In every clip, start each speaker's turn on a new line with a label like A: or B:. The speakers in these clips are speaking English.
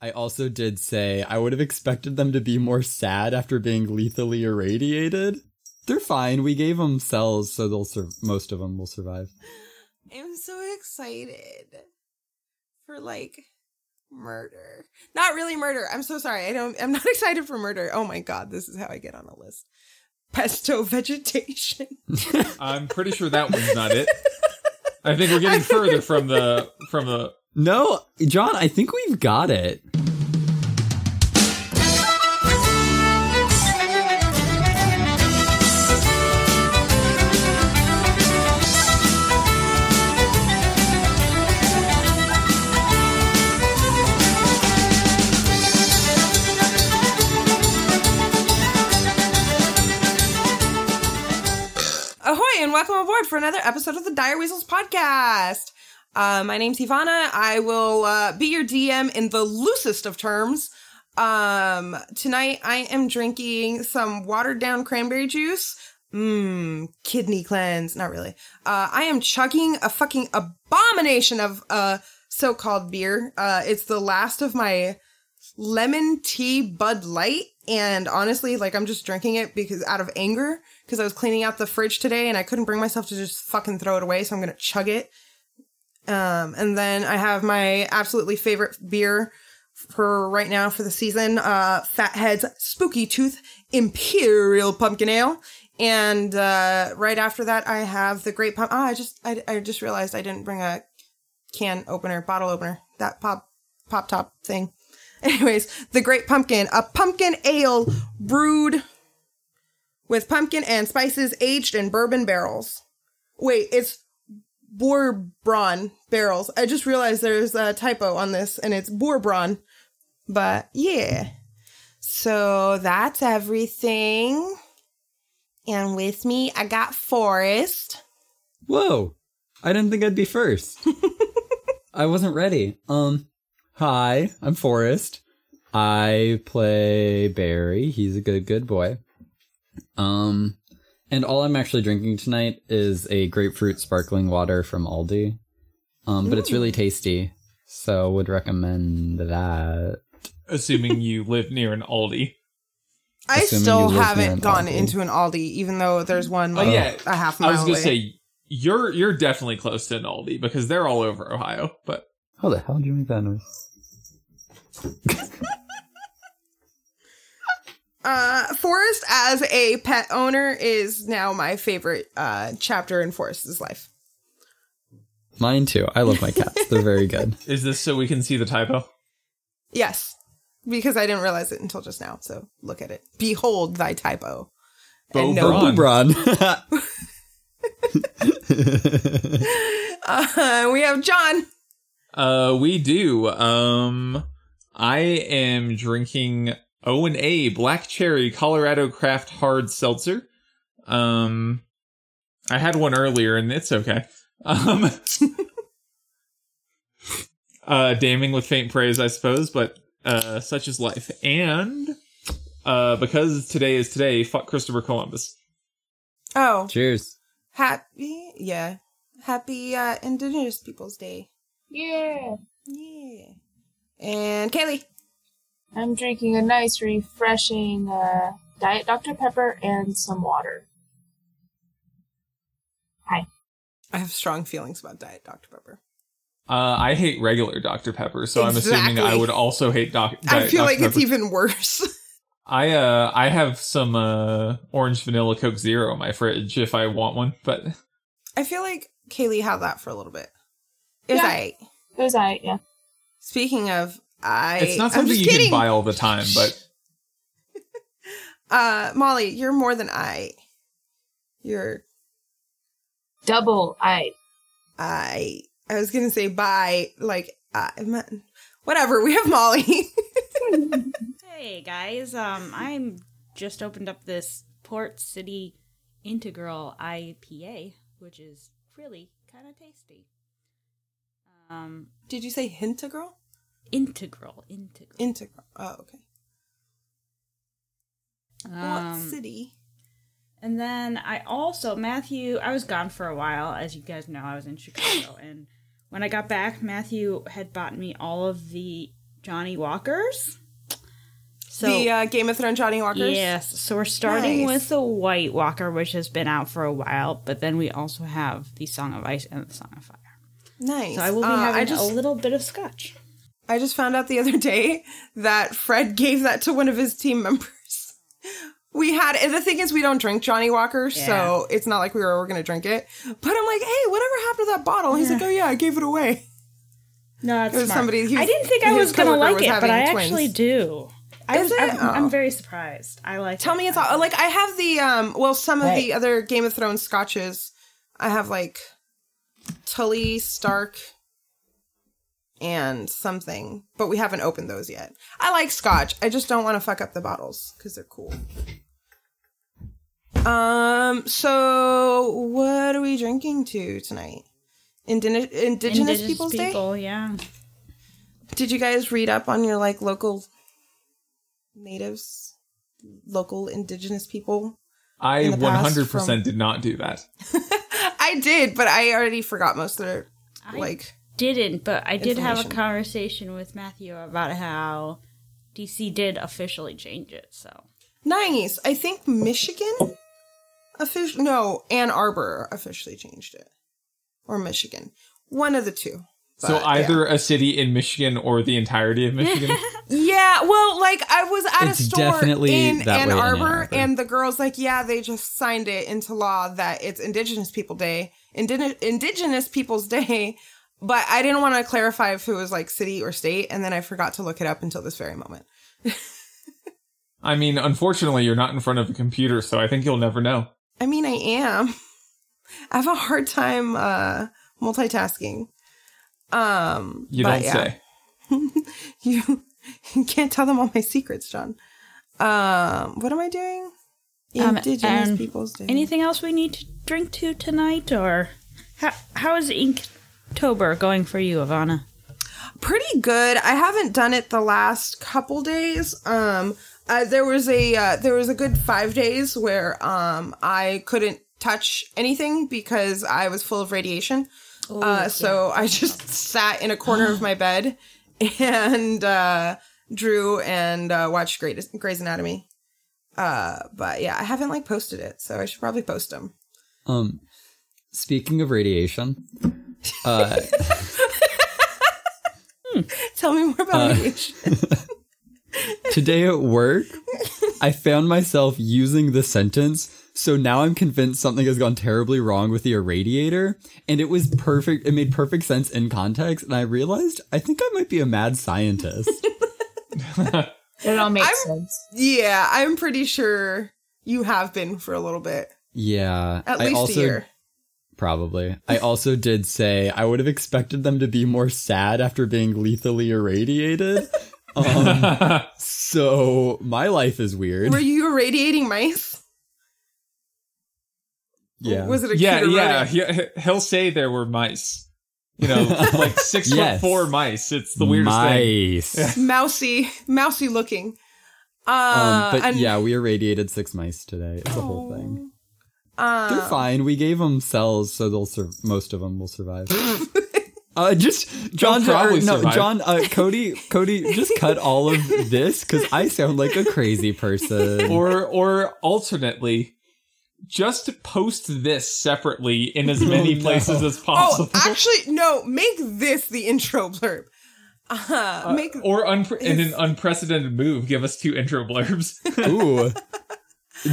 A: I also did say I would have expected them to be more sad after being lethally irradiated. They're fine. We gave them cells, so they'll sur- most of them will survive.
B: I'm so excited for like murder. Not really murder. I'm so sorry. I don't I'm not excited for murder. Oh my god, this is how I get on a list. Pesto vegetation.
C: I'm pretty sure that one's not it. I think we're getting further from the from the
A: No, John, I think we've got it.
B: Ahoy and welcome aboard for another episode of the Dire Weasels podcast. Uh, my name's Ivana. I will uh, be your DM in the loosest of terms. Um, tonight I am drinking some watered down cranberry juice. Mmm, kidney cleanse. Not really. Uh, I am chugging a fucking abomination of uh, so called beer. Uh, it's the last of my lemon tea Bud Light. And honestly, like I'm just drinking it because out of anger, because I was cleaning out the fridge today and I couldn't bring myself to just fucking throw it away. So I'm going to chug it. Um, and then I have my absolutely favorite beer for right now for the season, uh, Fathead's Spooky Tooth Imperial Pumpkin Ale. And, uh, right after that, I have the Great Pump. Ah, I just, I, I just realized I didn't bring a can opener, bottle opener, that pop, pop top thing. Anyways, the Great Pumpkin, a pumpkin ale brewed with pumpkin and spices aged in bourbon barrels. Wait, it's Bourbon barrels. I just realized there's a typo on this and it's Bourbon. But yeah. So that's everything. And with me, I got Forrest.
A: Whoa. I didn't think I'd be first. I wasn't ready. Um hi, I'm Forrest. I play Barry. He's a good good boy. Um and all I'm actually drinking tonight is a grapefruit sparkling water from Aldi. Um but it's really tasty. So would recommend that.
C: assuming you live near an Aldi.
B: I
A: Assuming you
B: still
A: live near
B: haven't
A: an
B: gone
A: Aldi.
B: into an Aldi, even though there's one
C: Oh,
B: like
C: yeah.
B: a half mile
C: I was gonna
B: away.
C: say you're you're definitely close to an Aldi because they're all over Ohio. But
A: How the hell did you make that noise?
B: Uh, Forrest as a pet owner is now my favorite uh, chapter in Forrest's life.
A: Mine too. I love my cats. They're very good.
C: is this so we can see the typo?
B: Yes, because I didn't realize it until just now. So look at it. Behold thy typo.
C: Bo
B: And no-
C: Bron.
A: Bron.
B: Uh, we have John.
C: Uh, we do. Um, I am drinking O and A Black Cherry Colorado Craft Hard Seltzer. Um, I had one earlier and it's okay. Um, uh, damning with faint praise, I suppose, but uh, such is life. And uh, because today is today, fuck Christopher Columbus.
B: Oh,
A: Cheers.
B: happy yeah, happy uh, Indigenous Peoples Day.
D: Yeah.
B: Yeah. And Kaylee.
D: I'm drinking a nice, refreshing uh, Diet Dr. Pepper and some water.
B: I have strong feelings about Diet Dr Pepper.
C: Uh, I hate regular Dr. Pepper, so I'm assuming I
B: Exactly.
C: would also hate doc-
B: I
C: Diet
B: feel
C: Dr.
B: like it's
C: Pepper.
B: even worse.
C: I uh I have some uh orange vanilla Coke Zero in my fridge if I want one, but
B: I feel like Kaylee had that for a little bit. It was
D: Yeah.
B: I.
D: It was I, yeah.
B: Speaking of, I
C: it's not
B: I'm
C: something
B: just
C: you
B: kidding.
C: can buy all the time. But
B: Uh, Molly, you're more than I. You're
D: Double I.
B: I. I was gonna say bye, like I. Whatever. We have Molly.
E: Hey guys, um, I'm just opened up this Port City Integral IPA, which is really kind of tasty. Um,
B: Did you say Hintegral?
E: integral, integral.
B: Integral. Oh, okay.
E: Um,
B: what city?
E: And then I also Matthew. I was gone for a while, as you guys know. I was in Chicago, and when I got back, Matthew had bought me all of the Johnny Walkers. So
B: the uh, Game of Thrones Johnny Walkers.
E: yes, so we're starting
B: Nice.
E: with the White Walker, which has been out for a while, but then we also have the Song of Ice and the Song of Fire.
B: Nice.
E: So I will be
B: Uh,
E: having
B: I just,
E: a little bit of scotch.
B: I just found out the other day that Fred gave that to one of his team members. We had, and the thing is, we don't drink Johnny Walker, so it's not like we were, going to drink it. But I'm like, hey, whatever happened to that bottle? And He's like, oh yeah, I gave it away.
E: No, that's
B: It was
E: smart.
B: somebody- he
E: I
B: was-
E: didn't think I
B: his
E: was gonna
B: coworker
E: like
B: was
E: it,
B: having
E: but I
B: twins.
E: actually do. I
B: Is
E: was,
B: it?
E: I'm, I'm
B: Oh.
E: very surprised. I like.
B: Tell
E: it.
B: me, it's
E: I-
B: all like I have the um. Well, some of
E: Right.
B: the other Game of Thrones scotches, I have like Tully Stark and something, but we haven't opened those yet. I like Scotch. I just don't want to fuck up the bottles because they're cool. Um. So, what are we drinking to tonight? Indigenous, Indigenous, Peoples Day.
E: people, yeah.
B: Did you guys read up on your like local natives, local Indigenous people?
C: I
B: In the past
C: 100% did not do that.
B: I did, but I already forgot most of their
E: I-
B: like.
E: Didn't, but I did have a
B: Information.
E: conversation with Matthew about how DC did officially change it. So
B: Nice. I think Michigan official no, Ann Arbor officially changed it. Or Michigan. One of the two.
C: so
B: But, yeah.
C: either a city in Michigan or the entirety of Michigan.
B: Yeah, well, like I was at
A: It's
B: a store
A: definitely
B: in
A: that
B: Ann
A: way in Ann
B: Arbor,
A: Arbor.
B: and the girls like, yeah, they just signed it into law that it's Indigenous People Day, Indi- Indigenous Peoples Day. But I didn't want to clarify if it was like city or state, and then I forgot to look it up until this very moment.
C: I mean, unfortunately, you're not in front of a computer, so I think you'll never know.
B: I mean, I am. I have a hard time uh multitasking. Um,
C: You
B: but
C: don't
B: yeah.
C: say.
B: You, you can't tell them all my secrets, John. Um, what am I doing?
E: Um,
B: Indigenous
E: um,
B: peoples day.
E: anything else we need to drink to tonight, or how how is Inktober going for you, Ivana?
B: pretty good. I haven't done it the last couple days. Um, uh, there was a uh, there was a good five days where um I couldn't touch anything because I was full of radiation. uh, so I just sat in a corner of my bed and uh, drew and uh, watched Grey's, Grey's Anatomy. Uh, but yeah, I haven't like posted it, so I should probably post them.
A: Um, speaking of radiation, uh,
B: Tell me more about radiation.
A: today at work, I found myself using the sentence. So now I'm convinced something has gone terribly wrong with the irradiator, and it was perfect. It made perfect sense in context, and I realized I think I might be a mad scientist.
D: It all makes
B: I'm-
D: sense.
B: Yeah, I'm pretty sure you have been for a little bit.
A: yeah,
B: At
A: I
B: least
A: also
B: a year.
A: probably. I also did say I would have expected them to be more sad after being lethally irradiated. Um, so my life is weird.
B: Were you irradiating mice?
A: yeah.
B: Was it a
C: yeah,
B: cuter
C: yeah.
B: rodent?
C: He, he'll say there were mice. You know, like six
A: Yes.
C: foot four mice. It's the weirdest thing.
A: mice.
B: Mousy, mousy looking. Uh,
A: Um, but
B: and-
A: yeah, we irradiated six mice today. It's a whole thing.
B: Uh,
A: They're fine. We gave them cells, so they'll sur- most of them will survive. uh, just John,
C: They'll probably
A: or, no,
C: survive.
A: John, uh, Cody, Cody, just cut all of this because I sound like a crazy person.
C: Or, or alternately, just post this separately in as many
A: no.
C: places as
B: oh,
C: possible.
B: actually, no. Make this the intro blurb. Uh, make
C: or unpre- in an unprecedented move, give us two intro blurbs.
A: Ooh,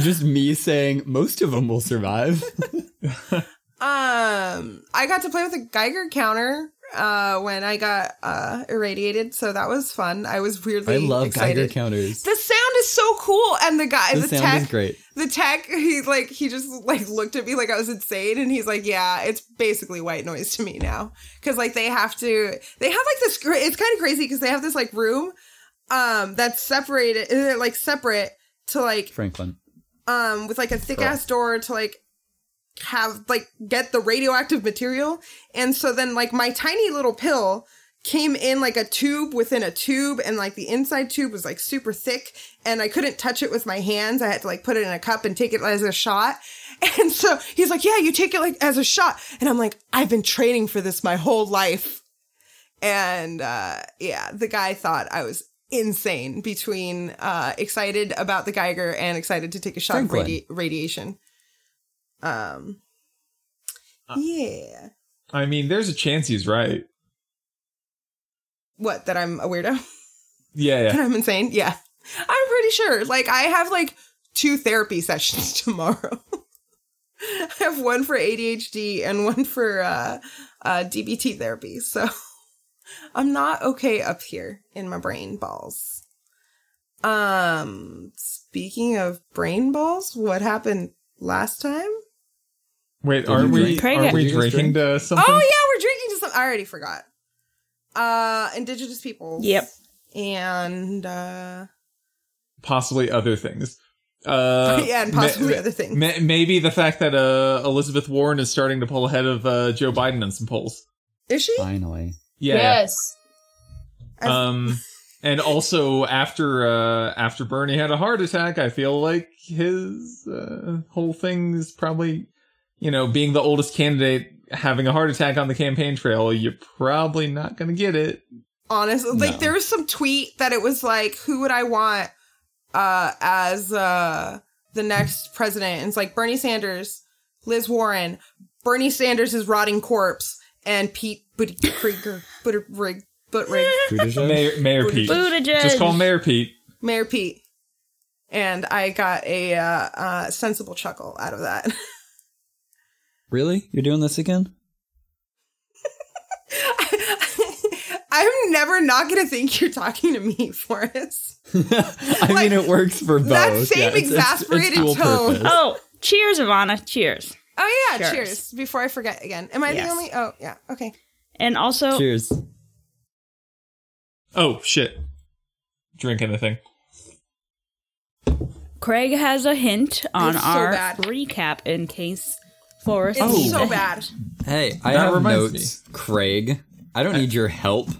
A: just me saying most of them will survive.
B: um. I got to play with a Geiger counter uh when I got uh irradiated, so that was fun. I was weirdly
A: I love
B: excited.
A: Geiger counters.
B: The sound is so cool, and the guy,
A: The,
B: the,
A: sound
B: tech,
A: is great.
B: the tech he's like he just like looked at me like i was insane and he's like yeah it's basically white noise to me now because like they have to they have like this gra- it's kind of crazy because they have this like room um that's separated uh, like separate to like
A: Franklin.
B: um with like a thick ass door to like have like get the radioactive material and so then like my tiny little pill came in like a tube within a tube and like the inside tube was like super thick and I couldn't touch it with my hands I had to like put it in a cup and take it as a shot and so he's like yeah you take it like as a shot and I'm like I've been training for this my whole life And uh, yeah, the guy thought I was insane between uh, excited about the Geiger and excited to take a shot of
A: Franklin.
B: radi- radiation. Um, yeah.
C: I mean, there's a chance he's right.
B: What, that I'm a weirdo?
C: Yeah,
B: that
C: yeah.
B: I'm insane? Yeah. I'm pretty sure. Like, I have like two therapy sessions tomorrow. I have one for ADHD and one for uh, uh, DBT therapy. So I'm not okay up here in my brain balls. Um, speaking of brain balls, what happened last time?
C: Wait,
A: Did
C: are
A: you
C: we
A: drink?
C: are
A: Did
C: we
A: you just
C: drinking
A: drink?
C: to something?
B: Oh yeah, we're drinking to some. I already forgot. Uh, Indigenous peoples.
E: Yep.
B: And uh,
C: Possibly other things. Uh,
B: yeah, and
C: ma-
B: possibly
C: ma-
B: other things.
C: ma- maybe the fact that uh, Elizabeth Warren is starting to pull ahead of uh, Joe Biden in some polls.
B: Is she?
A: Finally.
C: Yeah.
D: Yes.
C: Um, and also after uh, after Bernie had a heart attack, I feel like his uh, whole thing is probably, you know, being the oldest candidate having a heart attack on the campaign trail. You're probably not gonna get it.
B: honestly like
A: No.
B: there was some tweet that it was like who would i want uh as uh the next president and it's like bernie sanders liz warren bernie sanders' rotting corpse and pete buttigieg buttigieg buttigieg
A: Buttigieg?
C: Mayor, Mayor Pete,
E: Buttigieg.
C: just call Mayor Pete.
B: mayor pete and i got a uh, uh sensible chuckle out of that
A: really? You're doing this again?
B: i'm never not gonna think you're talking to me forrest
A: I
B: Like,
A: mean, it works for both.
B: that same
A: Yeah, it's- it's-
B: exasperated
A: dual
B: tone.
A: purpose.
E: Oh, cheers, Ivana. Cheers.
B: oh yeah
E: Cheers.
B: cheers before i forget again am i
E: Yes.
B: the only oh yeah okay
E: And also,
A: Cheers.
C: Oh shit, drink anything.
E: Craig has a hint on
B: so
E: our
B: bad.
E: recap in case Forrest.
B: It's
A: Oh.
E: needs
B: so
E: a
B: bad.
E: hint.
A: Hey, I
C: That
A: have
C: reminds
A: notes, Craig. I don't need your help.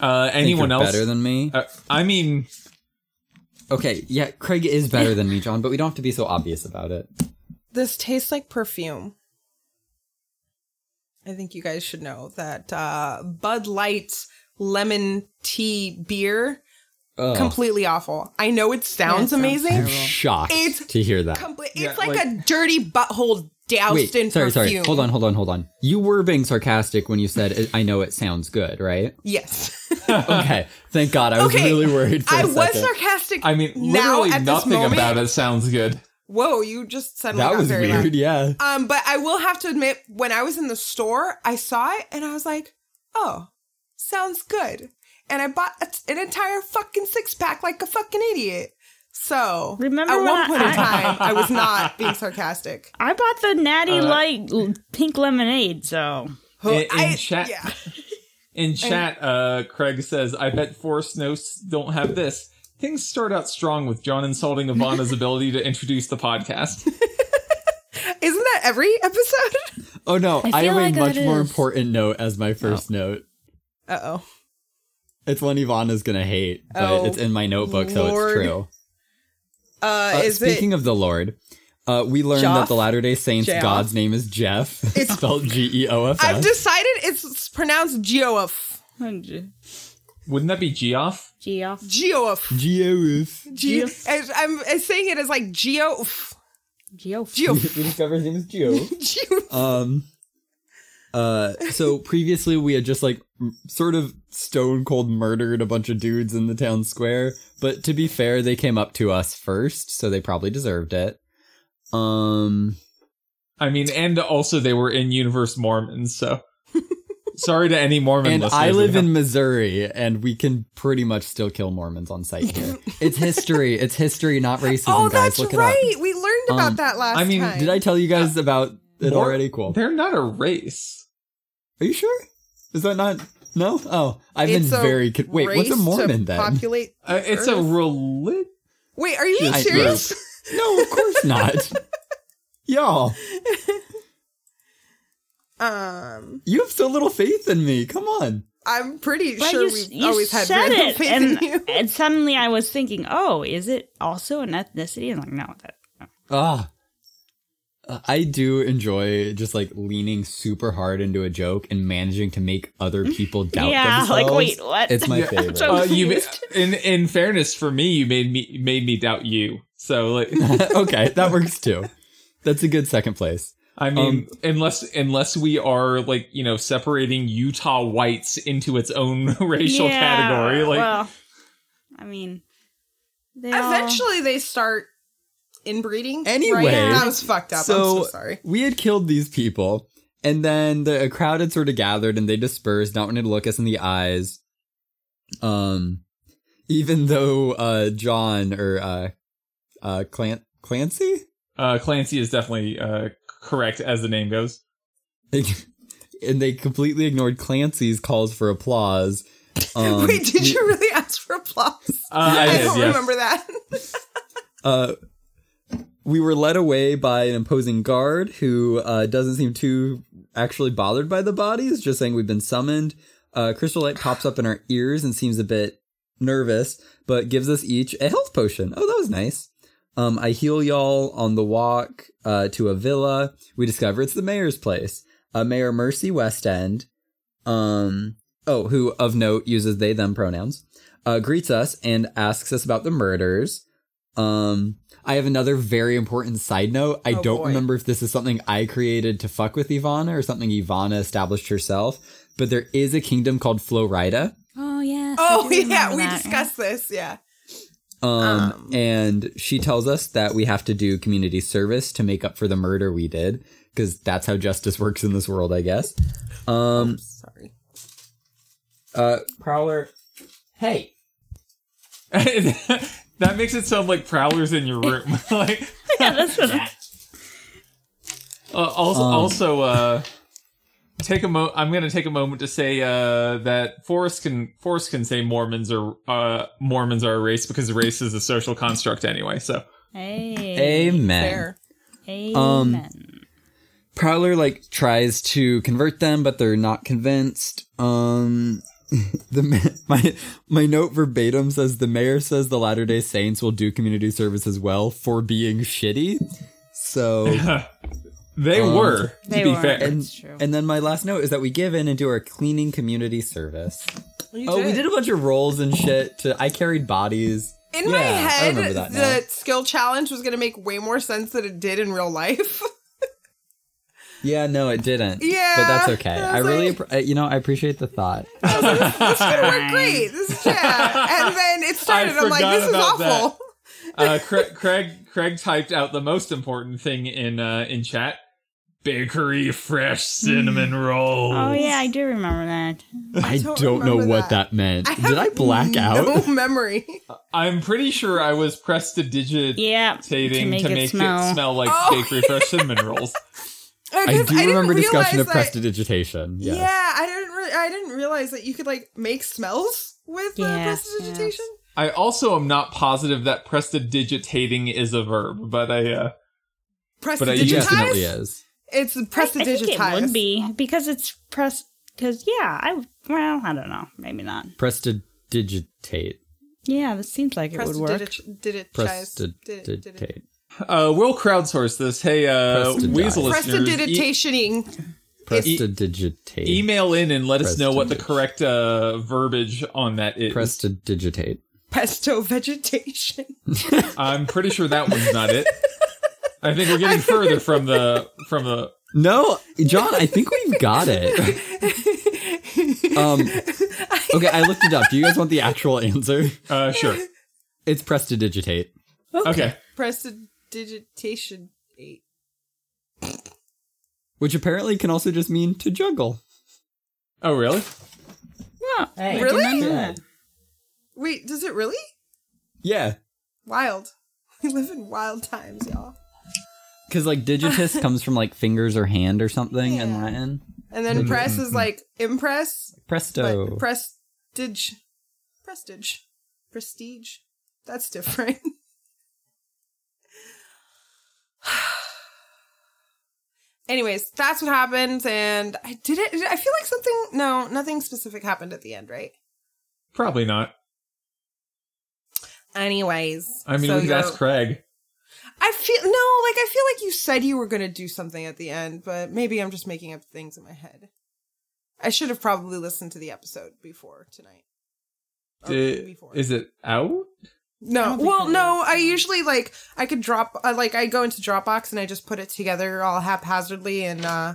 C: Uh,
A: Think
C: anyone
A: you're
C: else?
A: better than me?
C: uh, I mean,
A: okay, yeah, Craig is better than me, John, but we don't have to be so obvious about it.
B: This tastes like perfume. I think you guys should know that uh, Bud Light lemon tea beer
A: Ugh,
B: completely awful. I know it sounds
E: Yeah, it sounds
B: amazing.
A: I'm shocked
B: It's
A: to hear that.
B: Comple- it's
C: Yeah,
B: like,
C: like-
B: a dirty butthole doused
A: Wait,
B: in
A: sorry, sorry.
B: perfume.
A: Hold on, hold on, hold on. You were being sarcastic when you said, "I- "I know it sounds good," right?
B: Yes,
A: Okay, thank God. I was
B: Okay,
A: really worried. For a
B: I was
A: second.
B: sarcastic.
C: I mean,
B: now
C: literally
B: at
C: nothing
B: this moment,
C: about it sounds good.
B: Whoa, you just suddenly
A: That
B: got
A: was
B: very loud.
A: weird. Yeah.
B: Um, but I will have to admit, when I was in the store, I saw it and I was like, "Oh, sounds good," and I bought a t- an entire fucking six pack like a fucking idiot. So
E: Remember
B: at
E: when
B: one point in
E: I-
B: time, I was not being sarcastic.
E: I bought the Natty
C: Uh,
E: Light l- pink lemonade, so
B: Who-
C: In- in
B: I-
C: chat-
B: yeah.
C: In chat, uh, Craig says, I bet Forrest Notes don't have this. Things start out strong with John insulting Ivana's ability to introduce the podcast.
B: Isn't that every episode?
A: Oh no,
E: I
A: I, have
E: feel like
A: a much
E: that
A: more
E: is-
A: important note as
B: Oh.
A: my first note.
B: Uh oh.
A: It's one Ivana's gonna hate, but
B: Oh,
A: it's in my notebook, so it's
B: Lord.
A: true.
B: Uh,
A: Uh,
B: is
A: speaking
B: it?
A: of the Lord, uh, we learned
B: Joff?
A: that the Latter Day Saints
B: Jeff?
A: God's name is Jeff. It's
B: It's-
A: spelled G E O F
B: I've
A: F.
B: decided it's pronounced Geoff.
E: gee
C: Wouldn't that be Geoff?
E: off.
B: Geoff.
A: Geoff.
B: Ge- as- I'm I'm saying it as like Geoff.
E: Gee oh, off.
A: We
B: Geoff.
A: discovered his name is Geoff.
B: Geoff.
A: Um. Uh. So previously we had just like m- sort of stone cold murdered a bunch of dudes in the town square, but to be fair, they came up to us first, so they probably deserved it. Um.
C: I mean, and also they were in Universe Mormons, so. Sorry to any Mormon
A: and
C: listeners.
A: I live
C: we
A: in Missouri, and we can pretty much still kill Mormons on site here. it's history. It's history, not racism.
B: Oh,
A: guys.
B: that's
A: Look It
B: right.
A: up.
B: We learned about
A: Um,
B: that last
C: I mean,
B: time.
A: Did I tell you guys about it
C: Mor-
A: already? Cool.
C: They're not a race.
A: Are you sure? Is that not? No. Oh, I've
B: It's a
A: been very. Con- Wait, what's
B: race
A: a Mormon
B: to
A: then?
B: Populate
C: Uh, it's a
B: Earth?
C: religion.
B: Wait, are you
A: I-
B: serious?
A: no, of course not. Y'all,
B: um,
A: you have so little faith in me. Come on.
B: I'm pretty
E: But
B: sure
E: you, s-
B: we've
E: you
B: always had
E: said
B: random
E: it,
B: faith
E: and,
B: in you.
E: and suddenly I was thinking, oh, is it also an ethnicity? I'm like, no, that.
A: Ah. I do enjoy just like leaning super hard into a joke and managing to make other people doubt
E: Yeah, like,
A: themselves.
E: wait, what?
A: It's my
C: Yeah.
A: favorite.
E: So-
C: Uh, you
E: confused.
C: in in fairness for me, you made me made me doubt you. So like,
A: okay, that works too. That's a good second place.
C: I mean, Um, unless unless we are like you know separating Utah whites into its own racial
E: Yeah,
C: category, like
E: well, I mean, they all-
B: Eventually, they start inbreeding.
A: Anyway,
B: right? that was fucked up. I'm
A: so-
B: so sorry.
A: We had killed these people, and then the a crowd had sort of gathered and they dispersed, not wanting to look us in the eyes. Um, even though uh John or uh uh Clan- Clancy,
C: uh, Clancy is definitely uh, correct as the name goes.
A: and they completely ignored Clancy's calls for applause. Um,
B: Wait, did
A: we-
B: you really ask for applause?
C: Uh, I,
B: I
C: did,
B: don't
C: yes.
B: remember that.
A: Uh, we were led away by an imposing guard who uh, doesn't seem too actually bothered by the bodies, just saying we've been summoned. Uh, crystal light pops up in our ears and seems a bit nervous, but gives us each a health potion. Oh, that was nice. Um, I heal y'all on the walk uh, to a villa. We discover it's the mayor's place, uh, Mayor Mercy West End. Um, oh, who of note uses they them pronouns. Uh, greets us and asks us about the murders. Um, I have another very important side note. I
B: Oh,
A: don't
B: boy.
A: remember if this is something I created to fuck with Ivana or something Ivana established herself, but there is a kingdom called Florida.
E: Oh yes. I
B: Oh
E: do remember
B: yeah, we
E: that,
B: discussed this. Yeah.
A: Um,
B: Um.
A: and she tells us that we have to do community service to make up for the murder we did, because that's how justice works in this world, I guess. Um,
B: Sorry.
A: uh, Prowler. Hey.
C: that makes it sound like prowlers in your room. like
E: Yeah, that's what-
C: uh, also, also uh, take a mo. I'm gonna take a moment to say uh, that Forrest can Forrest can say Mormons are uh, Mormons are a race because race is a social construct anyway. So
E: Hey.
A: Amen.
B: Fair.
E: Amen.
A: Um, Prowler like tries to convert them, but they're not convinced. Um, the ma- my my note verbatim says the mayor says the Latter Day Saints will do community service as well for being shitty. So
C: they
A: Um,
C: were to
E: They
C: be
E: were.
C: fair.
A: and
E: That's true.
A: and then my last note is that we give in and do our cleaning community service.
B: You
A: oh, we did a bunch of rolls and shit. To I carried bodies.
B: In
A: Yeah,
B: my
A: I
B: head,
A: remember that now.
B: the skill challenge was going to make way more sense than it did in real life.
A: Yeah, no, it didn't.
B: Yeah,
A: but that's okay.
B: I
A: I,
B: was
A: really,
B: like-
A: appre- uh, you know, I appreciate the thought.
B: it's going to work great. This is yeah. And then it started. I'm like,
C: forgot
B: this is
C: about that.
B: awful.
C: uh, Craig, Craig Craig typed out the most important thing in uh, in chat: bakery fresh cinnamon rolls.
E: oh yeah, I do remember that.
A: I
B: don't
A: don't, know
B: remember
A: what
B: that.
A: that meant.
B: have
A: Did I black out?
B: No memory.
C: I'm pretty sure I was prestidigitating
E: Yeah.
C: to make, it, smell. like
B: Oh.
C: bakery fresh cinnamon rolls.
A: I do remember discussion of
B: press.
A: prestidigitation. Yes.
B: Yeah, I didn't. Re- I didn't realize that you could like make smells with uh,
E: Yes,
B: prestidigitation.
C: I also am not positive that prestidigitating is a verb, but I uh, But I
A: It definitely
B: Prestidigitize.
A: is.
B: It's
E: I, I think
B: prestidigitize.
E: it would be because it's press. Because yeah, I well, I don't know, maybe not.
A: Prestidigitate.
E: Yeah, this seems like it would work.
B: Prestidigit- Did it? Prestidigitate. Did it? Did it?
A: Prestidigitate.
C: uh, we'll crowdsource this. Hey, uh,
A: Prestidigi-
C: Weasel listeners, e-
B: Prestidigitationing.
A: Prestidigitate.
C: email in and let us know what the correct uh, verbiage on that
A: e-,
C: is.
A: Prestidigitate.
B: Pesto vegetation.
C: I'm pretty sure that one's not it. I think we're getting further from the from the
A: No, John, I think we've got it. Um, okay, I looked it up. Do you guys want the actual answer?
C: uh sure.
A: It's prestidigitate.
C: Okay.
B: Prestidigitation.
A: Which apparently can also just mean to juggle.
C: Oh really?
E: Well, I
B: Really?
E: did not know that.
B: Wait, does it really?
A: Yeah,
B: Wild. We live in wild times, y'all.
A: because like digitus comes from like fingers or hand or something in
B: Yeah.
A: Latin.
B: And then press is like impress,
A: Presto.
B: but prestige. Prestige. Prestige. That's different. Anyways, that's what happened, and I did it. I feel like something. No, nothing specific happened at the end, right?
C: Probably not.
B: Anyways,
C: I mean,
B: so
C: we could
B: you're-
C: ask Craig.
B: I feel no, like I feel like you said you were gonna do something at the end, but maybe I'm just making up things in my head. I should have probably listened to the episode before tonight. Or
C: Did- is it out?
B: no,
E: don't think
B: well,
E: it
B: no. I usually like I could drop uh, like I go into Dropbox and I just put it together all haphazardly and uh,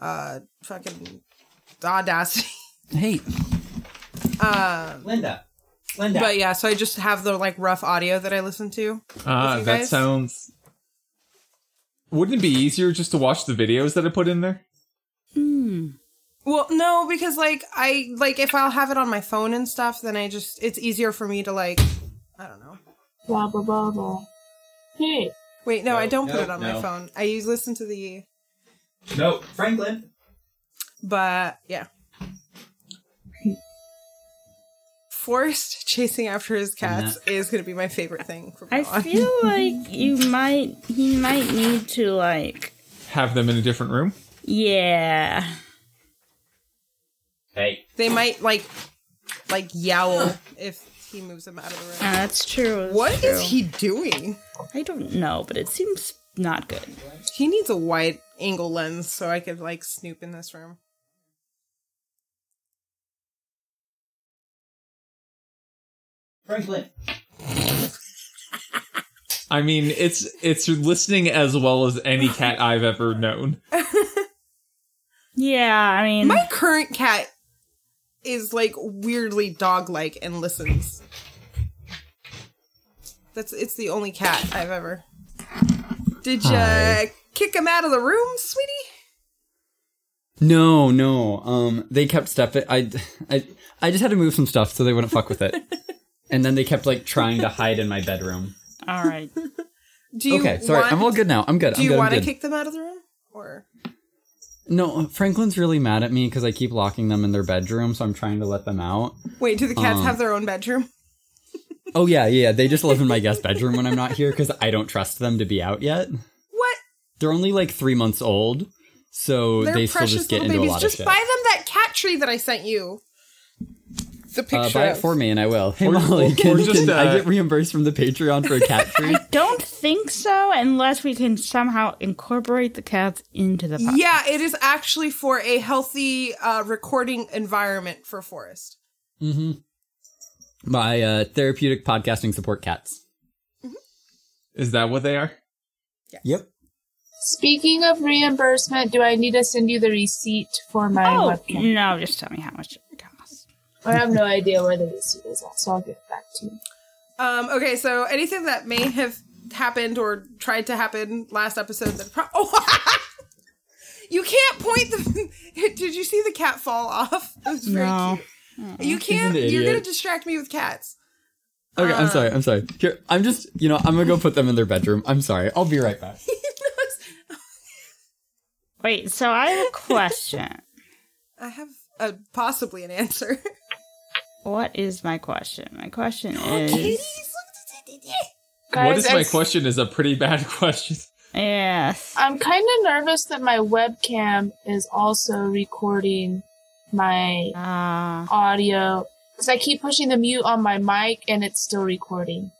B: uh, fucking audacity.
A: Hey,
B: Um,
A: Linda. Linda.
B: But yeah, so I just have the like rough audio that I listen to.
C: Ah,
B: you
C: that
B: guys?
C: sounds. Wouldn't it be easier just to watch the videos that I put in there?
B: Well, no, because like I like if I'll have it on my phone and stuff, then I just it's easier for me to like I don't know.
D: Blah blah blah blah. Hey,
B: Wait, no,
A: No,
B: I don't put
A: no,
B: it on my
A: no.
B: phone. I use listen to the
A: no, Franklin.
B: but yeah. Forrest chasing after his cats is gonna be my favorite thing from
E: I
B: now on.
E: feel like you might he might need to like
C: Have them in a different room?
E: yeah.
A: Hey.
B: they might like like yowl if he moves them out of the room.
E: Uh, that's true. that's
B: What
E: true.
B: is he doing?
E: I don't know, but it seems not good.
B: He needs a wide angle lens so I could like snoop in this room.
A: Franklin.
C: I mean, it's it's listening as well as any cat I've ever known.
E: Yeah, I mean,
B: My current cat is like weirdly dog like and listens. That's it's the only cat I've ever. Did you
A: Hi.
B: kick him out of the room, sweetie?
A: No, no. Um, they kept stepping. I, I, I just had to move some stuff so they wouldn't fuck with it. and then they kept like trying to hide in my bedroom.
E: all right.
B: Do you
A: okay, sorry.
B: Want,
A: I'm all good now. I'm good.
B: Do
A: I'm
B: you
A: good. I'm
B: want to
A: good.
B: kick them out of the room or?
A: No, Franklin's really mad at me because I keep locking them in their bedroom, so I'm trying to let them out.
B: Wait, do the
A: Um,
B: cats have their own bedroom?
A: Oh yeah, yeah. They just live in my guest bedroom when I'm not here because I don't trust them to be out yet.
B: What?
A: They're only like three months old, so
B: They're
A: they still
B: precious
A: just get
B: little
A: into a
B: babies.
A: lot
B: Just
A: of shit. Uh,
B: buy them that cat tree that I sent you. The picture.
A: uh, buy it
B: of.
A: for me and I will. Hey
C: Or-
A: Molly,
C: or-
A: can,
C: or just,
A: can I
C: uh,
A: get reimbursed from the Patreon for a cat tree?
E: Don't think so unless we can somehow incorporate the cats into the podcast.
B: Yeah, it is actually for a healthy uh, recording environment for Forrest.
A: mm-hmm. My uh, therapeutic podcasting support cats.
C: Is that what they are?
A: Yep.
D: speaking of reimbursement, do I need to send you the receipt for my
E: Oh
D: webcam?
E: no! Just tell me how much it costs.
D: I have no idea where the receipt is at, so I'll get back to you.
B: Um, okay, so anything that may have happened or tried to happen last episode that pro- oh, you can't point the. Did you see the cat fall off? It was very
E: No.
B: cute. You can't.
A: He's an
B: You're gonna
A: idiot.
B: distract me with cats.
A: Okay, I'm
B: Uh.
A: sorry. I'm sorry. Here, I'm just, you know, I'm gonna go put them in their bedroom. I'm sorry. I'll be right back.
E: Wait. So I have a question.
B: I have uh possibly an answer.
E: what is my question? My question is
C: what
D: Guys,
C: is my
D: I-
C: question is a pretty bad question.
E: yes.
D: I'm kind of nervous that my webcam is also recording my
E: Ah.
D: audio because I keep pushing the mute on my mic and it's still recording.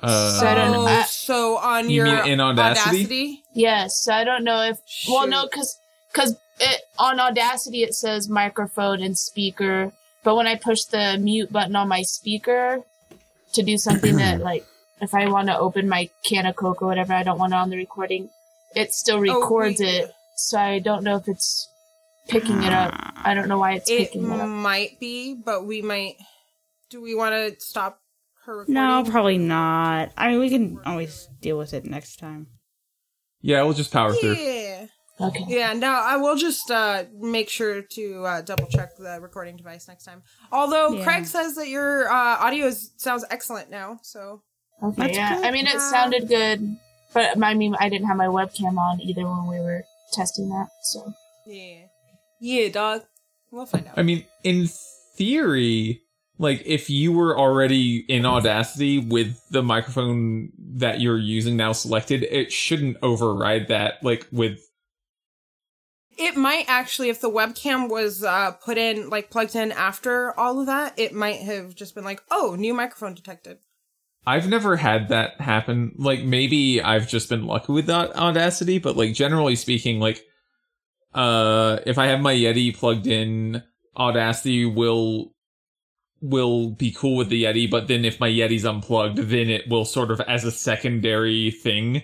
C: Uh,
D: So I don't know.
B: Oh, so on
C: You
B: your
C: mean in Audacity?
D: Yes, so I don't know if well no
B: Shoot.
D: because because it on Audacity it says microphone and speaker, but when I push the mute button on my speaker to do something that like if I want to open my can of Coke or whatever I don't want it on the recording, it still records
B: wait.
D: it. So I don't know if it's picking it up. I don't know why it's
B: It mm,
D: picking it up.
B: might be, but we might. Do we want to stop her recording?
E: No, probably not. I mean, we can always deal with it next time.
C: yeah, we'll just power through.
B: Yeah.
D: Okay.
B: Yeah, no, I will just uh, make sure to uh, double check the recording device next time. Although
E: Yeah.
B: Craig says that your uh, audio is, sounds excellent now, so
D: Okay,
E: That's
D: yeah.
E: good.
D: I mean, it
B: Yeah.
D: sounded good, but I mean, I didn't have my webcam on either when we were testing that. So
B: yeah, yeah, dog. We'll find out.
C: I mean, in theory, like if you were already in Audacity with the microphone that you're using now selected, it shouldn't override that. Like with
B: it might actually, if the webcam was uh, put in, like plugged in after all of that, it might have just been like, "Oh, new microphone detected."
C: I've never had that happen. Like maybe I've just been lucky with that audacity, but like generally speaking, like uh if I have my Yeti plugged in, Audacity will will be cool with the Yeti, but then if my Yeti's unplugged, then it will sort of as a secondary thing,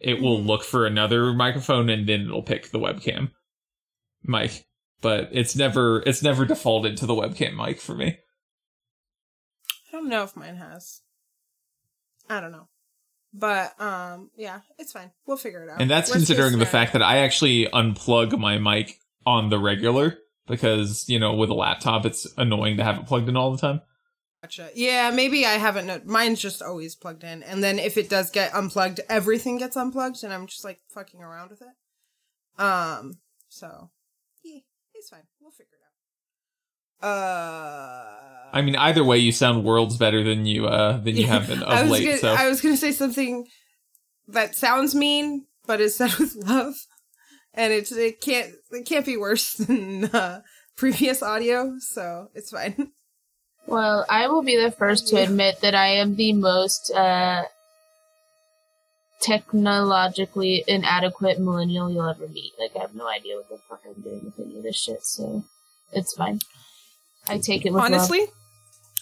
C: it will look for another microphone and then it'll pick the webcam mic. But it's never it's never defaulted to the webcam mic for me.
B: I don't know if mine has. I don't know. But um yeah, it's fine. We'll figure it out.
C: And that's
B: Worst case
C: considering the
B: scenario.
C: fact that I actually unplug my mic on the regular because, you know, with a laptop, it's annoying to have it plugged in all the time.
B: Gotcha. Yeah, maybe I haven't. No- Mine's just always plugged in, and then if it does get unplugged, everything gets unplugged, and I'm just like fucking around with it. Um. So, yeah, it's fine. We'll figure it out. Uh.
C: I mean, either way, you sound worlds better than you uh than you have been
B: I
C: of
B: was
C: late.
B: gonna,
C: so
B: I was gonna say something that sounds mean, but is said with love, and it's it can't it can't be worse than uh, previous audio, so it's fine.
D: Well, I will be the first to admit that I am the most uh, technologically inadequate millennial you'll ever meet. Like, I have no idea what the fuck I'm doing with any of this shit, so it's fine. I take it with
B: Honestly,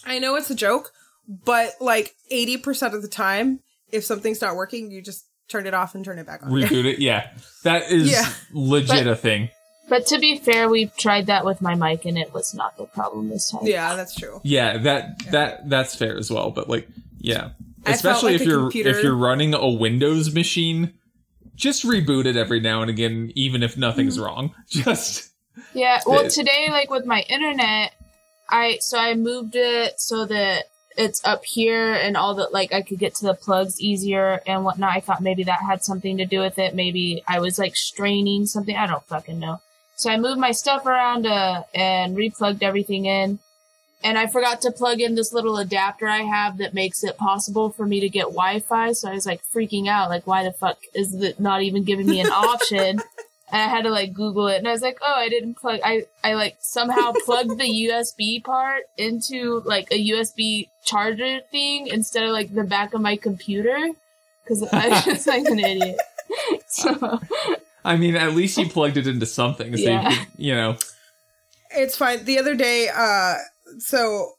B: I know it's a joke, but like 80% of the time, if something's not working, you just turn it off and turn it back on.
C: reboot it. Yeah, that is
B: Yeah.
C: legit
D: But-
C: a thing.
D: love. But to be fair, we tried that with my mic, and it was not the problem this time.
B: yeah, that's true.
C: Yeah, that that that's fair as well. But like, yeah,
B: I felt
C: especially
B: like
C: if
B: a
C: you're
B: computer-
C: if you're running a Windows machine, just reboot it every now and again, even if nothing's
B: Mm-hmm.
C: wrong. Just
D: Yeah, well,
C: It-
D: today, like with my internet, I so I moved it so that it's up here and all the like I could get to the plugs easier and whatnot. I thought maybe that had something to do with it. Maybe I was like straining something. I don't fucking know. So I moved my stuff around uh, and replugged everything in. And I forgot to plug in this little adapter I have that makes it possible for me to get Wi Fi. So I was like freaking out. Like, why the fuck is it not even giving me an option? and I had to like Google it, and I was like, oh, I didn't plug. I I like somehow plugged the USB part into like a USB charger thing instead of like the back of my computer because I was just like an idiot. so
C: I mean, at least you plugged it into something, so
D: Yeah.
C: you, could, you know.
B: It's fine. The other day, uh, so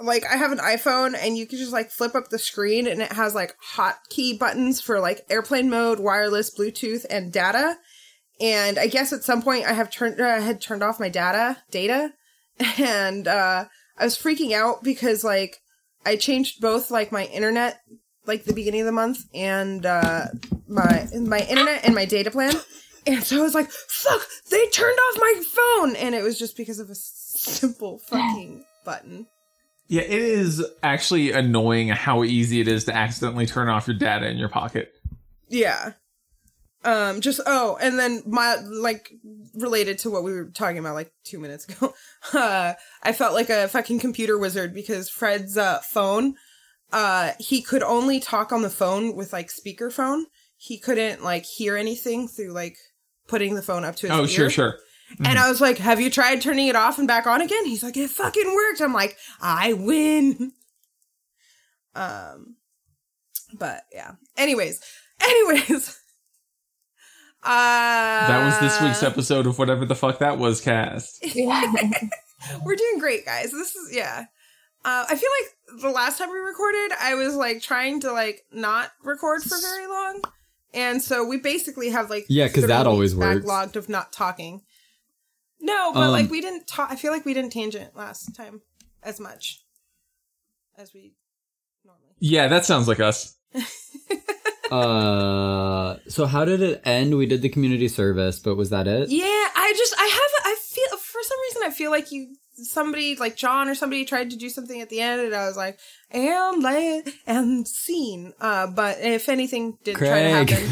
B: like I have an iPhone and you can just like flip up the screen and it has like hotkey buttons for like airplane mode, wireless, Bluetooth, and data. And I guess at some point I have turned I had turned off my data data, and uh, I was freaking out because like I changed both like my internet like the beginning of the month and uh, my my internet and my data plan. And so I was like, fuck, they turned off my phone. And it was just because of a s- simple fucking button.
C: Yeah, it is actually annoying how easy it is to accidentally turn off your data in your pocket.
B: Yeah. Um, just oh, and then my like related to what we were talking about like two minutes ago. Uh I felt like a fucking computer wizard because Fred's uh phone, uh, he could only talk on the phone with like speakerphone. He couldn't like hear anything through like putting the phone up to his
C: oh,
B: ear.
C: sure, sure.
B: And I was like, Have you tried turning it off and back on again? He's like, It fucking worked. I'm like, I win. Um, but yeah. Anyways, anyways. Uh,
C: That
B: that
C: was this
B: Uh.
C: week's episode of whatever the fuck that was cast.
D: yeah,
B: We're doing great, guys. This is, yeah. Uh, I feel like the last time we recorded, I was like trying to like not record for very long. And so we basically have like,
A: Yeah, 'cause that
B: 30
A: always
B: backlogged
A: works.
B: of not talking. No, but
A: Um,
B: like we didn't talk. I feel like we didn't tangent last time as much as we normally.
C: Yeah, that sounds like us.
A: uh, so how did it end? We did the community service, but was that it?
B: Yeah, I just I have I feel for some reason I feel like you somebody like John or somebody tried to do something at the end and I was like and la- and scene. Uh, but if anything did try
A: Craig.
B: to happen,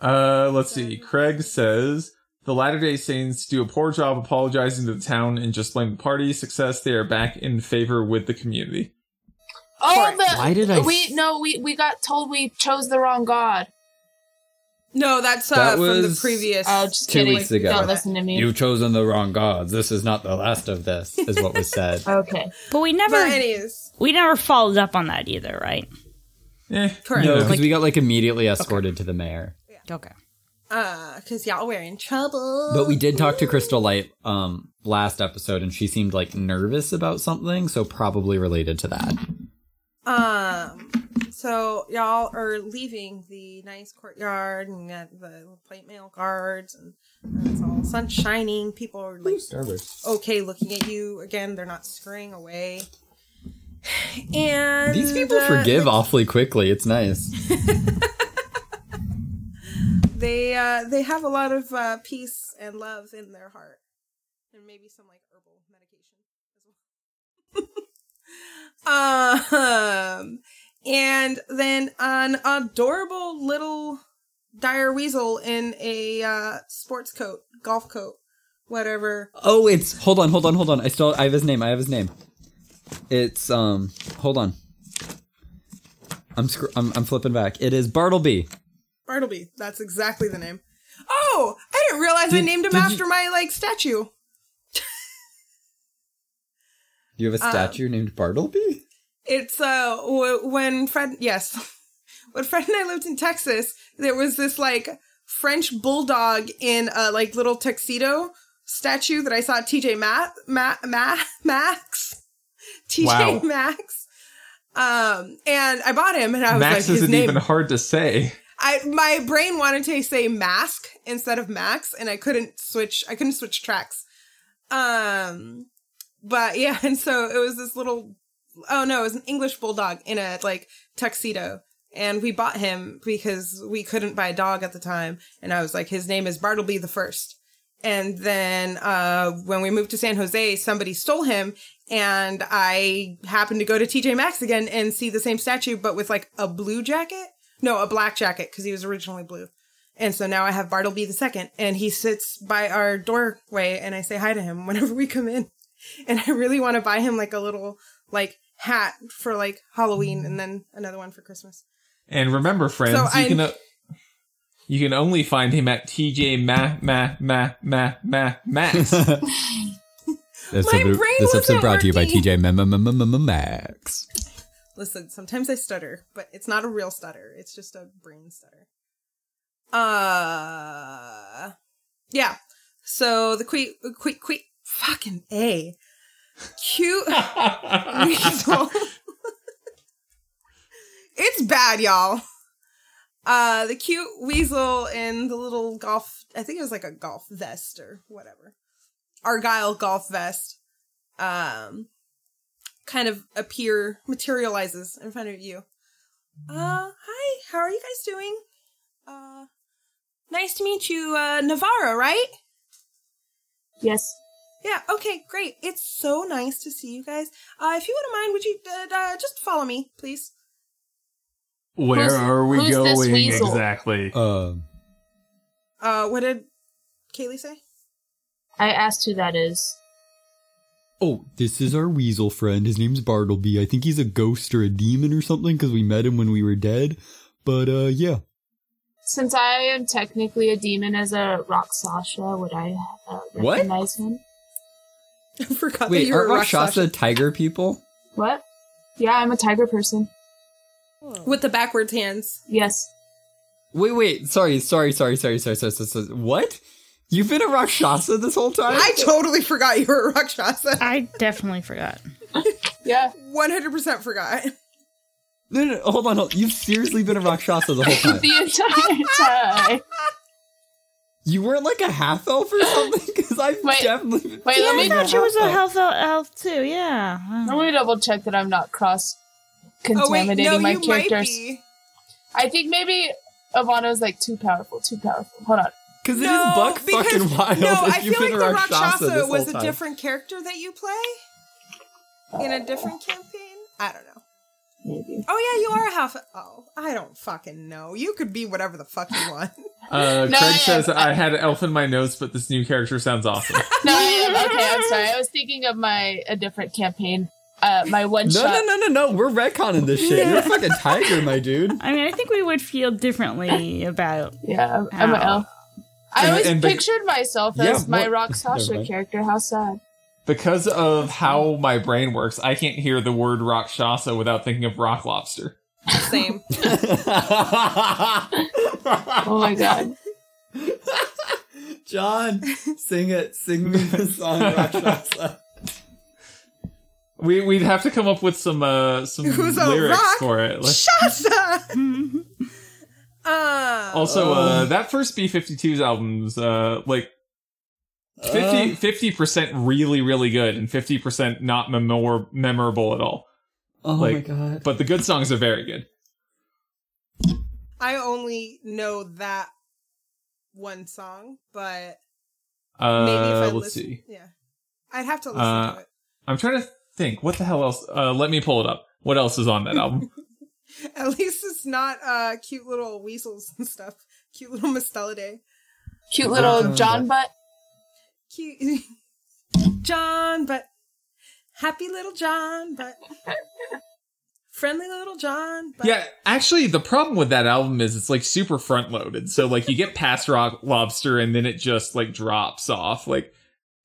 C: Uh, let's see. Craig says the Latter Day Saints do a poor job apologizing to the town and just blame the party. Success. They are back in favor with the community.
D: all the
A: Why did I
D: we
A: s-
D: no we we got told we chose the wrong god.
B: no, that's uh,
A: That
B: from the
A: was-
B: previous.
D: Oh, just
A: Two
D: kidding.
A: weeks ago.
D: Don't listen to me.
A: You've chosen the wrong gods. This is not the last of this, is what was said.
D: okay.
E: But we never
B: but anyways,
E: we never followed up on that either, right?
C: Eh,
B: Correct.
A: No, because
E: Like-
A: we got like immediately escorted to the mayor.
E: Okay.
B: Uh, because y'all were in trouble.
A: But we did talk to Crystal Light um last episode and she seemed like nervous about something, so probably related to that.
B: Um, so y'all are leaving the nice courtyard and got the plate mail guards, and, and it's all sun shining. People are like
C: Starburst.
B: okay looking at you again. They're not scurrying away. And
A: These people
B: uh,
A: forgive awfully quickly. It's nice.
B: They uh, they have a lot of uh, peace and love in their heart, and maybe some like herbal medication as well. um, and then an adorable little dire weasel in a uh, sports coat, golf coat, whatever.
A: Oh, it's hold on, hold on, hold on. I still I have his name. I have his name. It's um hold on. I'm scr- I'm I'm flipping back. It is Bartleby.
B: Bartleby. That's exactly the name. Oh, I didn't realize I
A: Did-
B: named him
A: did you-
B: after my like statue.
A: You have a statue named Bartleby?
B: It's uh w- when Fred yes, when Fred and I lived in Texas, there was this like French bulldog in a like little tuxedo statue that I saw at TJ Matt Matt Matt Max TJ
C: Wow.
B: Max. Um, and I bought him, and I was
C: Max
B: like, his
C: isn't
B: name.
C: even hard to say.
B: I my brain wanted to say mask instead of max, and I couldn't switch. I couldn't switch tracks. Um, but yeah, and so it was this little. Oh no, it was an English bulldog in a like tuxedo, and we bought him because we couldn't buy a dog at the time, and I was like, his name is Bartleby the First. And then uh, when we moved to San Jose, somebody stole him, and I happened to go to TJ Maxx again and see the same statue, but with like a blue jacket. No, a black jacket because he was originally blue. And so now I have Bartleby the second, and he sits by our doorway, and I say hi to him whenever we come in. And I really want to buy him like a little like hat for like Halloween, and then another one for Christmas.
C: And remember, friends,
B: So
C: you
B: I'm-
C: can o- you can only find him at TJ Ma Ma Ma Ma Ma Max.
A: This,
B: My episode- brain this episode wasn't brought to you by working.
A: Max.
B: Listen, sometimes I stutter, but it's not a real stutter. It's just a brain stutter. Uh, yeah. So the quick, quick, quick, fucking a cute weasel. it's bad, y'all. Uh, the cute weasel in the little golf. I think it was like a golf vest or whatever, argyle golf vest. Um, kind of appear materializes in front of you. Uh, hi. How are you guys doing? Uh, nice to meet you, uh, Navarro, right?
D: Yes.
B: Yeah, okay, great. It's so nice to see you guys. Uh, if you wouldn't mind, would you uh, uh, just follow me, please?
C: Where
D: Who's-
C: are we
D: who's this
C: going
D: weasel?
C: exactly?
A: Um,
B: Uh, what did Kaylee say?
D: I asked who that is.
A: oh, this is our weasel friend. His name's Bartleby. I think he's a ghost or a demon or something because we met him when we were dead. But uh, yeah.
D: Since I am technically a demon as a rock Sasha, would I uh,
A: What?
D: recognize him?
B: I forgot that
A: Wait,
B: you were
A: are
B: a Rakshasa.
A: Rakshasa tiger people?
D: What? Yeah, I'm a tiger person.
B: With the backwards hands.
D: Yes.
A: Wait, wait. Sorry, sorry, sorry, sorry, sorry, sorry, sorry. sorry. What? You've been a Rakshasa this whole time?
B: I totally forgot you were a Rakshasa.
E: I definitely forgot.
D: Yeah.
B: 100% forgot.
A: No, no, no, hold on, hold You've seriously been a Rakshasa the whole time.
D: The entire time.
A: you weren't like a half elf or something? Because I've
D: Wait,
A: definitely.
D: wait, let me-
E: I thought she was a health elf too. Yeah.
D: Let me double check that I'm not cross
B: Oh, wait,
D: contaminating
B: no,
D: my
B: you might
D: characters.
B: be.
D: I think maybe Ivano's like too powerful, too powerful. Hold on.
A: Because it
B: No,
A: is buck
B: because-
A: fucking wild.
B: No,
A: if
B: I
A: you've
B: feel like
A: been
B: the
A: a Rakshasa
B: Rakshasa
A: this
B: was
A: whole
B: a
A: time.
B: different character that you play in a different campaign. I don't know.
D: Maybe.
B: Oh yeah, you are a half. Oh, I don't fucking know. You could be whatever the fuck you want.
C: Uh,
D: No, I
C: Craig
D: am-
C: says I had elf in my nose, but this new character sounds awesome.
D: No, I am. Okay, I'm sorry. I was thinking of my a different campaign. Uh, my one
A: No,
D: shot.
A: no, no, no, no. We're retconning this shit. You're a fucking tiger, my dude.
E: I mean, I think we would feel differently about.
D: Yeah, I'm- I'm an
E: Ow.
D: elf. Oh. I
C: And-
D: always
C: and- but-
D: pictured myself
A: Yeah,
D: as my
A: what-
D: rock
A: Never
D: Sasha
A: mind.
D: character. How sad.
C: Because of how my brain works, I can't hear the word Rakshasa without thinking of rock lobster.
B: same.
D: Oh my god.
A: John, sing it. Sing me the song Rakshasa.
C: We we'd have to come up with some uh some
B: Who's a
C: lyrics
B: rock?
C: for it. Like-
B: Shasta. uh,
C: also, uh,
A: Oh.
C: that first B52s album's uh like
B: Uh.
A: Uh,
C: 50 percent really really good and fifty percent not memor- memorable at all.
A: oh
C: like-
A: my god.
C: But the good songs are very good.
B: I only know that one song, but
C: Uh,
B: maybe if I
C: let's
B: listen,
C: see.
B: yeah, I'd have to listen
C: Uh,
B: to it.
C: I'm trying to think. What the hell else? Uh, let me pull it up. What else is on that album?
B: At least it's not uh cute little weasels and stuff. Cute little Mustelidae.
D: Cute little John butt.
B: Cute John, but happy little John, but friendly little John. But
C: yeah, actually, the problem with that album is it's like super front loaded. So like you get past Rock Lobster and then it just like drops off. Like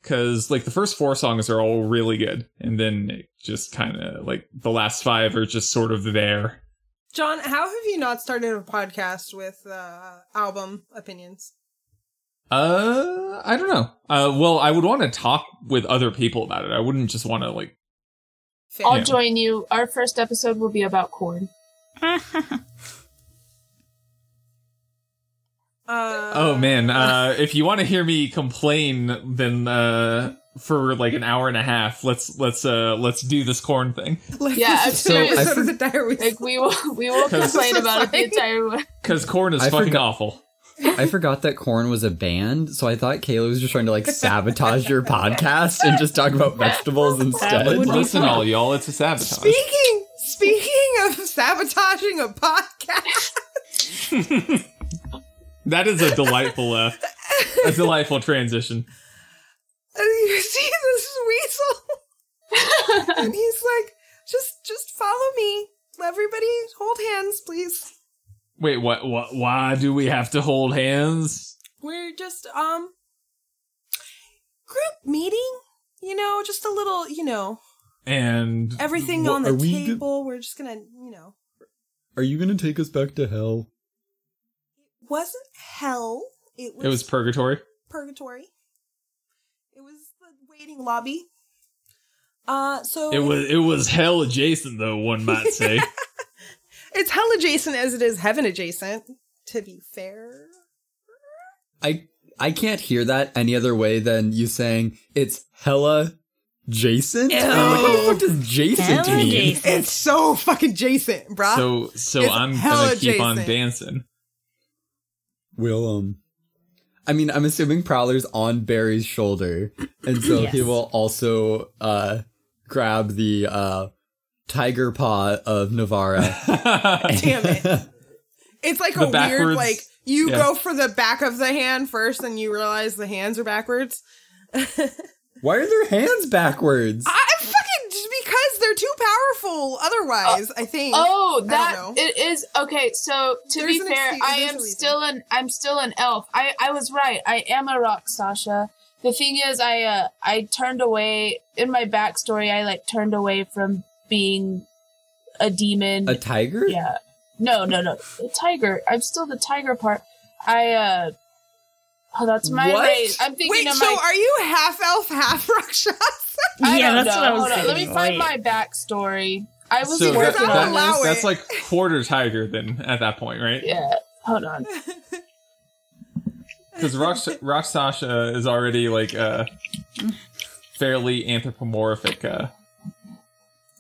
C: because like the first four songs are all really good, and then it just kind of like the last five are just sort of there.
B: John, how have you not started a podcast with uh album opinions?
C: Uh, I don't know. Uh, well, I would want to talk with other people about it. I wouldn't just want to like.
B: Fair.
D: I'll
C: Oh, Yeah.
D: join you. Our first episode will be about corn.
B: Uh,
C: Oh man, uh, if you want to hear me complain, then uh, for like an hour and a half, let's let's uh let's do this corn thing
B: let's
D: Yeah,
B: listen
D: I'm
B: to an
D: serious.
B: episode of the Dire Weasel.
D: Like we will, we will complain about it the entire.
C: because corn is
A: I
C: fucking
A: forgot-
C: awful.
A: I forgot that Corn was a band, so I thought Kayla was just trying to like sabotage your podcast and just talk about vegetables instead.
E: would be
C: Listen,
E: fun.
C: all y'all, it's a sabotage.
B: Speaking speaking of sabotaging a podcast,
C: That is a delightful uh, a delightful transition.
B: you see this weasel, and he's like, "Just just follow me, everybody. Hold hands, please.
C: Wait, what? What? Why do we have to hold hands?
B: We're just um group meeting." You know, just a little, you know,
C: And
B: everything
A: What
B: on the
A: are we do-
B: table. We're just gonna, you know,
A: Are you gonna take us back to hell?
B: wasn't hell. It was,
C: it was purgatory.
B: purgatory. It was the waiting lobby. Uh, so
E: Oh.
C: It was it was hell adjacent though, one might say.
B: It's hell adjacent as it is heaven adjacent, to be fair.
A: I I can't hear that any other way than you saying it's hella Jason. I'm like, what the fuck does Jason
E: Hella
A: mean?
E: Jason.
B: It's so fucking adjacent, bruh.
C: so so
B: It's
C: I'm
B: hell
C: gonna keep on
B: adjacent.
C: dancing.
A: Will um I mean I'm assuming Prowler's on Barry's shoulder. And so he
E: Yes.
A: will also uh grab the uh tiger paw of Navara.
B: Damn it. It's like
C: The
B: a weird,
C: backwards-
B: like, you
C: yeah.
B: go for the back of the hand first and you realize the hands are backwards.
A: Why are their hands backwards?
B: I I fucking, just because they're too powerful otherwise, I think.
D: Oh,
B: don't
D: that
B: know.
D: it is okay. So to
B: There's
D: be
B: an
D: fair,
B: excuse-
D: I
B: there's
D: am
B: a reason.
D: still an I'm still an elf. I I was right. I am a rock, Sasha. The thing is, I uh I turned away in my backstory. I like turned away from being a demon.
A: A tiger?
D: yeah, no, no, no. The tiger. I'm still the tiger part. I uh. Oh, that's my
A: What?
D: race. I'm thinking
B: Wait,
D: of
B: so
D: my
B: are you half elf, half Rakshasa?
D: I
E: Yeah,
D: don't
E: that's
D: know.
E: what I was
D: Hold on, Let me
E: thinking.
D: find
E: Wait.
D: my backstory. I was
C: So
D: either
C: that,
B: Where's
D: the-
B: I'll
C: that-
B: allow it.
C: that's like quarter tiger then at that point, right?
D: yeah. Hold on.
C: Because Rock, Rock Sasha is already like uh fairly anthropomorphic. Uh,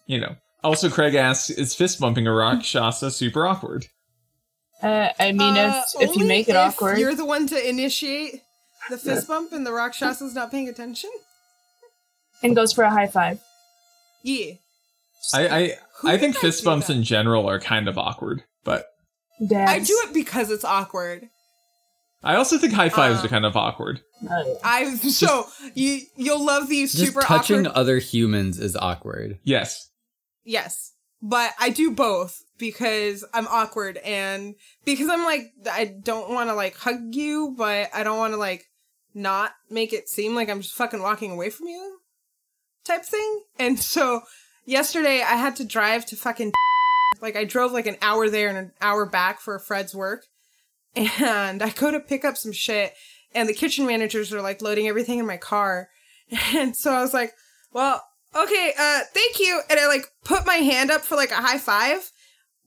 C: you know. Also, Craig asks, "Is fist bumping a Rakshasa super awkward?"
D: Uh, I mean,
B: Uh,
D: if if you
B: only
D: make it
B: if
D: awkward,
B: You're the one to initiate the fist bump and the Rakshasa's not paying attention?
D: and goes for a high five.
B: Yeah.
C: I
B: Who
C: I, I think
B: did I
C: fist
B: do
C: bumps
B: that?
C: in general are kind of awkward, but
D: Dabs.
B: I do it because it's awkward.
C: I also think high fives
B: Uh.
C: are kind of awkward.
D: No.
B: I so you you'll love these
A: Just
B: super
A: touching
B: awkward.
A: other humans is awkward.
C: Yes.
B: Yes, but I do both because I'm awkward and because I'm like I don't want to like hug you, but I don't want to like not make it seem like I'm just fucking walking away from you, type thing. And so yesterday I had to drive to fucking Like I drove like an hour there and an hour back for Fred's work. And I go to pick up some shit and the kitchen managers are like loading everything in my car. And so I was like, well, okay, uh, thank you. And I like put my hand up for like a high five.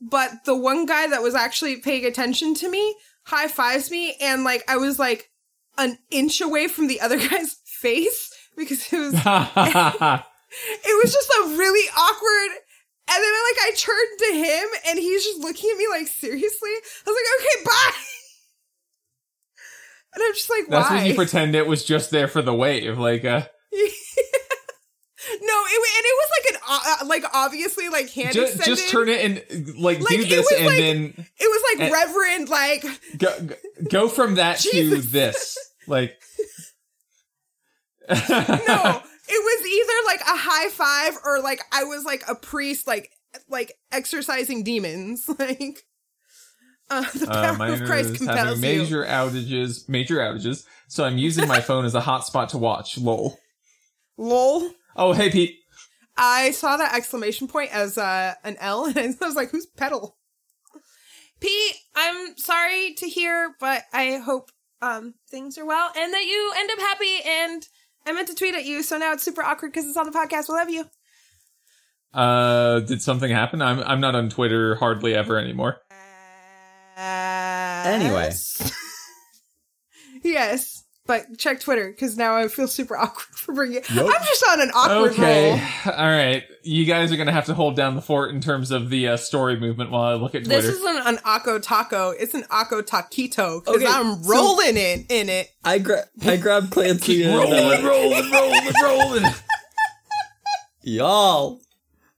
B: But the one guy that was actually paying attention to me high fives me. And like I was like an inch away from the other guy's face because it was it was just a really awkward and then I, like I turned to him and he's just looking at me like seriously. I was like, okay, bye. And I'm just like,
C: That's
B: why?
C: when you pretend it was just there for the wave. Like, uh,
B: no, it, wa- and it was like an o- uh, like obviously like hand
C: just,
B: extended.
C: just turn it and like,
B: Like,
C: do
B: it
C: this
B: was
C: and
B: like-
C: then
B: It was like
C: Eh.
B: reverend, like
C: go, go- go from that to
B: Jesus.
C: this. Like,
B: no, it was either like a high five or like I was like a priest, like like exercising demons, like. Uh, the
C: Uh,
B: power
C: my
B: of
C: internet
B: Christ
C: is having
B: compels you.
C: major outages, major outages. So I'm using my phone as a hotspot to watch. Lol.
B: Lol.
C: Oh, hey Pete.
B: I saw that exclamation point as uh, an L, and I was like, "Who's pedal?" Pete, I'm sorry to hear, but I hope um, things are well and that you end up happy. And I meant to tweet at you, so now it's super awkward because it's on the podcast. We love you.
C: Uh, did something happen? I'm I'm not on Twitter hardly ever anymore.
A: Anyway.
B: yes, but check Twitter because now I feel super awkward for bringing. I'm just on an awkward
C: Okay,
B: roll.
C: all right. You guys are gonna have to hold down the fort in terms of the uh, story movement while I look at
B: This
C: Twitter.
B: isn't an Akko taco. It's an Akko taquito because
A: Okay,
B: I'm
A: so-
B: rolling in in it.
A: I gra- I grabbed Clancy and uh,
C: rolling, rolling, rolling, rolling.
A: y'all.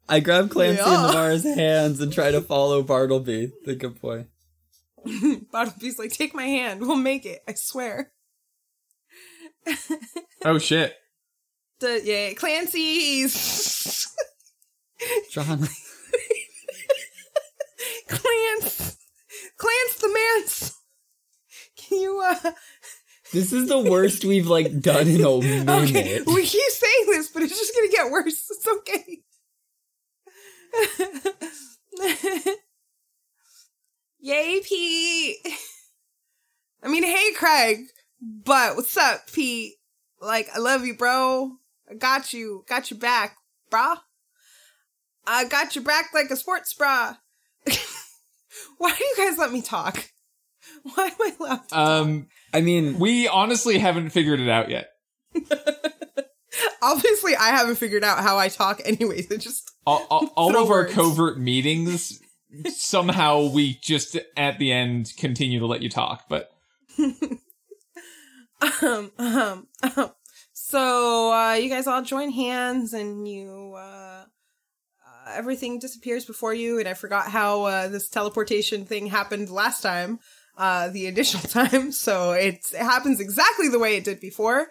A: I grab Clancy
B: Yeah.
A: and Lamar's hands and try to follow Bartleby, the good boy.
B: Bottlebee's like, take my hand. We'll make it. I swear.
C: oh shit.
B: The yeah, Clancy's
A: John,
B: Clance Clance the man's. Can you uh
A: this is the worst we've like done in a
B: Okay,
A: minute.
B: we keep saying this, but it's just gonna get worse. It's okay. Yay, Pete! I mean, hey, Craig, but what's up, Pete? Like, I love you, bro. I got you, got your back, brah. I got your back like a sports bra. Why do you guys let me talk? Why am I loud?
C: Um,
A: I mean,
C: we honestly haven't figured it out yet.
B: Obviously, I haven't figured out how I talk, anyways. It just
C: all, all, all
B: Throw
C: of our
B: words.
C: covert meetings somehow we just at the end continue to let you talk but
B: um, um, um. So uh, you guys all join hands, and you uh, uh, everything disappears before you. And I forgot how uh, this teleportation thing happened last time, uh, the initial time. So it's, it happens exactly the way it did before,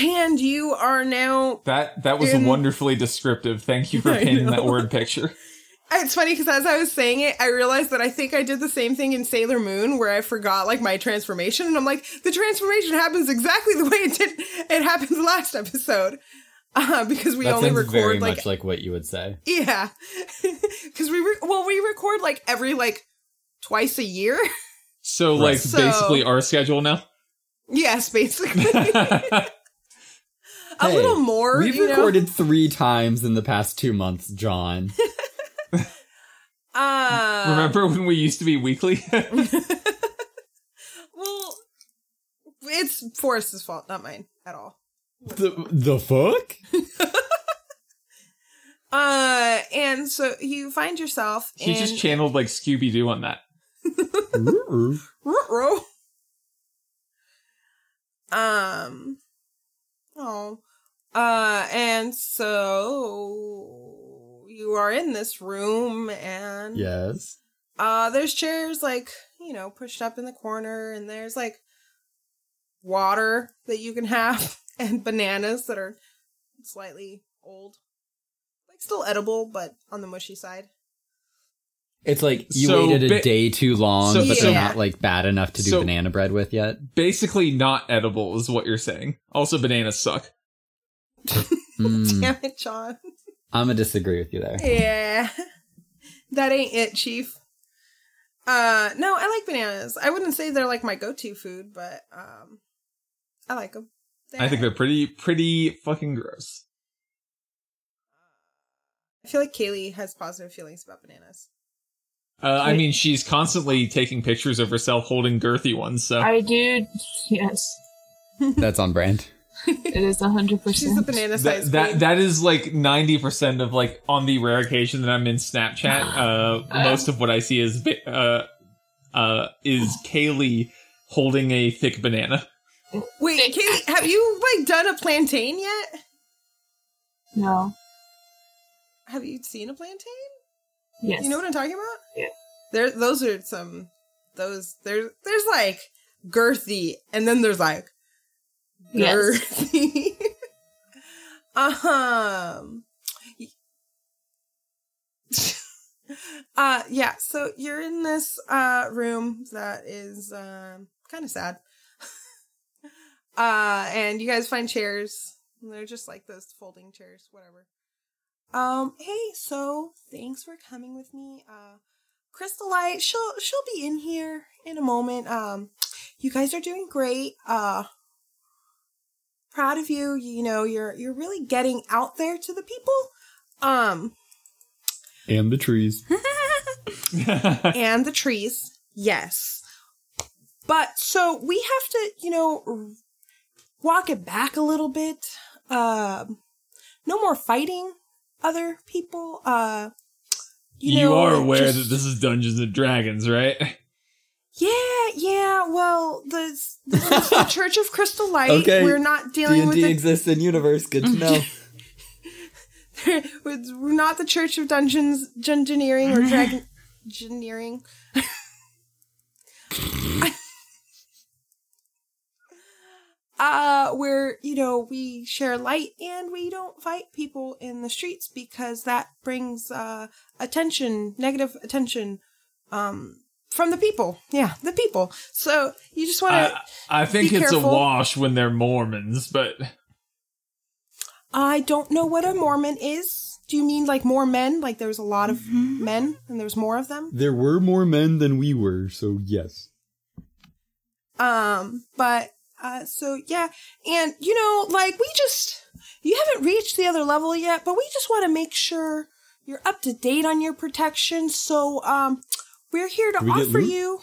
B: and you are now
C: that that was
B: In-
C: wonderfully descriptive thank you for
B: I
C: pinning
B: know.
C: that word picture
B: It's funny because as I was saying it, I realized that I think I did the same thing in Sailor Moon where I forgot like my transformation, and I'm like, the transformation happens exactly the way it did. It happened last episode uh, because we
A: that
B: only
A: sounds very
B: record like,
A: much like what you would say.
B: yeah, because we re- well we record like every like twice a year.
C: so
A: Right.
C: like
B: So-
C: basically our schedule now
B: yes, basically a
A: Hey,
B: little more.
A: We've
B: you know?
A: recorded three times in the past two months, John.
B: Uh,
C: remember when we used to be weekly
B: Well, it's Forrest's fault, not mine at all.
A: the, the fuck?
B: Uh, and so you find yourself.
C: he
B: in-
C: just channeled like scooby-doo on that
A: Ooh.
B: Ruh-roh. Um. Oh. Uh, and so you are in this room, and
A: yes.
B: uh, there's chairs like you know pushed up in the corner, and there's like water that you can have, and bananas that are slightly old, like still edible, but on the mushy side.
A: It's like you
C: So
A: waited a
C: ba-
A: day too long,
C: so-
A: but they're
B: Yeah.
A: not like bad enough to do
C: So-
A: banana bread with yet.
C: basically not edible is what you're saying also bananas suck
A: Mm,
B: Damn it, John.
A: Hmm. I'm gonna disagree with you there.
B: Yeah. That ain't it, Chief. Uh, no, I like bananas. I wouldn't say they're like my go-to food, but um, I like them.
C: I think they're pretty, pretty fucking gross.
B: I feel like Kaylee has positive feelings about bananas.
C: Uh, I mean, she's constantly taking pictures of herself holding girthy ones, so
D: I do. Yes,
A: That's on brand.
D: it is a hundred
B: She's a
D: percent.
B: banana
C: that,
B: sized
C: that that is like ninety percent of like on the rare occasion that I'm in Snapchat. Uh, most of what I see is vi- uh, uh, is Kaylee holding a thick banana.
B: Wait, Kaylee, have you like done a plantain yet?
D: No.
B: Have you seen a plantain?
D: Yes.
B: You know what I'm talking about?
D: Yeah.
B: There, those are some. Those there's there's like girthy, and then there's like
D: Yes.
B: girthy. um. Uh yeah, so you're in this uh room that is um kind of sad. uh and you guys find chairs. They're just like those folding chairs, whatever. Um, hey, so thanks for coming with me. Uh Crystalite, she'll she'll be in here in a moment. Um, you guys are doing great. Uh proud of you. You know, you're you're really getting out there to the people. Um
A: And the trees.
B: and the trees. Yes. But so we have to, you know, r- walk it back a little bit. Um no more fighting other people. Uh
C: you
B: know,
C: are
B: like,
C: aware
B: just-
C: that this is Dungeons and Dragons, right?
B: Yeah, yeah. Well, the, this is the Church of Crystal Light.
A: Okay,
B: We're not
A: D
B: dealing
A: and D
B: with
A: exists in universe. Good to know.
B: the, with, we're not the Church of Dungeons, Dungeoneering, or Dragon Engineering. uh, where you know we share light and we don't fight people in the streets because that brings uh attention, negative attention, um. From the people, yeah, the people. So you just want to.
C: I, I think
B: Be
C: it's
B: careful.
C: a wash when they're Mormons, but
B: I don't know what a Mormon is. Do you mean like more men? Like there was a lot of men and there's more of them?
A: There were more men than we were, so yes.
B: Um, but uh, so yeah, and you know, like we just you haven't reached the other level yet, but we just want to make sure you're up to date on your protection. So um, we're here to
A: Can we get
B: offer
A: loot?
B: you.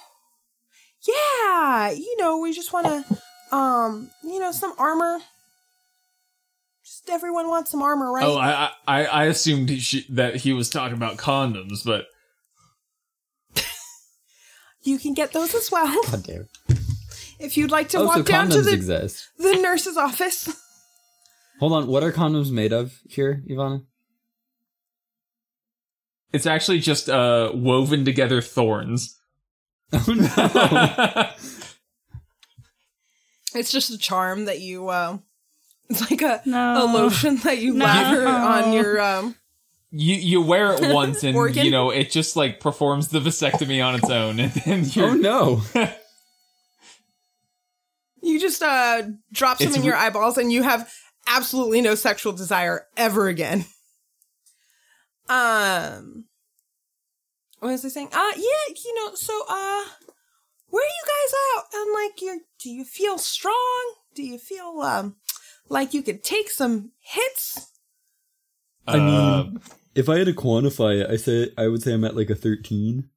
B: Yeah, you know, we just want to, um, you know, some armor. Just everyone wants some armor, right?
C: oh, I I, I assumed she, that he was talking about condoms, but
B: you can get those as well
A: God damn. it.
B: if you'd like to
A: oh,
B: walk
A: so
B: down
A: condoms
B: to the
A: exist.
B: the nurse's office.
A: Hold on. What are condoms made of here, Ivana?
C: it's actually just uh, woven together thorns.
A: Oh no.
B: It's just a charm that you, uh, it's like a,
E: No.
B: a lotion that you
E: No.
B: lather on your, um,
C: you you wear it once and
B: Organ?
C: you know it just like performs the vasectomy on its own and then
A: oh
C: you're
A: no.
B: you just, uh, drop some
C: It's
B: in your
C: re-
B: eyeballs and you have absolutely no sexual desire ever again. Um, what was I saying? Uh, yeah, you know, so, uh, where are you guys out? And like, you do you feel strong? Do you feel, um, like you could take some hits?
A: I
C: Uh,
A: mean, if I had to quantify it, I say I would say I'm at like a 13.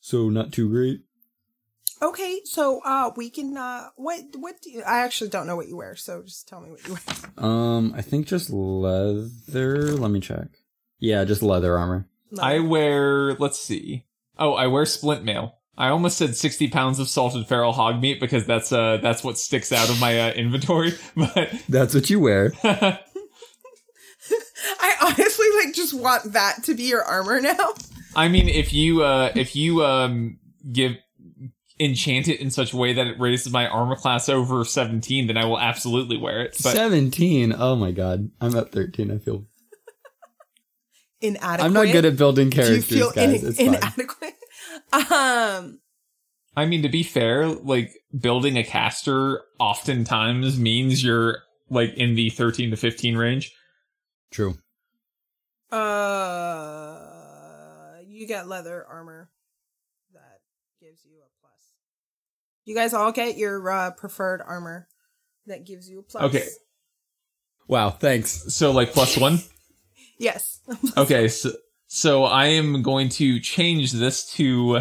A: So not too great.
B: Okay, so uh we can uh what what do you, I actually don't know what you wear, so just tell me what you wear.
A: Um, I think just leather. Let me check. Yeah, just leather armor.
C: I wear let's see oh I wear splint mail I almost said sixty pounds of salted feral hog meat because that's uh that's what sticks out of my uh, inventory but
A: That's what you wear.
B: I honestly like just want that to be your armor now.
C: I mean, if you uh, if you um, give enchant it in such a way that it raises my armor class over seventeen, then I will absolutely wear it. But
A: 17. Oh my god. I'm at 13. I feel
B: Inadequate.
A: I'm not good at building characters,
B: Do you feel
A: guys.
B: in-
A: it's fine.
B: inadequate? Um
C: I mean, to be fair, like building a caster oftentimes means you're like in the thirteen to fifteen range.
A: True.
B: uh you got leather armor that gives you a plus. You guys all get your uh, preferred armor that gives you a plus.
C: Okay.
A: Wow, thanks.
C: So like plus one.
B: Yes.
C: Okay, so, so I am going to change this to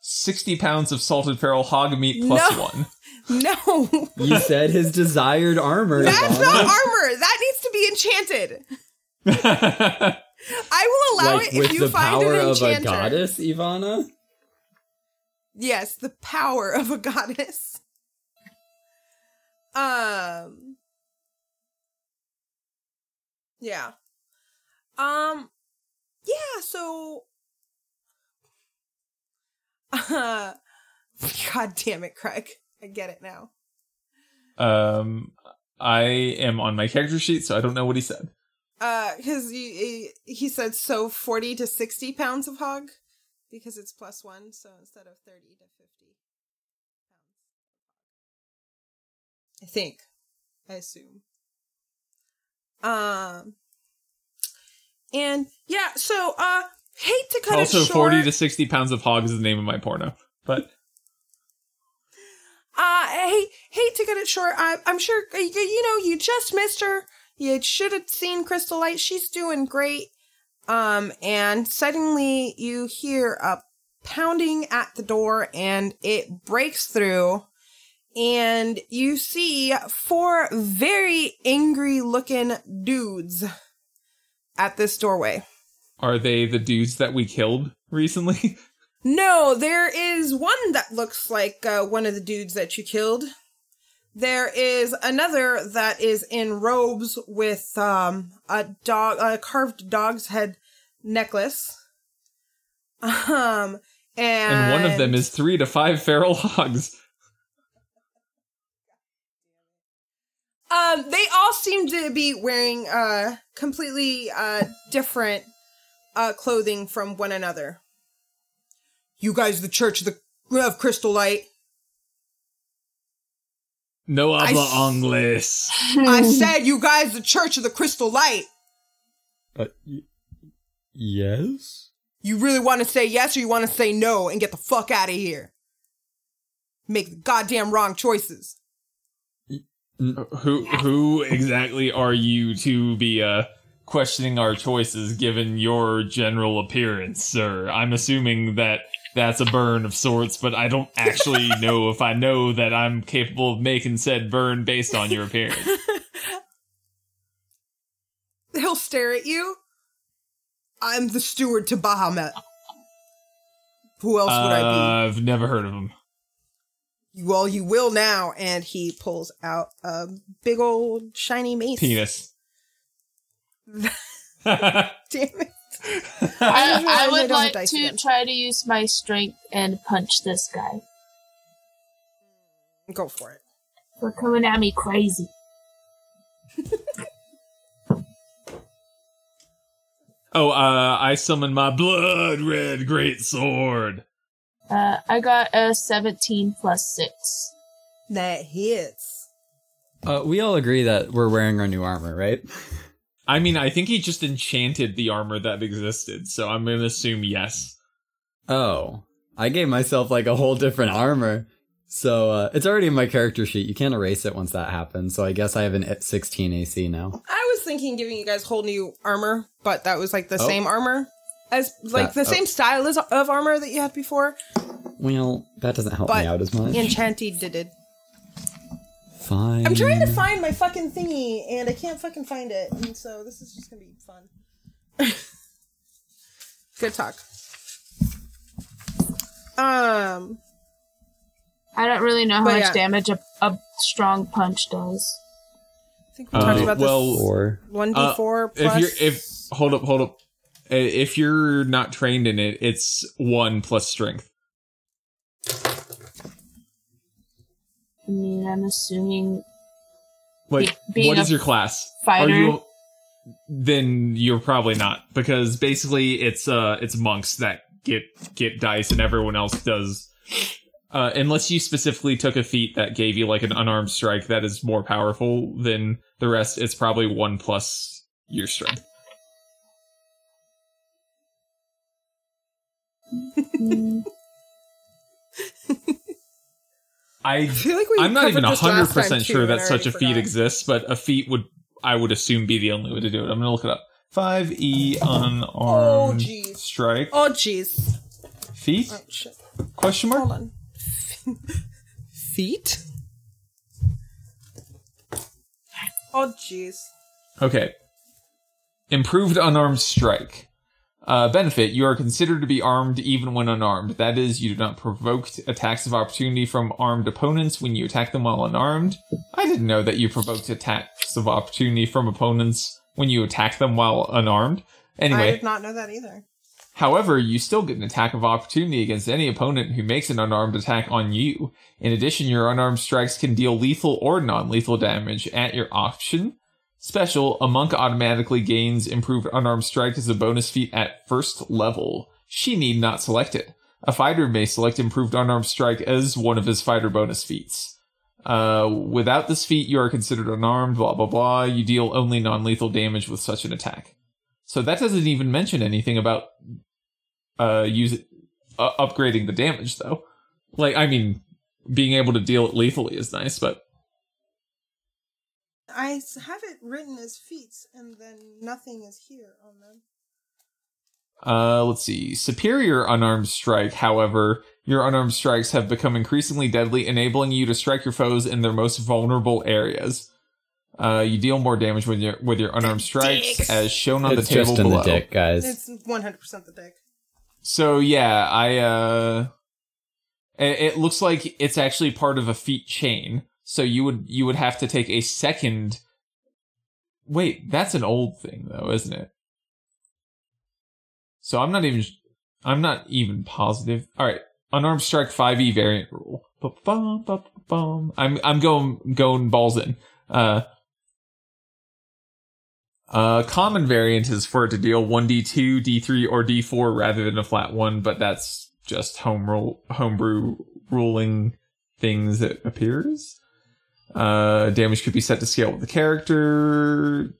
C: sixty pounds of salted feral hog meat plus
B: No.
C: one.
B: No.
A: You said his desired armor.
B: That's
A: Ivana.
B: not armor. That needs to be enchanted. I will allow
A: like
B: it if
A: with
B: you
A: the
B: find
A: power
B: an
A: of
B: enchanter.
A: a goddess, Ivana.
B: Yes, the power of a goddess. Um Yeah. Um yeah, so uh, God damn it, Craig. I get it now.
C: um, I am on my character sheet, so I don't know what he said.
B: Uh cuz he, he said so 40 to 60 pounds of hog because it's plus 1, so instead of 30 to 50 pounds. I think. I assume. Um and yeah, so uh hate to cut
C: also,
B: it short.
C: forty to sixty pounds of hog is the name of my porno. But
B: Uh, hey, hate to cut it short. I, I'm sure you, you know you just missed her. You should have seen Crystal Light. She's doing great. Um, and suddenly you hear a pounding at the door, and it breaks through, and you see four very angry-looking dudes at this doorway.
C: are they the dudes that we killed recently?
B: No, there is one that looks like uh, one of the dudes that you killed. There is another that is in robes with um, a dog, a carved dog's head necklace. Um, and,
C: and one of them is three to five feral hogs.
B: Um, they all seem to be wearing uh completely uh different uh clothing from one another. You guys, the Church of the of Crystal Light.
C: No
B: I
C: habla
B: s-
C: angles.
B: I said, you guys, the Church of the Crystal Light.
A: Uh, y- yes.
B: You really want to say yes or you want to say no and get the fuck out of here. Make the goddamn wrong choices.
C: Who who exactly are you to be uh questioning our choices given your general appearance, sir? I'm assuming that that's a burn of sorts, but I don't actually know if I know that I'm capable of making said burn based on your appearance.
B: He'll stare at you. I'm the steward to Bahamut. Who else would I
C: Uh, I've never heard of him.
B: be? Well, you will now. And he pulls out a big old shiny mace.
C: Penis.
B: Damn it.
D: I,
B: didn't realize
D: I
B: I
D: would
B: don't have
D: like
B: dice
D: to
B: again.
D: try to use my strength and punch this guy
B: Go for it.
D: for coming at me crazy.
C: oh, uh, I summon my blood red great sword.
D: Uh, I got a 17 plus 6.
B: That hits.
A: Uh, we all agree that we're wearing our new armor, right?
C: I mean, I think he just enchanted the armor that existed, so I'm gonna assume yes.
A: Oh, I gave myself like a whole different armor. So uh, it's already in my character sheet. You can't erase it once that happens. So I guess I have an 16 AC now.
B: I was thinking giving you guys whole new armor, but that was like the
A: Oh.
B: same armor as like
A: That-
B: the same style as of armor that you had before.
A: Well, that doesn't help
B: But
A: me out as much.
B: Enchanted did it.
A: Fine.
B: I'm trying to find my fucking thingy and I can't fucking find it. And so this is just gonna be fun. Good talk. Um
D: I don't really know how
B: But
D: much
B: yeah.
D: damage a, a strong punch does.
B: I think we
C: Uh,
B: talked about
C: well,
B: this
A: Or
B: one D
C: uh,
B: four
C: If
B: plus
C: you're if hold up, hold up. I- If you're not trained in it, it's one plus strength.
D: I mean, I'm assuming.
C: Like,
D: Be- being
C: what is
D: a
C: your class?
D: fighter.
C: then you're probably not because basically it's uh it's monks that get get dice and everyone else does. Uh, unless you specifically took a feat that gave you like an unarmed strike that is more powerful than the rest, it's probably one plus your strength. I
B: I feel like we
C: I'm not
B: covered
C: even
B: this last time,
C: 100%
B: too,
C: sure
B: and I
C: that such
B: already
C: a feat
B: forgot.
C: exists, but a feat would, I would assume, be the only way to do it. I'm going to look it up. 5E unarmed
B: Oh, jeez.
C: strike
B: Oh, jeez.
C: feat?
B: Oh, shit.
C: Question mark?
B: Hold on. Feet? Oh, jeez.
C: Okay. Improved unarmed strike. Uh, benefit, you are considered to be armed even when unarmed. That is, you do not provoke attacks of opportunity from armed opponents when you attack them while unarmed. I didn't know that you provoked attacks of opportunity from opponents when you attack them while unarmed.
B: I
C: Anyway,
B: did not know that either.
C: However, you still get an attack of opportunity against any opponent who makes an unarmed attack on you. In addition, your unarmed strikes can deal lethal or non lethal damage at your option. Special, a monk automatically gains improved unarmed strike as a bonus feat at first level. She need not select it. A fighter may select improved unarmed strike as one of his fighter bonus feats. Uh, without this feat, you are considered unarmed, blah blah blah. You deal only non lethal damage with such an attack. So that doesn't even mention anything about uh use uh, upgrading the damage though. Like I mean, being able to deal it lethally is nice, but
B: I s- have it written as feats, and then nothing is here on them.
C: uh let's see. Superior unarmed strike, however, your unarmed strikes have become increasingly deadly, enabling you to strike your foes in their most vulnerable areas. Uh, you deal more damage with your with your unarmed strikes,
B: dicks.
C: as shown on
A: it's
C: the table
A: just in
C: below.
A: the dick, guys.
B: It's 100% the dick.
C: So yeah, I uh i- it looks like it's actually part of a feat chain. So you would you would have to take a second Wait, that's an old thing though, isn't it? So I'm not even I'm not even positive. All right, unarmed strike 5e variant rule. Ba-ba-bum, ba-ba-bum. I'm I'm going going balls in. Uh uh, common variant is for it to deal 1d2, d3, or d4 rather than a flat one, but that's just home rule, homebrew ruling things, it appears. Uh, damage could be set to scale with the character.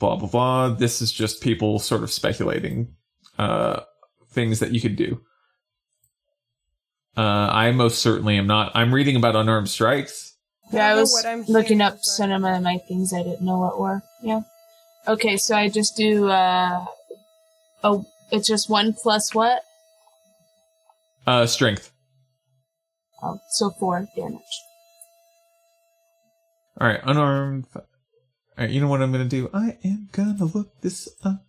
C: Blah, blah, blah. This is just people sort of speculating uh, things that you could do. Uh, I most certainly am not. I'm reading about unarmed strikes.
D: Yeah, I
B: don't know
D: was
B: what I'm
D: looking
B: hearing,
D: up
B: but-
D: some of my things I didn't know what were. Yeah. Okay, so I just do uh a it's just one plus what?
C: Uh, strength.
D: Oh, so four damage.
C: All right, unarmed. All right, you know what I'm gonna do? I am gonna look this up.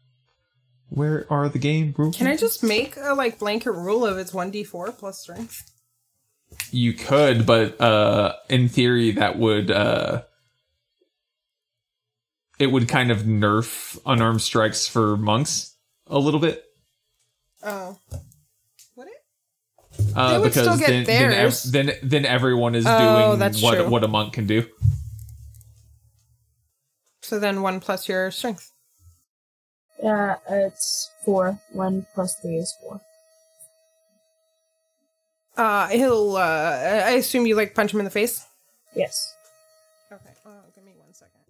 C: Where are the game rules?
B: Can I just make a like blanket rule of it's 1d4 plus strength?
C: You could, but uh, in theory, that would uh, it would kind of nerf unarmed strikes for monks a little bit.
B: Oh. Would it?
C: Uh,
B: They would
C: because
B: still get
C: then, then, ev-
B: theirs.
C: then then everyone is
B: Oh,
C: doing
B: that's
C: what
B: true.
C: what a monk can do.
B: So then 1 plus your strength.
D: Yeah, Uh, it's four. One plus three is four.
B: Uh, he'll, uh, I I assume you like punch him in the face?
D: Yes.
B: Okay. Oh, give me one second.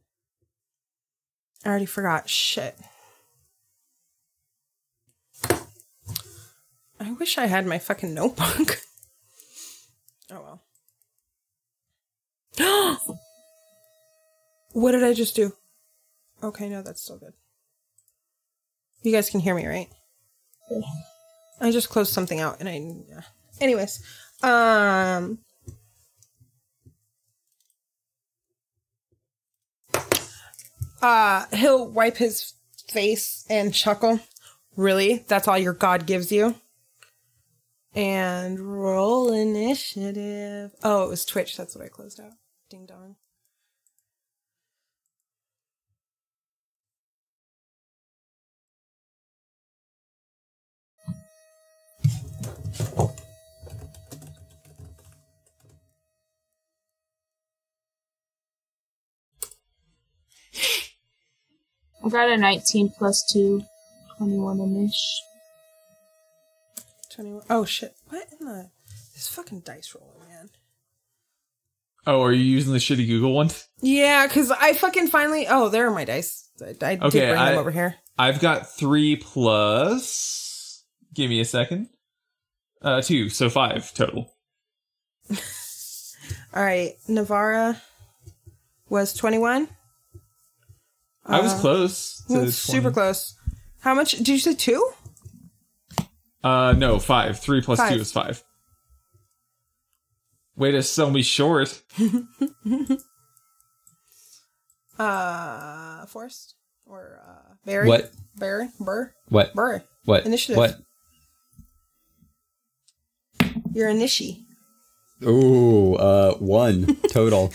B: I already forgot. Shit. I wish I had my fucking notebook. oh well. what did I just do? Okay, no, that's still good. You guys can hear me, right?
D: Yeah.
B: I just closed something out and I. Yeah. Anyways, um. uh he'll wipe his face and chuckle really that's all your god gives you and roll initiative oh it was twitch that's what i closed out ding dong
D: I got a nineteen plus two, twenty-one and ish.
B: 21 oh shit what in the this fucking dice roller man
C: Oh, are you using the shitty Google one?
B: yeah because i fucking finally oh there are my dice i, I did
C: Okay,
B: bring
C: I-
B: them over here
C: I've got three plus Give me a second. Uh, two, so five total.
B: All right. Navara was 21.
C: I was
B: Uh,
C: close. to
B: That's super
C: 20.
B: close. How much? Did you say two?
C: Uh, no, five. Three plus
B: Five.
C: two is five. Way to sell me short.
B: Uh, Forrest? Or uh, Barry?
A: What?
B: Barry? Burr?
A: What?
B: Burr.
A: What?
B: Initiative.
A: What?
B: You're initiate.
A: Ooh, uh, one total.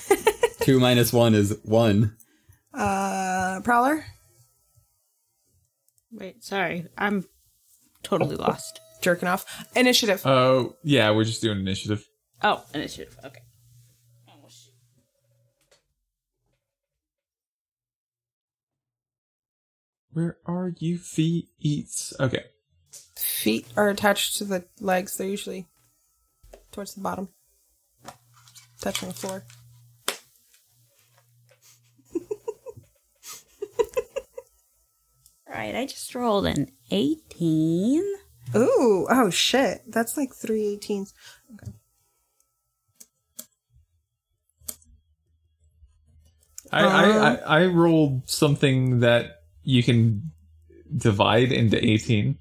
A: Two minus one is one.
B: Uh, Prowler?
E: Wait, sorry. I'm totally lost.
B: Jerking off. Initiative.
C: Oh, yeah, we're just doing initiative.
E: Oh, initiative. Okay. Oh, shoot.
C: Where are you, feet? Okay.
B: Feet are attached to the legs. They're usually towards the bottom, touching the floor.
E: All right, I just rolled an 18.
B: Ooh, oh shit. That's like three 18s.
C: I, I,
B: Uh-huh.
C: I, I rolled something that you can divide into 18.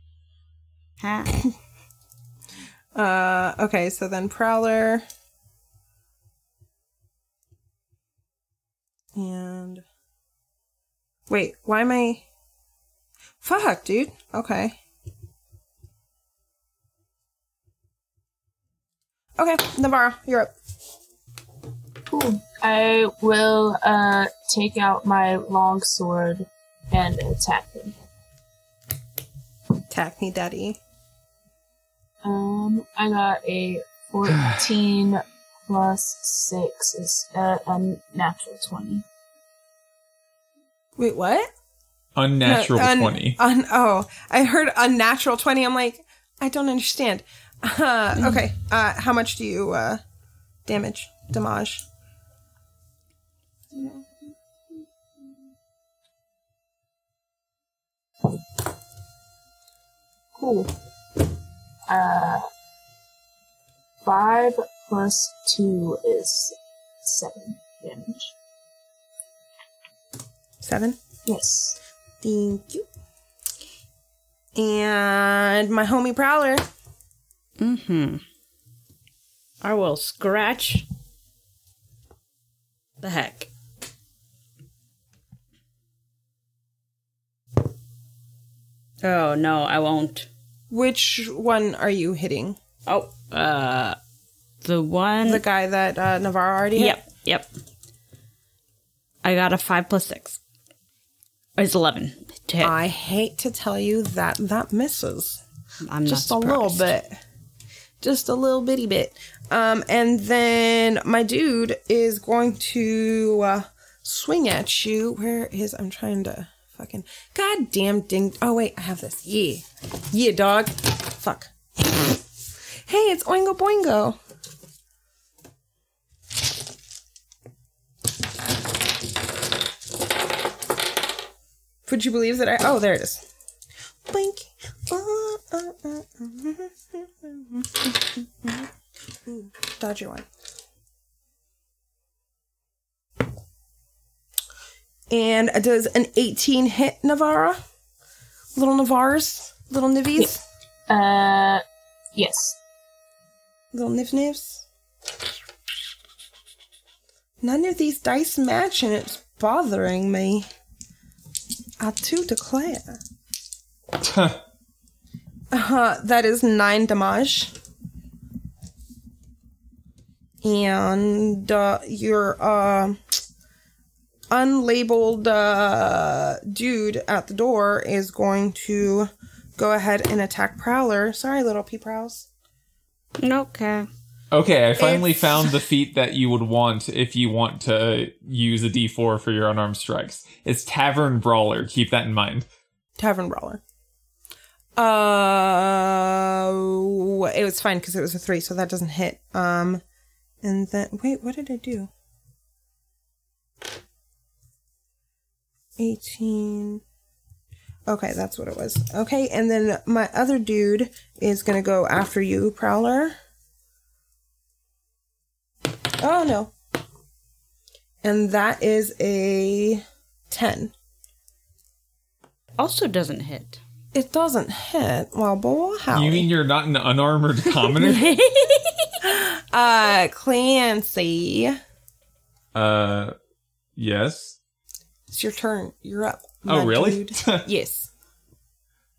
E: Ha.
B: Uh, okay, so then Prowler. And. Wait, why am I. Fuck, dude. Okay. Okay, Navarro, you're up.
D: Cool. I will uh, take out my long sword and attack him.
B: Attack me, daddy.
D: Um, I got a 14 plus 6 is uh, a natural 20.
B: Wait, what?
C: Unnatural
B: No, un-
C: 20.
B: un- oh, I heard unnatural 20. I'm like, I don't understand. Uh, okay, uh, how much do you uh, damage? Damage?
D: Cool. Uh, 5 plus 2 is 7 damage.
B: Seven?
D: Yes.
B: Thank you. And my homie Prowler.
E: Mm-hmm. I will scratch the heck. Oh no, I won't.
B: Which one are you hitting?
E: Oh, uh, the one.
B: The guy that uh, Navarro already hit?
E: Yep, yep. I got a five plus six. It's eleven to hit.
B: I hate to tell you that that misses.
E: I'm
B: just a
E: not
B: little
E: surprised.
B: bit just a little bitty bit um and then my dude is going to uh, swing at you where is i'm trying to fucking goddamn ding oh wait i have this yeah yeah dog fuck hey it's oingo boingo would you believe that i oh there it is Blink. Uh, uh, uh, Ooh, dodgy one. And uh, does an 18 hit Navara? Little Navars? Little Nivvies?
D: Uh, yes.
B: Little Niv Nivs? None of these dice match and it's bothering me. I too declare. Uh, that is nine damage. And uh, your uh, unlabeled uh, dude at the door is going to go ahead and attack Prowler. Sorry, little pea prowls.
E: Okay.
C: okay, I finally
B: It's-
C: found the feat that you would want if you want to use a d4 for your unarmed strikes. It's Tavern Brawler. Keep that in mind.
B: Tavern Brawler. Uh, it was fine because it was a three, so that doesn't hit. Um, and then wait, what did I do? Eighteen. Okay, that's what it was. Okay, and then my other dude is gonna go after you, Prowler. Oh no. And that is a 10.
E: Also doesn't hit.
B: It doesn't hit. Well, boy, how?
C: You mean you're not an unarmored commoner?
B: uh, Clancy.
C: uh, yes.
B: It's your turn. You're up.
C: Oh,
B: my
C: really?
B: dude. Yes.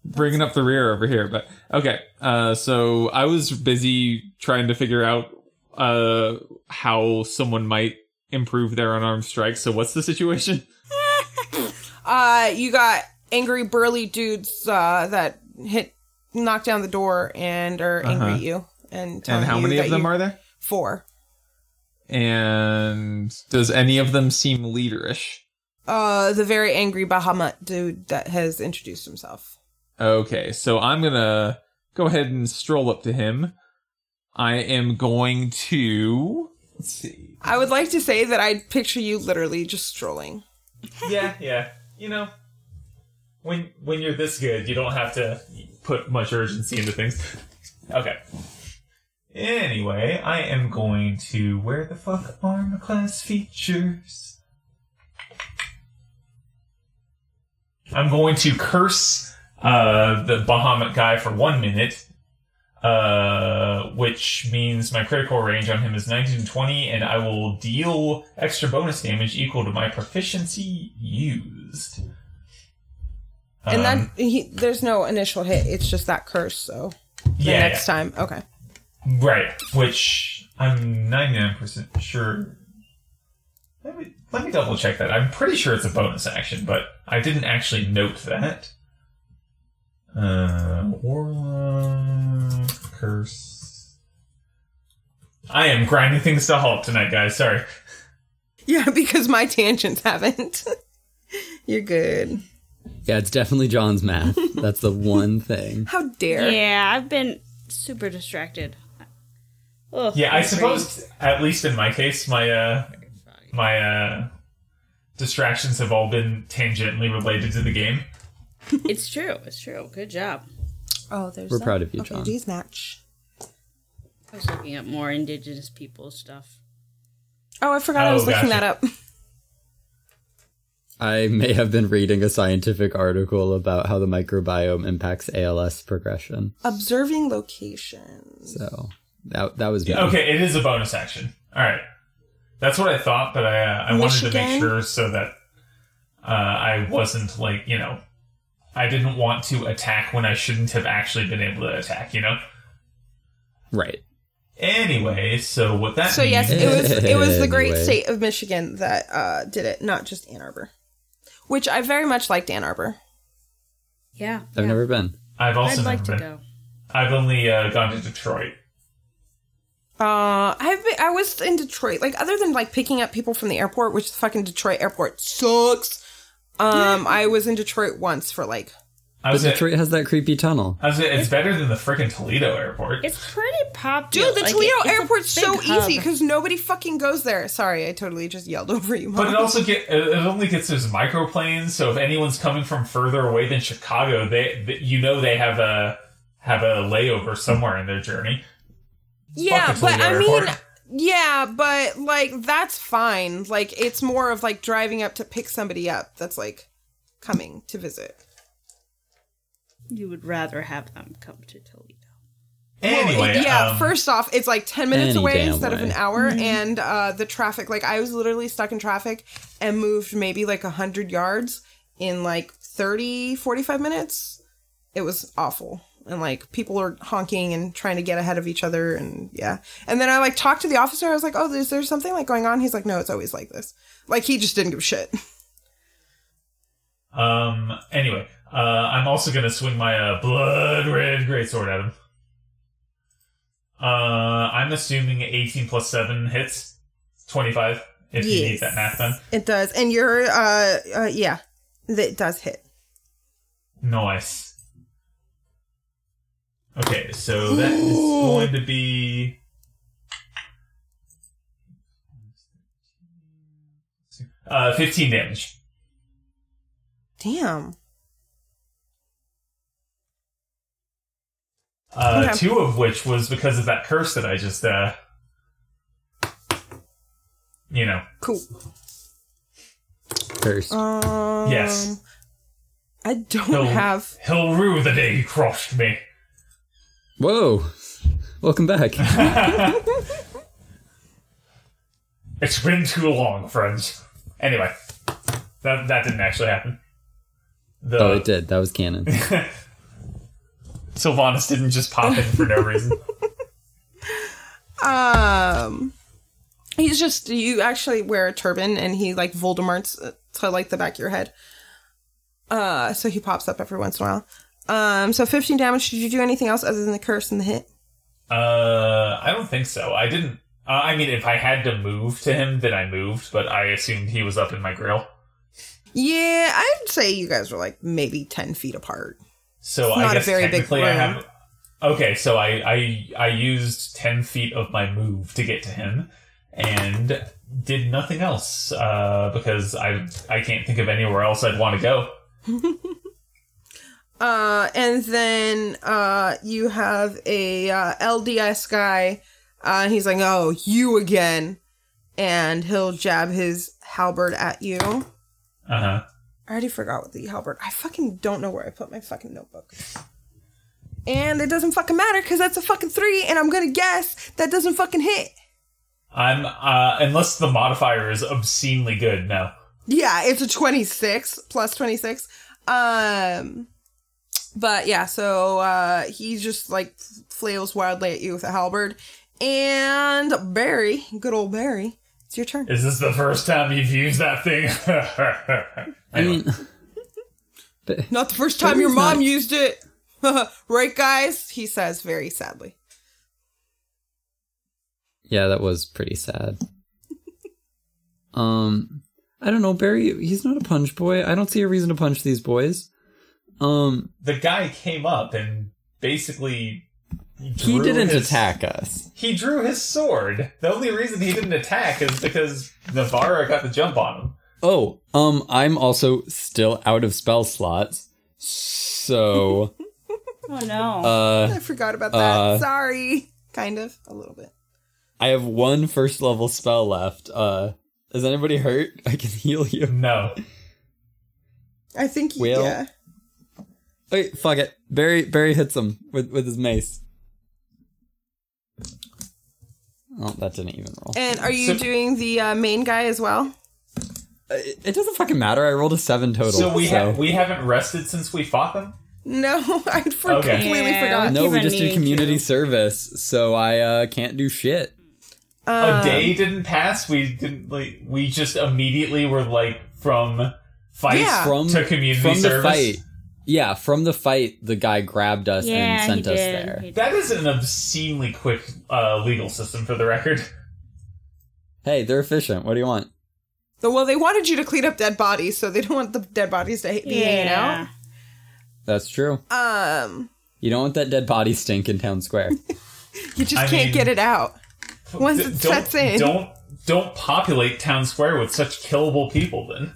C: Bringing up the rear over here, but okay. Uh, so I was busy trying to figure out uh how someone might improve their unarmed strike. So what's the situation?
B: Uh, you got angry burly dudes uh, that hit, knock down the door and are angry
C: Uh-huh.
B: at you. And,
C: And how many of them are there?
B: Four.
C: And does any of them seem leaderish?
B: Uh, the very angry Bahamut dude that has introduced himself.
C: Okay, so I'm gonna go ahead and stroll up to him. I am going to let's see.
B: I would like to say that I picture you literally just strolling.
C: Yeah, yeah. You know, when when you're this good, you don't have to put much urgency into things. Okay. Anyway, I am going to where the fuck are my class features? I'm going to curse uh, the Bahamut guy for one minute, uh, which means my critical range on him is 19 20, and I will deal extra bonus damage equal to my proficiency used.
B: And
C: Um,
B: that he, there's no initial hit. It's just that curse. So the
C: yeah,
B: next time, okay.
C: yeah. right? Which I'm 99 percent sure. Let me let me double check that. I'm pretty sure it's a bonus action, but I didn't actually note that. Uh, Warlock curse. I am grinding things to halt tonight, guys. Sorry.
B: Yeah, because my tangents haven't. You're good.
A: Yeah, it's definitely John's math. That's the one thing.
B: How dare?
E: yeah, I've been super distracted. Ugh,
C: Yeah, I
E: my
C: suppose at least in my case, my uh, my uh, distractions have all been tangentially related to the game.
E: brain. It's true. It's true. Good job.
B: Oh, there's.
A: We're
B: that.
A: proud of you,
B: okay,
A: John.
B: Geez, match.
E: I was looking at more indigenous people stuff.
B: Oh, I forgot I
C: Oh,
B: was looking
C: gotcha.
B: that up.
A: I may have been reading a scientific article about how the microbiome impacts ALS progression.
B: Observing locations.
A: So that that was me.
C: Okay, it is a bonus action. All right, that's what I thought, but I uh, I wanted to
B: Michigan?
C: make sure so that uh, I wasn't like you know I didn't want to attack when I shouldn't have actually been able to attack. You know.
A: Right.
C: Anyway, so what that
B: So yes,
C: means-
B: it was it was the great
A: Anyway.
B: state of Michigan that uh, did it, not just Ann Arbor, which I very much liked Ann Arbor.
E: Yeah.
A: I've
E: yeah.
A: never been.
C: I've also
E: I'd like
C: never
E: to
C: been-
E: go.
C: I've only uh, gone to Detroit.
B: Uh, I've been, I was in Detroit. Like other than like picking up people from the airport, which the fucking Detroit airport sucks. Um, I was in Detroit once for like
C: I
A: But
C: was at-
A: Detroit has that creepy tunnel.
C: I was at- it's better than the freaking Toledo airport.
E: It's pretty
B: dude,
E: popular.
B: the
E: Like, it-
B: Toledo
E: it's a
B: airport's so
E: big hub.
B: easy because nobody fucking goes there. Sorry, I totally just yelled over you.
C: But
B: Mom.
C: it also get it it only gets those microplanes. So if anyone's coming from further away than Chicago, they, th you know they have a have a layover somewhere in their journey.
B: yeah,
C: Fuck the
B: but
C: Toledo
B: I mean.
C: airport.
B: Yeah, but like that's fine. Like it's more of like driving up to pick somebody up that's like coming to visit.
E: You would rather have them come to Toledo.
C: Anyway,
B: yeah,
C: um,
B: first off, it's like 10 minutes
A: Any
B: away
A: damn
B: instead of an
A: way.
B: hour. And uh, the traffic, like, I was literally stuck in traffic and moved maybe like 100 yards in like 30, 45 minutes. It was awful. And like, people are honking and trying to get ahead of each other. And yeah. And then I like talked to the officer. I was like, oh, is there something like going on? He's like, no, it's always like this. Like, he just didn't give a shit.
C: um, anyway, uh, I'm also gonna swing my uh, blood red greatsword at him. Uh, I'm assuming 18 plus seven hits 25. If you need that math done,
B: It does. And you're, uh, uh yeah, it does hit.
C: Nice. Okay, so that is going to be. Uh, 15 damage.
B: Damn.
C: Uh,
B: Okay.
C: Two of which was because of that curse that I just, uh, you know,
B: Cool.
A: First.
B: Um,
C: Yes.
B: I don't
C: No.
B: have.
C: he'll rue the day he crossed me.
A: Whoa. Welcome back.
C: Uh, It's been too long, friends. Anyway, that that didn't actually happen. The
A: oh, it did. That was canon.
C: Sylvanas didn't just pop in for no reason.
B: Um, he's just you actually wear a turban, and he like Voldemort's uh, to like the back of your head. Uh, so he pops up every once in a while. Um, so 15 damage. Did you do anything else other than the curse and the hit?
C: Uh, I don't think so. I didn't. Uh, I mean, if I had to move to him, then I moved, but I assumed he was up in my grill.
B: Yeah, I'd say you guys were like maybe 10 feet apart.
C: So
B: It's
C: I
B: not a
C: guess
B: very big
C: technically I
B: room.
C: have. Okay, so I, I I used ten feet of my move to get to him, and did nothing else uh, because I I can't think of anywhere else I'd want to go.
B: Uh, and then uh, you have a uh, LDS guy. Uh, and he's like, "Oh, you again," and he'll jab his halberd at you. I
C: Uh huh.
B: already forgot what the halberd. I fucking don't know where I put my fucking notebook. And it doesn't fucking matter because that's a fucking three, and I'm gonna guess that doesn't fucking hit.
C: I'm uh, unless the modifier is obscenely good. No.
B: Yeah, it's a 26 plus 26. Um but yeah, so uh he just like flails wildly at you with a halberd. And Barry, good old Barry, it's your turn.
C: Is this the first time you've used that thing?
A: I mean,
B: Not the first time your
A: Barry's not-
B: mom used it. right guys, he says very sadly.
A: yeah, that was pretty sad. Um, I don't know, Barry. He's not a punch boy. I don't see a reason to punch these boys. Um,
C: the guy came up and basically
A: he
C: drew
A: didn't
C: his-
A: attack us.
C: He drew his sword. The only reason he didn't attack is because Navarra got the jump on him.
A: Oh, um, I'm also still out of spell slots. So,
E: Oh no.
A: uh,
B: I forgot about that.
A: Uh.
B: Sorry. Kind of a little bit.
A: I have one first level spell left. Uh, is anybody hurt? I can heal you.
C: No.
B: I think he,
A: Well-
B: yeah.
A: Wait, fuck it. Barry Barry hits him with, with his mace. Oh, that didn't even roll.
B: And are you
C: So-
B: doing the uh, main guy as well?
A: Uh, It, it doesn't fucking matter. I rolled a seven total.
C: So we
A: so.
C: ha- we haven't rested since we fought them.
B: No, I for-
C: Okay.
B: completely
E: Yeah.
B: forgot. Um,
A: no,
E: keep
A: we
E: on
A: just do
E: needing
A: community
E: to.
A: service, so I uh, can't do shit.
B: Um,
C: a day didn't pass. We didn't like. We just immediately were like from fight
B: Yeah.
A: From
C: to community
A: from
C: service.
A: the fight, yeah, from the fight, the guy grabbed us and
E: yeah,
A: sent
E: he
A: us
E: did.
A: there.
E: He did.
C: That is an obscenely quick uh, legal system, for the record.
A: Hey, they're efficient. What do you want?
B: The- Well, they wanted you to clean up dead bodies, so they don't want the dead bodies to hate me,
E: yeah.
A: That's true.
B: you know? Um,
A: You don't want that dead body stink in town square.
B: you just
C: I
B: can't
C: mean-
B: get it out. Once
C: D-
B: it
C: don't,
B: sets in.
C: don't don't populate town square with such killable people. Then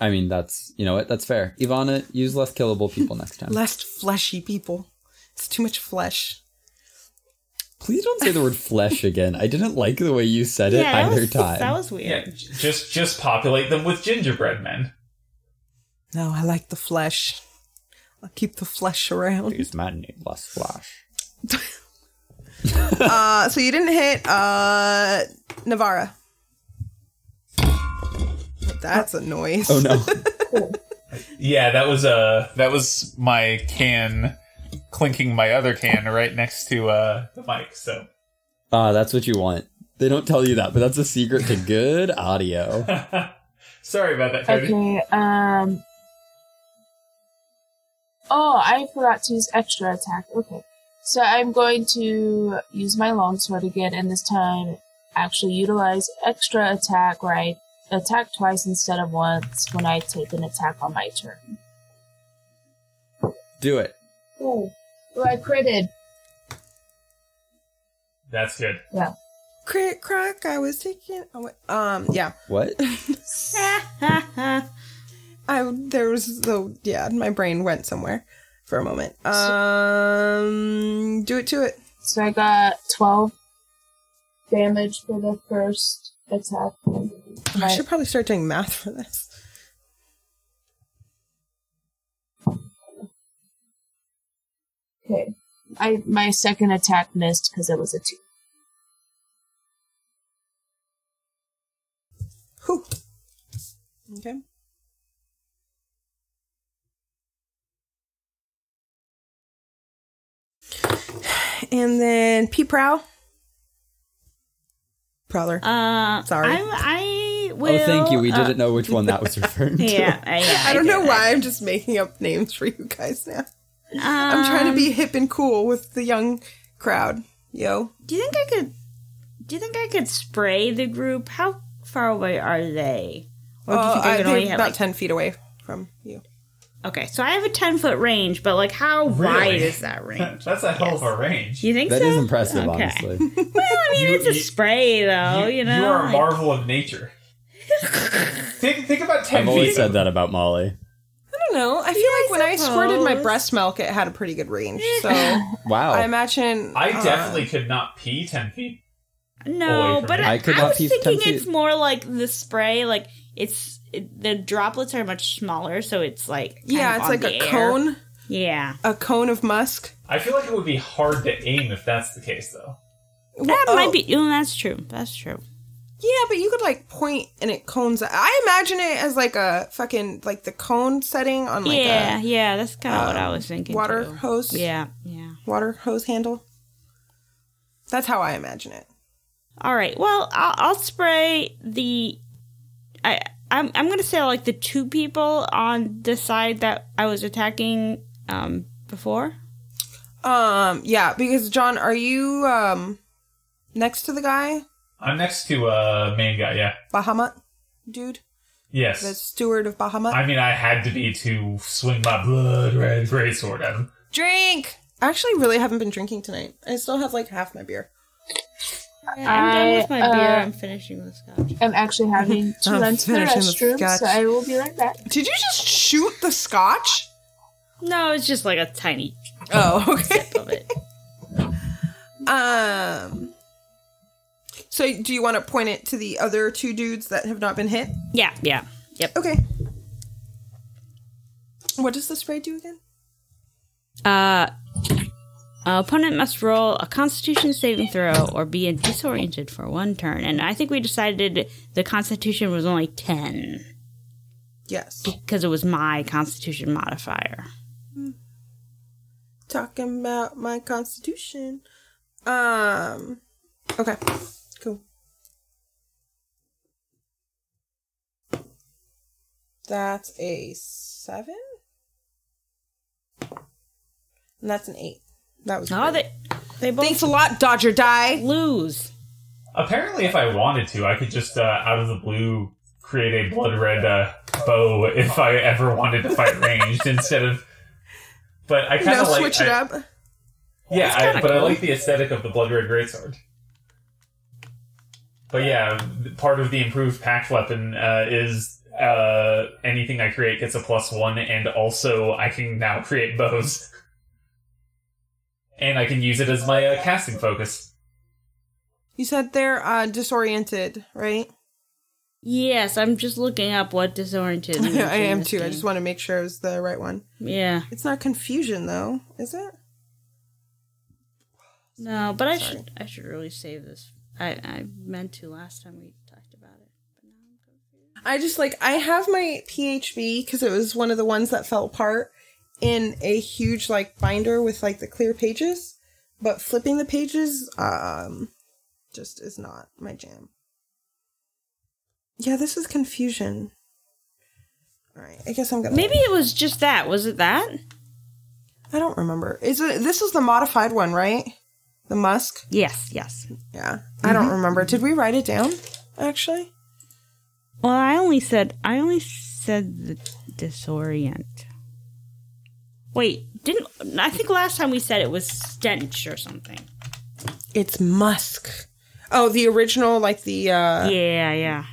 A: I mean, that's you know what? That's fair. Ivana, use less killable people next time.
B: Less fleshy people. It's too much flesh.
A: Please don't say the word flesh again. I didn't like the way you said it
E: Yeah, that
A: either
E: was,
A: time.
E: That was weird.
C: yeah, j- just just populate them with gingerbread men.
B: No, I like the flesh. I'll keep the flesh around.
A: Use my name, less flesh.
B: Uh, so you didn't hit uh Navara. That's a noise.
A: Oh no.
C: Yeah, that was uh that was my can clinking my other can right next to uh the mic. So
A: Ah, that's what you want. They don't tell you that, but that's a secret to good audio.
C: sorry about that, Cody.
D: Okay, um. Oh, I forgot to use extra attack. Okay. So I'm going to use my longsword again, and this time actually utilize extra attack where I attack twice instead of once when I take an attack on my turn.
A: Do it.
D: Oh, I critted.
C: That's good.
D: Yeah.
B: Crit crack, I was taking oh, wait. um yeah.
A: What? Oh,
E: Ha, ha, ha.
B: I there was the yeah, my brain went somewhere. for a moment. Um, do it to it.
D: So I got 12 damage for the first attack.
B: I
D: My-
B: should probably start doing math for this.
D: okay. I my second attack missed because it was a two.
B: Whew. Okay. And then P Prowl. Prowler.
E: Uh,
B: Sorry.
E: I'm, I will.
A: oh, thank you. We
E: uh,
A: didn't know which one that was referring to.
E: Yeah, I, yeah,
B: I don't know
E: did.
B: why I'm just making up names for you guys now. I'm trying to
E: Um,
B: be hip and cool with the young crowd. Yo.
E: Do you think I could? Do you think I could spray the group? How far away are they? Or do you
B: Uh,
E: think I
B: I,
E: could
B: they're
E: only
B: about
E: hit like?
B: 10 feet away from you.
E: Okay, so I have a ten foot range, but like, how wide is that range?
C: That's a hell of a range.
E: Do you think
A: That
E: so?
A: is impressive,
E: Okay.
A: honestly.
E: Well, I mean,
C: You-
E: it's a
C: you-
E: spray though, you, know.
C: you are a
E: like-
C: marvel of nature. think, think about 10
A: I've always
C: feet.
A: said that about Molly.
B: I don't know. I feel like when I squirted my breast milk, it had a pretty good range. So
A: Wow.
B: I imagine.
C: Oh. I
B: uh,
C: definitely could not pee 10 feet. away
E: No,
C: from
E: but
C: me.
E: I,
A: I could
E: I
A: not
E: was
A: pee
E: thinking
A: 10 feet.
E: it's more like the spray, like it's it, the droplets are much smaller, so it's like kind
B: Yeah,
E: of
B: it's
E: on
B: like
E: the
B: a
E: air.
B: cone,
E: Yeah,
B: a cone of musk.
C: I feel like it would be hard to aim if that's the case, though.
E: that
B: Well,
E: might
B: oh,
E: be. Oh, that's true. That's true.
B: Yeah, but you could like point and it cones. I imagine it as like a fucking like the cone setting on like
E: yeah, yeah, that's kind of what I was
B: a
E: thinking.
B: water
E: too.
B: hose.
E: Yeah, yeah.
B: water hose handle. That's how I imagine it.
E: All right. Well, I'll, I'll spray the. I I'm I'm gonna say like the two people on the side that I was attacking um before.
B: Um, yeah, because John, are you um next to the guy
C: I'm next to a uh, main guy, yeah.
B: Bahamut dude,
C: Yes.
B: the steward of Bahamut?
C: I mean, I had to be to swing my blood red greatsword at him.
B: Drink. I actually really haven't been drinking tonight. I still have like half my beer.
E: I'm done with
D: I,
E: my beer.
D: uh,
E: I'm finishing the scotch.
D: I'm actually having to
B: I'm
D: run to the
B: finishing the
D: restroom,
B: scotch.
D: so I will be right back.
B: Did you just shoot the scotch?
E: No, it's just like a tiny
B: Oh, okay.
E: sip of it.
B: Um. So, do you want to point it to the other two dudes that have not been hit?
E: Yeah, yeah. Yep.
B: Okay. What does the spray do again?
E: Uh, an opponent must roll a Constitution saving throw or be disoriented for one turn. And I think we decided the Constitution was only ten
B: Yes.
E: because it was my Constitution modifier.
B: Talking about my constitution. Um. Okay. Cool. That's a seven. And that's an eight. That was.
C: Ah,
E: Oh,
B: great.
E: they they both
B: Thanks a lot, Dodger Die.
E: lose.
C: Apparently, if I wanted to, I could just, uh, out of the blue, create a blood red uh, bow if I ever wanted to fight ranged instead of. But I kind
B: Now
C: of like.
B: switch it
C: I-
B: up.
C: Yeah,
E: kinda
C: I, but I
E: cool.
C: like the aesthetic of the blood red greatsword. But yeah, th- part of the improved pact weapon uh, is uh, anything I create gets a plus one, and also I can now create bows, and I can use it as my uh, casting focus.
B: You said they're uh, disoriented, right?
E: Yes, I'm just looking up what disoriented. means
B: I
E: in
B: am
E: this
B: too. I
E: game.
B: just want to make sure it was the right one.
E: Yeah.
B: It's not confusion though, is it?
E: No, but I
B: Sorry.
E: should I should really save this. I I meant to last time we talked about it.
B: I just like I have my PHB because it was one of the ones that fell apart in a huge like binder with like the clear pages, but flipping the pages um just is not my jam. Yeah, this is confusion. All right, I guess I'm gonna
E: Maybe it was just that. Was it that?
B: I don't remember. Is it this is the modified one, right? The musk.
E: Yes, yes.
B: Yeah, I
E: Mm-hmm.
B: don't remember. Did we write it down? Actually,
E: Well, I only said I only said the disorient. Wait, didn't I think last time we said it was stench or something?
B: it's musk. Oh, the original, like the uh
E: yeah, yeah.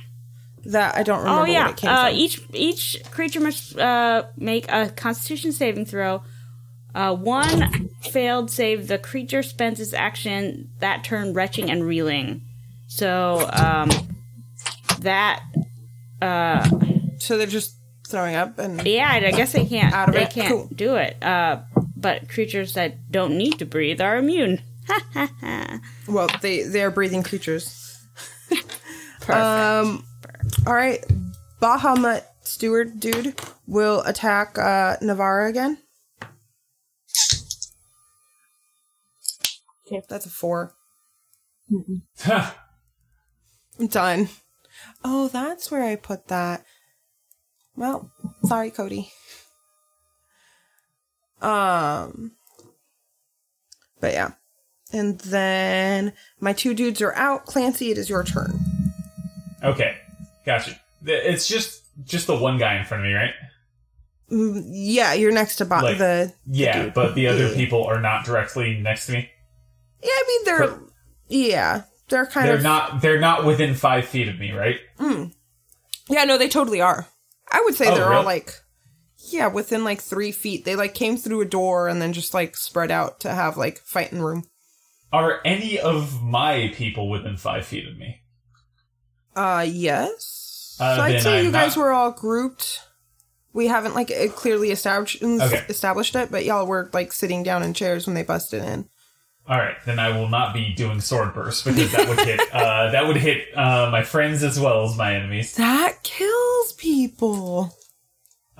B: that I don't remember
E: Oh yeah.
B: what it came
E: Uh,
B: from.
E: each each creature must uh, make a Constitution saving throw. Uh, one failed save. The creature spends its action that turn retching and reeling. So um, that uh,
B: So they're just throwing up and
E: yeah, I guess they can't.
B: Out of
E: they
B: it.
E: can't
B: Cool.
E: do it. Uh, but creatures that don't need to breathe are immune.
B: well, they they're breathing creatures.
E: Perfect.
B: Um, all right, Bahamut steward dude will attack uh, Navara again.
D: Okay.
B: That's a four.
C: Huh.
B: I'm done. Oh, that's where I put that. Well, sorry, Cody. Um, but yeah. And then my two dudes are out. Clancy, it is your turn.
C: okay, gotcha. Th- It's just just the one guy in front of me, right?
B: Mm, Yeah, you're next to Bob.
C: Like-
B: the
C: Yeah, but the other
B: Yeah.
C: people are not directly next to me.
B: yeah, I mean they're yeah, they're kind
C: They're
B: of
C: not they're not within five feet of me, right?
B: yeah. No, they totally are. I would say
C: Oh,
B: they're all
C: really?
B: like yeah, within like three feet. They like came through a door and then just like spread out to have like fighting room.
C: Are any of my people within five feet of me?
B: Uh, yes.
C: Uh,
B: so I'd
C: then
B: say
C: I'm
B: you guys
C: not-
B: were all grouped. We haven't like eh, clearly established
C: Okay.
B: established it, but y'all were like sitting down in chairs when they busted in.
C: All right, then I will not be doing sword burst because that would hit uh, that would hit uh, my friends as well as my enemies.
B: That kills people.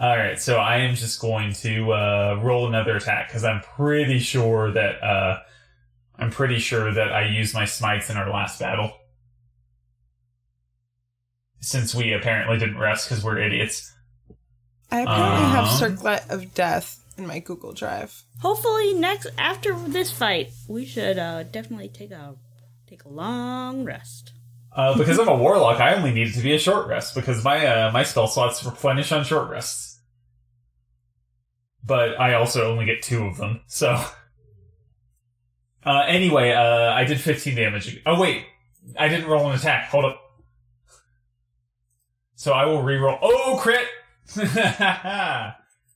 C: All right, so I am just going to uh, roll another attack because I'm pretty sure that uh, I'm pretty sure that I used my smites in our last battle. Since we apparently didn't rest because we're idiots.
B: I apparently have
C: Um.
B: Circlet of Death in my Google Drive.
E: Hopefully, next after this fight, we should uh, definitely take a take a long rest.
C: Uh, because I'm a warlock, I only needed to be a short rest because my uh, my spell slots replenish on short rests. But I also only get two of them, so. Uh, anyway, uh, I did 15 damage. Oh wait, I didn't roll an attack. Hold up. So I will reroll. Oh crit!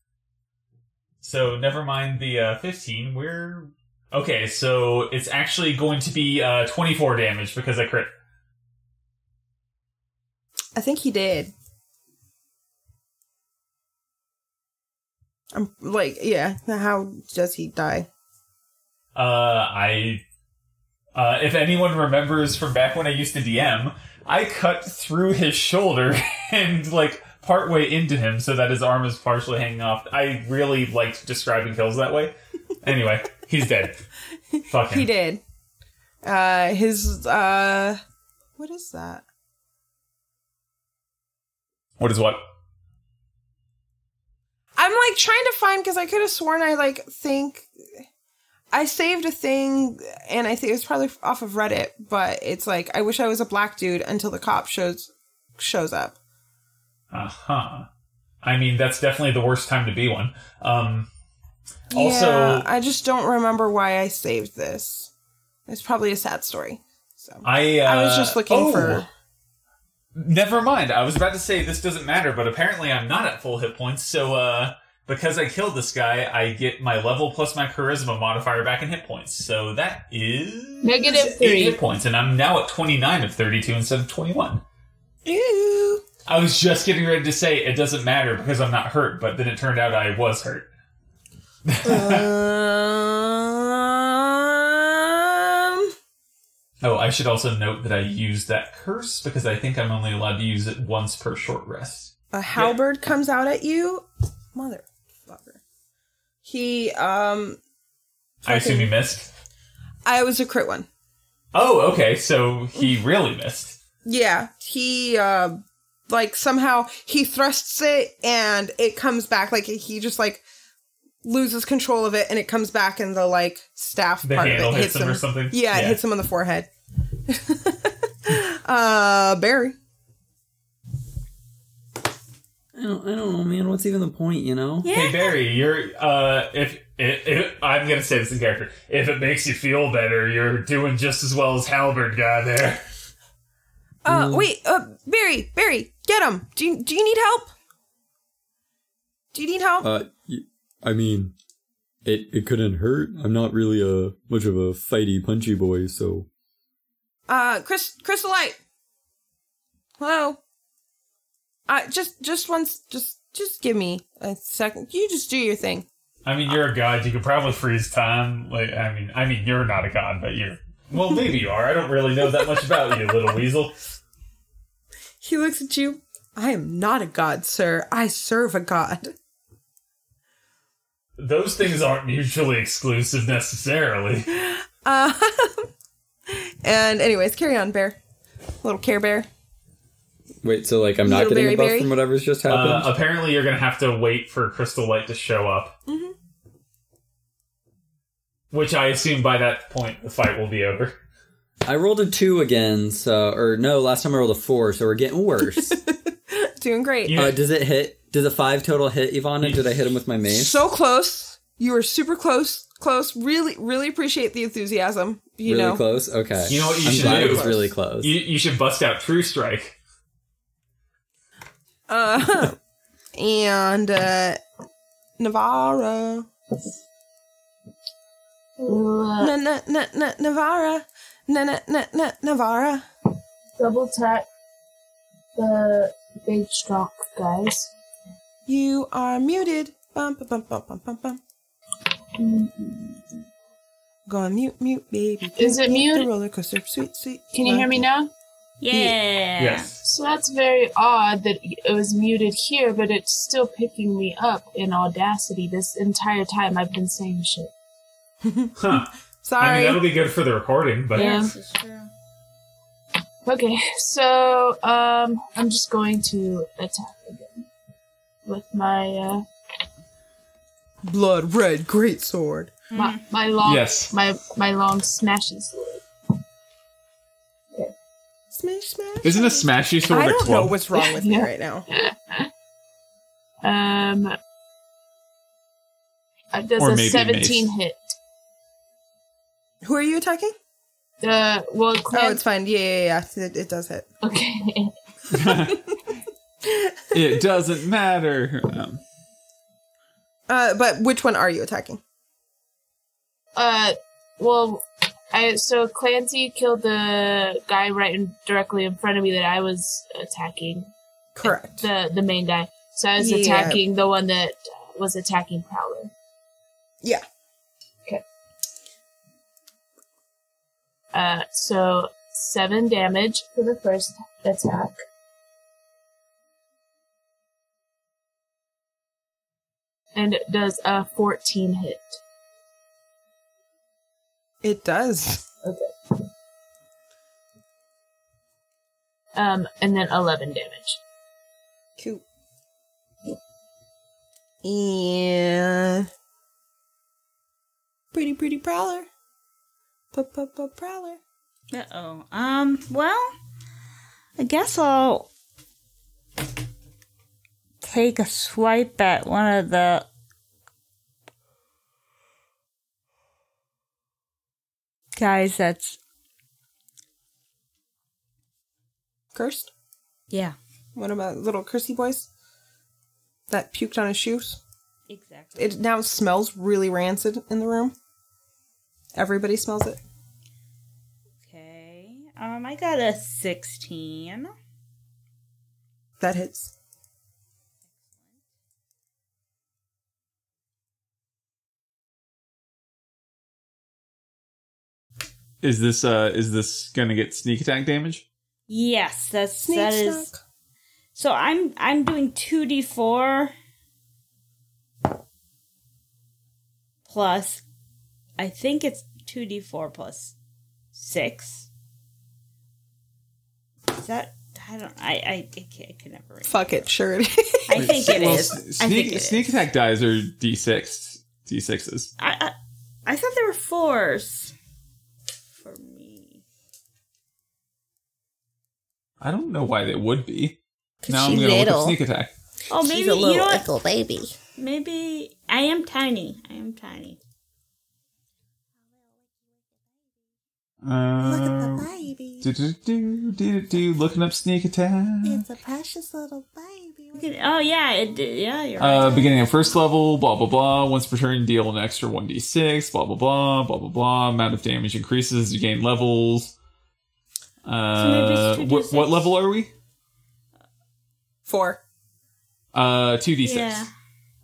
C: so never mind the uh, 15. We're okay. So it's actually going to be uh, 24 damage because I crit.
B: I think he did. I'm like, yeah. How does he die?
C: Uh, I, uh, if anyone remembers from back when I used to DM, I cut through his shoulder and like partway into him so that his arm is partially hanging off. I really liked describing kills that way. Anyway, he's dead. Fucking.
B: He did. Uh, his uh, what is that?
C: What is what?
B: I'm like trying to find because I could have sworn I like think I saved a thing and I think it was probably off of Reddit, but it's like I wish I was a black dude until the cop shows shows up.
C: Uh huh. I mean, that's definitely the worst time to be one. Um, also,
B: yeah, I just don't remember why I saved this. It's probably a sad story. So Um,
C: I, uh,
B: I was just looking
C: oh,
B: for
C: Never mind. I was about to say this doesn't matter, but apparently I'm not at full hit points. So uh, because I killed this guy, I get my level plus my charisma modifier back in hit points. So that is
D: Negative three.
C: eight hit points, and I'm now at 29 of 32 instead of 21.
B: Ew.
C: I was just getting ready to say it doesn't matter because I'm not hurt, but then it turned out I was hurt.
B: um,
C: Oh, I should also note that I used that curse because I think I'm only allowed to use it once per short rest.
B: a halberd comes out at you, motherfucker. He um,
C: I assume he missed.
B: I was a crit one.
C: Oh, okay. So he really missed.
B: Yeah, he uh like somehow he thrusts it and it comes back like he just like loses control of it and it comes back and the like staff
C: The
B: part
C: handle
B: of it
C: hits
B: hits
C: him or something?
B: Yeah, it
C: Yeah.
B: hits him on the forehead. uh Barry.
A: I don't, I don't know, man. What's even the point, you know?
E: Yeah.
C: Hey Barry, you're uh if, if, if I'm gonna say this in character, if it makes you feel better, you're doing just as well as Halberd guy there.
B: Uh wait, uh Barry, Barry, get him. Do you do you need help? Do you need help?
A: Uh, y- I mean, it, it couldn't hurt. I'm not really a much of a fighty, punchy boy, so
B: Uh, Chris, Crystalite. Hello. Uh, just, just once, just, just give me a second. You just do your thing.
C: I mean, you're a god. You could probably freeze time. Like, I mean, I mean, you're not a god, but you're. Well, maybe you are. I don't really know that much about you, little weasel.
B: He looks at you. I am not a god, sir. I serve a god.
C: Those things aren't mutually exclusive necessarily.
B: Uh, and anyways, carry on, bear. Little care bear.
A: wait. So like, I'm not
B: Little
A: getting
B: berry
A: a buff
B: berry?
A: from whatever's just happened.
C: Uh, apparently, you're gonna have to wait for Crystal Light to show up.
B: Mm-hmm.
C: Which I assume by that point the fight will be over.
A: I rolled a two again, so or no, last time I rolled a four, so we're getting worse.
B: Doing great.
C: You-
A: uh, does it hit? Does a five total hit Ivana? Did I hit him with my mace?
B: So close. You were super close. Close. Really, really appreciate the enthusiasm. You
A: really
B: know.
A: close. Okay.
C: You know what you
A: I'm
C: should
A: glad
C: do?
A: It's really close.
C: You, you should bust out True Strike.
B: Uh, and uh, Navarra.
D: Ooh,
B: Na na na na Navarra. Na na na na Navarra.
D: double tap the big strong guys.
B: You are muted. Bum bum bum bum bum bum bum. Mm-hmm. Go on mute, mute, baby.
D: Is it mute?
B: The roller coaster, sweet, sweet.
D: Can you hear me now?
E: Yeah.
C: Yes.
D: So that's very odd that it was muted here, but it's still picking me up in Audacity this entire time I've been saying shit.
C: Huh. I mean,
B: Sorry.
C: that'll be good for the recording, but
D: Yeah.
E: Yes, it's true.
D: Okay, so um, I'm just going to attack again with my uh,
B: Blood red great sword.
D: my,
B: Mm-hmm.
D: my long
C: Yes.
D: my my long smashes.
B: Smash, smash.
F: Isn't a smashy sword
B: I
F: a
B: don't know
F: club?
B: what's wrong with me
D: Yeah.
B: right now.
D: Um, uh, does
F: Or
D: a
F: maybe
D: 17 hit?
B: Who are you attacking?
D: Uh, well,
B: Oh,
D: Clint-
B: it's fine. Yeah, yeah, yeah. It, it does hit.
D: okay.
F: It doesn't matter. Um,
B: Uh, but which one are you attacking?
D: Uh, well, I so Clancy killed the guy right in, directly in front of me that I was attacking,
B: Correct.
D: the the main guy. So I was
B: Yeah.
D: attacking the one that was attacking Prowler.
B: Yeah.
D: Okay. Uh, so seven damage for the first attack. And it does a 14 hit.
B: It does.
D: Um, and then 11 damage.
B: Cool. And pretty, pretty prowler. P-p-p- Prowler.
E: Uh oh. Um, well, I guess I'll take a swipe at one of the. Guys, that's.
B: Cursed.
E: Yeah.
B: One of my little cursy boys that puked on his shoes.
E: Exactly.
B: It now smells really rancid in the room. Everybody smells it.
E: Okay. Um, I got a 16.
B: That hits.
F: is this uh is this gonna get sneak attack damage?
E: Yes, that's
B: Sneak
E: that is.
B: snuck.
E: So I'm I'm doing two d four plus, I think it's two d four plus six. Is that I don't I I I, can't, I can never. Remember.
B: Fuck it, sure it
E: I think it
F: well,
E: is.
F: s-
E: I
F: Sneak
E: think it is.
F: sneak attack dies are d six d sixes.
E: I, I I thought there were fours for me.
F: I don't know why they would be.
G: 'Cause
F: Now I'm
G: she's
F: gonna look
G: little.
F: at sneak attack.
E: Oh, maybe
G: She's
E: you
G: a
E: know
G: little
E: what?
G: little baby.
E: Maybe I am tiny. I am tiny.
F: Uh,
G: baby.
F: do do do do do. Looking up sneak attack.
G: a precious little baby
E: Oh yeah, it, yeah, you're right.
F: Uh, beginning of first level, blah blah blah. Once per turn, deal an extra one d six, blah blah blah, blah blah blah. Amount of damage increases as you gain levels. Uh,
E: So maybe
F: what,
E: it's
F: what
E: 2d6.
F: level are we?
B: Four.
F: Uh, two d
E: yeah.
F: six.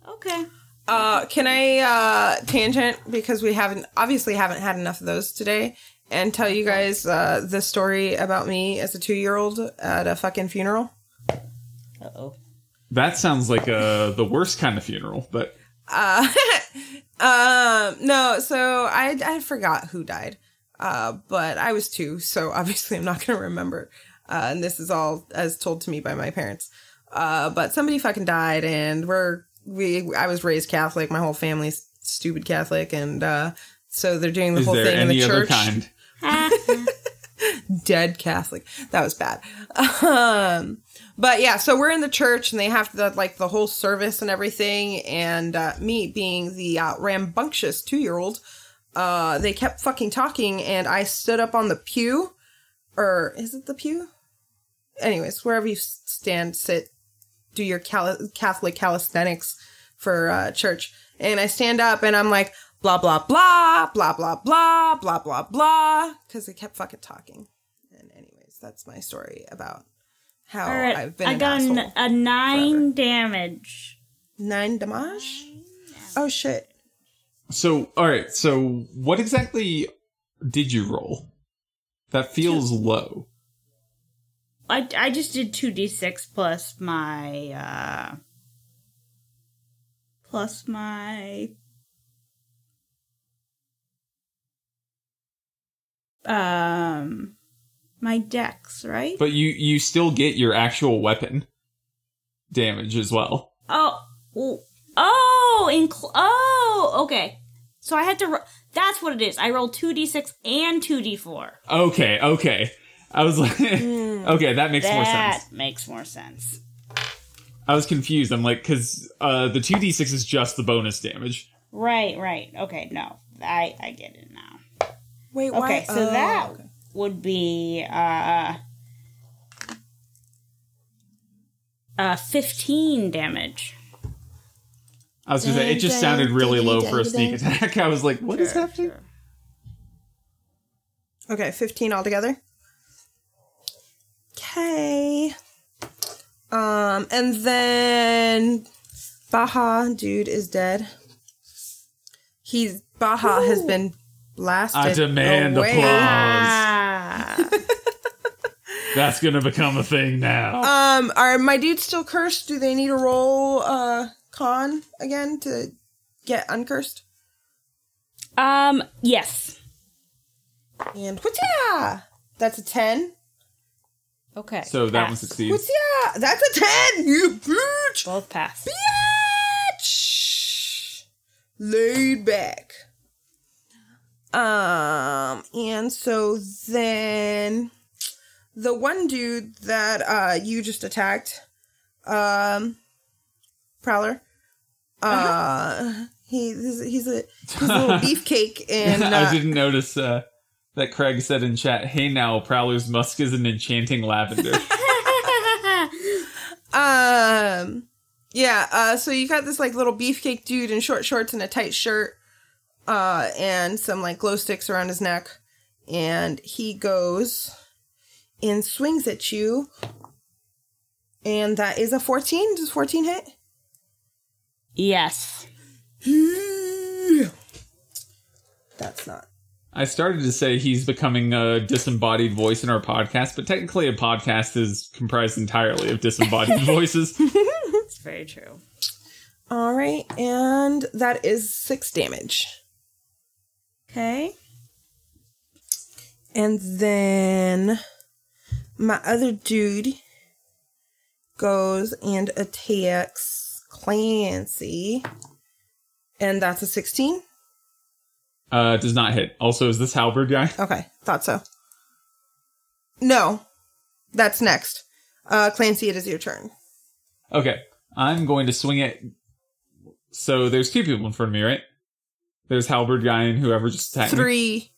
E: Okay.
B: Uh, can I uh, tangent because we haven't obviously haven't had enough of those today and tell you guys uh, the story about me as a two year old at a fucking funeral.
E: Uh oh.
F: That sounds like uh the worst kind of funeral, but
B: Uh, um, no, so I I forgot who died, uh, but I was two, so obviously I'm not gonna remember. Uh, and this is all as told to me by my parents. Uh, but somebody fucking died, and we're we I was raised Catholic. My whole family's stupid Catholic, and uh, so they're doing the
F: is
B: whole
F: there
B: thing in the
F: any other
B: church.
F: kind?
B: dead Catholic. That was bad. Um, but yeah, so we're in the church and they have the, like the whole service and everything. And uh, me being the uh, rambunctious two year old, uh, they kept fucking talking and I stood up on the pew. Or is it the pew? Anyways, wherever you s- stand, sit, do your cali- Catholic calisthenics for uh, church. And I stand up and I'm like, blah, blah, blah, blah, blah, blah, blah, blah, blah, because they kept fucking talking. And, anyways, that's my story about how
E: All right.
B: Oh, I've been
E: I
B: an
E: got
B: asshole.
E: n- a nine
B: forever.
E: damage.
B: Nine damage? Oh, shit.
F: So, all right. So, what exactly did you roll? That feels low.
E: I, I just did two d six plus my uh plus my um my dex right.
F: But you you still get your actual weapon damage as well.
E: Oh, oh, oh, incl- oh, okay. So I had to. Ro- That's what it is. I rolled two d six and two d four.
F: Okay, okay. I was like, okay, that makes more
E: Hmm, That
F: sense.
E: makes more sense.
F: I was confused. I'm like, because uh, the two d six is just the bonus damage.
E: Right, right. Okay, no, I I get it now.
B: Wait, why?
E: Okay, so
B: oh,
E: that
B: okay.
E: would be uh uh fifteen damage.
F: I was gonna say it just sounded really low for a sneak attack. I was like, what is
E: Sure,
F: happening?
E: sure.
B: Okay, 15 altogether. Okay. Um, and then Baha dude is dead. He's Baha has been blasted.
F: I demand
B: away.
F: applause.
E: Ah,
F: That's gonna become a thing now.
B: Um, are my dudes still cursed? Do they need to roll uh con again to get uncursed?
E: um. Yes.
B: And what's yeah? That's a ten.
E: Okay.
F: So that one
E: pass.
F: succeeds.
B: What's yeah? That's a ten. You bitch.
E: Both pass.
B: bitch. Laid back. Um, and so then the one dude that uh you just attacked, um Prowler. Uh he he's, he's a he's a little beefcake and
F: I
B: uh,
F: didn't notice uh, that Craig said in chat, "Hey now, Prowler's musk is an enchanting lavender."
B: um yeah, uh so you got this like little beefcake dude in short shorts and a tight shirt uh and some like glow sticks around his neck and he goes and swings at you and that is a 14 does 14 hit
E: yes.
B: that's not
F: I started to say he's becoming a disembodied voice in our podcast, but technically, a podcast is comprised entirely of disembodied voices.
E: It's very true.
B: all right and that is six damage
E: Okay.
B: And then my other dude goes and attacks Clancy. And that's a 16?
F: Uh, does not hit. Also, is this halberd guy?
B: Okay, thought so. No, that's next. Uh, Clancy, it is your turn.
F: Okay, I'm going to swing it. So there's two people in front of me, right? There's halberd guy and whoever just attacked me.
B: Three.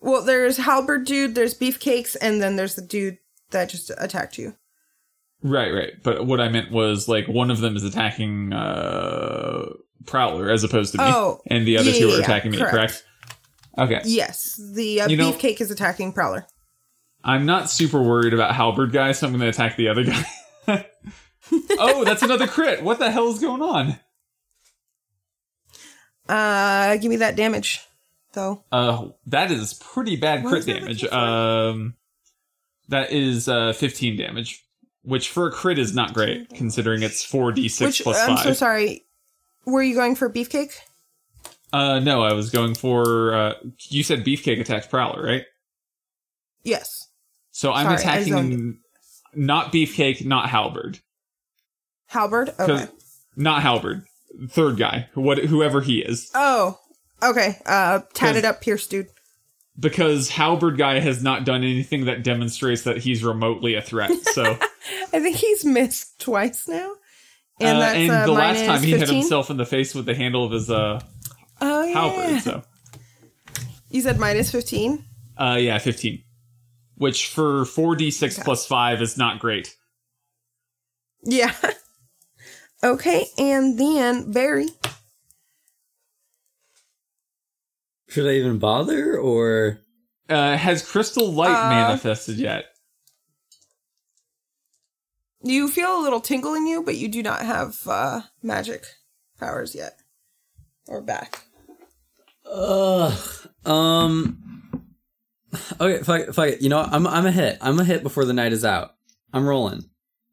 B: Well, there's Halberd dude, there's Beefcakes, and then there's the dude that just attacked you.
F: Right, right. But what I meant was like one of them is attacking uh Prowler as opposed to me,
B: Oh,
F: and the other
B: yeah,
F: two
B: yeah,
F: are
B: yeah,
F: attacking me. Correct.
B: correct.
F: Okay.
B: Yes, the uh,
F: You know-
B: beefcake is attacking Prowler.
F: I'm not super worried about Halberd guy, so I'm going to attack the other guy. oh, that's another crit. What the hell is going on?
B: Uh, give me that damage, though.
F: Uh, that is pretty bad
B: Why
F: crit
B: is that a
F: damage.
B: crit for?
F: Um, that is uh 15 damage, which for a crit is not great considering it's 4d6
B: Which
F: plus
B: I'm
F: 5.
B: so sorry. Were you going for beefcake?
F: Uh, no, I was going for uh, you said beefcake attacks prowler, right?
B: Yes.
F: So I'm
B: Sorry, I zoned
F: attacking not beefcake, not halberd,
B: Halberd.
F: 'Cause-
B: Okay.
F: not halberd, third guy, what whoever he is,
B: Oh. Okay. Uh, tatted
F: 'Cause-
B: up, pierced dude.
F: because halberd guy has not done anything that demonstrates that he's remotely a threat. So
B: I think he's missed twice now. And
F: uh,
B: that's
F: and
B: uh,
F: the last
B: minus
F: time he
B: 15?
F: hit himself in the face with the handle of his uh,
B: Oh yeah.
F: halberd. So
B: You said minus fifteen.
F: uh, yeah, 15, which for 4d6 plus five is not great.
B: Yeah. okay, and then Barry.
A: Should I even bother or
F: Uh, has crystal light
B: Uh,
F: manifested yet?
B: You feel a little tingle in you, but you do not have uh, magic powers yet, or back.
A: Ugh. Um. Okay, fuck it, fuck it. You know, what? I'm I'm a hit. I'm a hit before the night is out. I'm rolling.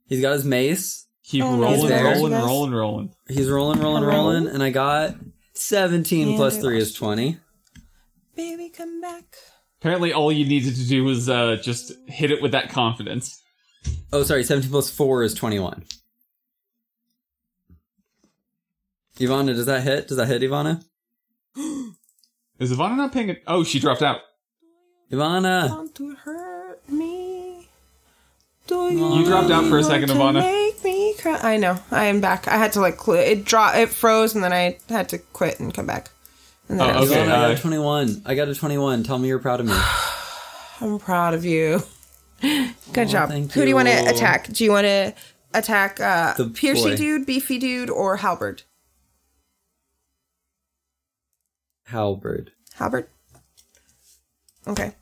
A: He's got his mace.
F: Keep
B: Oh, no,
F: rolling,
A: it's there.
F: rolling, rolling, rolling.
A: He's rolling, rolling, rolling, and I got seventeen
B: And
A: plus
B: I
A: three is twenty.
B: Baby, come back.
F: Apparently, all you needed to do was uh, just hit it with that confidence.
A: Oh, sorry, seventeen plus four is twenty-one. Ivana, does that hit? Does that hit Ivana?
F: Is Ivana not paying it? Oh, she dropped out.
A: Ivana,
B: Want to hurt me? Do
A: You
B: you?
F: dropped out for a
B: want
F: second,
B: to
F: Ivana.
B: Make me cry. I know. I am back. I had to like cl- it. Draw. It froze, and then I had to quit and come back. And then
F: Oh,
B: I was-
F: okay.
A: Ivana, I got
F: uh,
A: a twenty-one. I got a twenty-one. Tell me you're proud of me.
B: I'm proud of you. Good job. Who
A: thank
B: do you want
A: you.
B: to attack? Do you want to attack uh,
A: The
B: Piercy
A: boy.
B: dude, Beefy dude, or Halberd?
A: Halberd.
B: Halberd. Okay.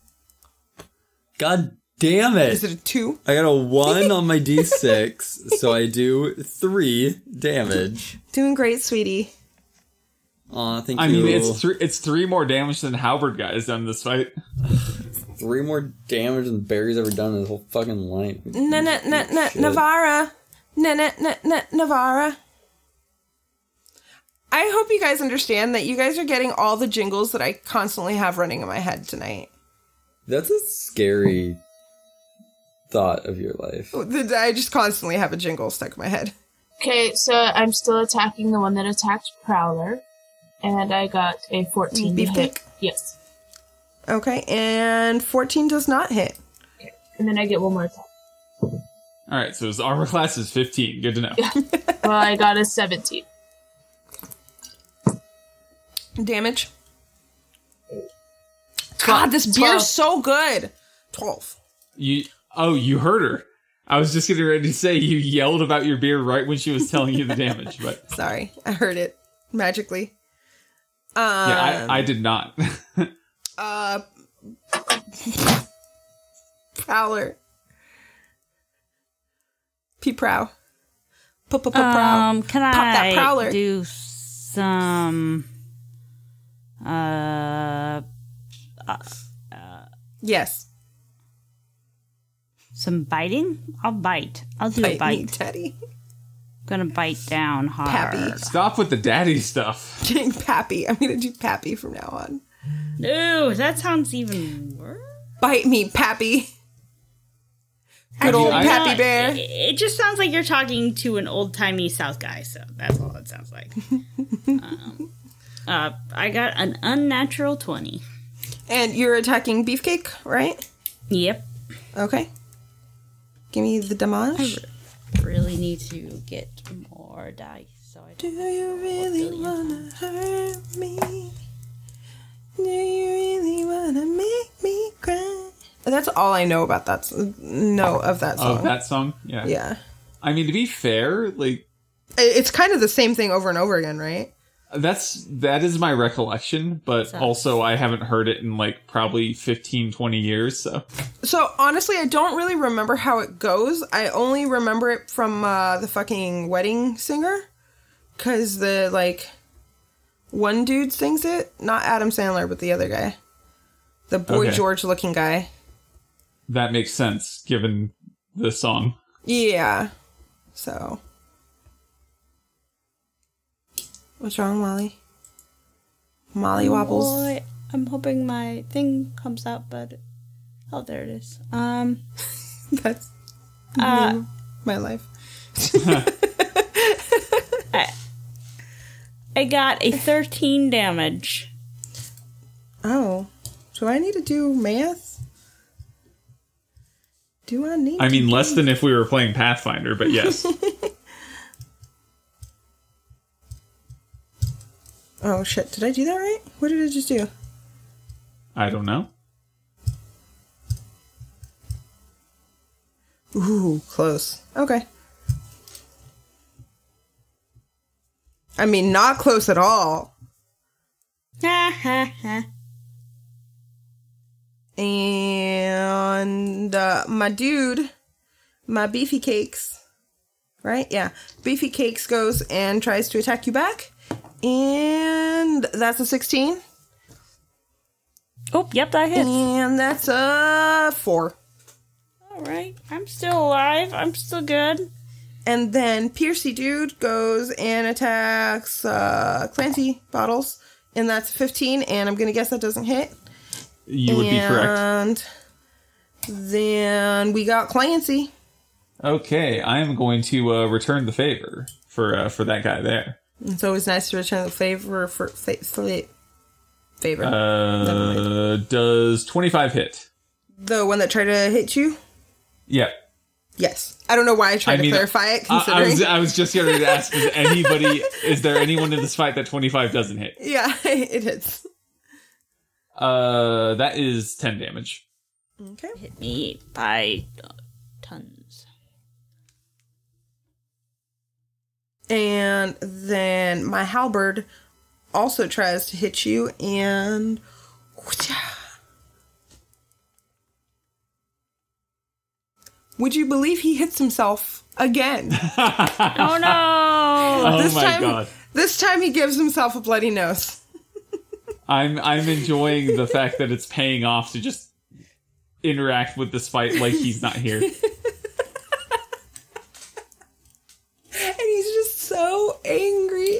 A: God damn it!
B: Is it a two?
A: I got a one on my d6, so I do three damage.
B: Doing great, sweetie.
A: Aw, thank
F: I
A: you.
F: mean, it's three. It's three more damage than Halberd guy has done this fight.
A: three more damage than Barry's ever done in his whole fucking life.
B: Na na na na
A: Shit.
B: Navara. Na na na na Navara. I hope you guys understand that you guys are getting all the jingles that I constantly have running in my head tonight.
A: That's a scary thought of your life.
B: That I just constantly have a jingle stuck in my head.
D: Okay, so I'm still attacking the one that attacked Prowler, and I got a 14 to hit.
B: Beefcake?
D: Yes,
B: Okay, and 14 does not hit.
D: and then I get one more attack.
F: All right, so his armor class is fifteen. Good to know.
D: well, I got a 17.
B: Damage. God, this beer's so good. 12.
F: You. Oh, you heard her. I was just getting ready to say you yelled about your beer right when she was telling you the damage, but
B: Sorry, I heard it magically. Um,
F: yeah, I, I did not.
B: uh, Prowler. P Prow. P P P Prow.
E: Um, can
B: Pop that
E: I
B: prowler.
E: do some? Uh,
B: Yes.
E: some biting. I'll bite. I'll do a
B: Bite me,
E: bite.
B: Teddy.
E: gonna bite down hard.
B: Pappy.
F: Stop with the daddy stuff.
B: Getting Pappy. I'm going to do Pappy from now on.
E: No, that sounds even worse.
B: Bite me, Pappy. Good old
F: I-
B: Pappy
E: No,
B: Bear.
E: It, it just sounds like you're talking to an old timey South guy, so that's all it sounds like. um, uh, I got an unnatural 20.
B: And you're attacking Beefcake, right?
E: Yep.
B: Okay. Give me the damage.
E: Really need to get more dice. So I
B: Do you really wanna hurt me? Do you really wanna make me cry? That's all I know about that. s- Know of that
F: Oh,
B: song.
F: that song. Yeah.
B: yeah.
C: I mean, to be fair, like
B: It- It's kind of the same thing over and over again, right?
C: that's that is my recollection, but
E: Sucks.
C: also I haven't heard it in like probably 15, 20 years. So
B: So honestly, I don't really remember how it goes. I only remember it from uh, the fucking wedding singer, because the like one dude sings it, not Adam Sandler, but the other guy, the boy
C: Okay.
B: George looking guy.
C: that makes sense given the song.
B: Yeah. So. What's wrong, Molly? Molly wobbles.
E: Boy, I'm hoping my thing comes out, but oh, there it is. Um,
B: That's
E: uh,
B: my life.
E: I got a 13 damage.
B: Oh. Do I need to do math? Do I need
C: I mean, less than if we were playing Pathfinder, but yes.
B: Oh shit, did I do that right? What did I just do?
C: I don't know.
B: Ooh, close. Okay. I mean, not close at all.
E: Ha ha ha.
B: and uh, my dude, my beefy cakes, right? Yeah, beefy cakes goes and tries to attack you back, and that's a sixteen,
E: Oh, yep, that hits.
B: and that's a four,
E: All right, I'm still alive. I'm still good.
B: and then Piercy dude goes and attacks uh, Clancy bottles, and that's a fifteen, and I'm gonna guess that doesn't hit.
C: You would be
B: And
C: correct.
B: then we got Clancy.
C: Okay, I am going to uh, return the favor for uh, for that guy there.
B: It's always nice to return the favor for fa- fa- favor.
C: Uh, does 25 hit?
B: the one that tried to hit you.
C: Yeah.
B: Yes, I don't know why I tried
C: I mean, uh,
B: to clarify it.
C: I, I
B: Considering,
C: was I was just going to ask: Is anybody? is there anyone in this fight that 25 doesn't hit?
B: yeah, it hits.
C: Uh, that is 10 damage.
B: Okay,
E: Hit me by uh, tons.
B: and then my halberd also tries to hit you, and would you believe he hits himself again?
E: Oh no!
C: Oh
B: This
C: my
B: time-
C: god!
B: this time he gives himself a bloody nose.
C: I'm I'm enjoying the fact that it's paying off to just interact with this fight like he's not here.
B: And he's just so angry.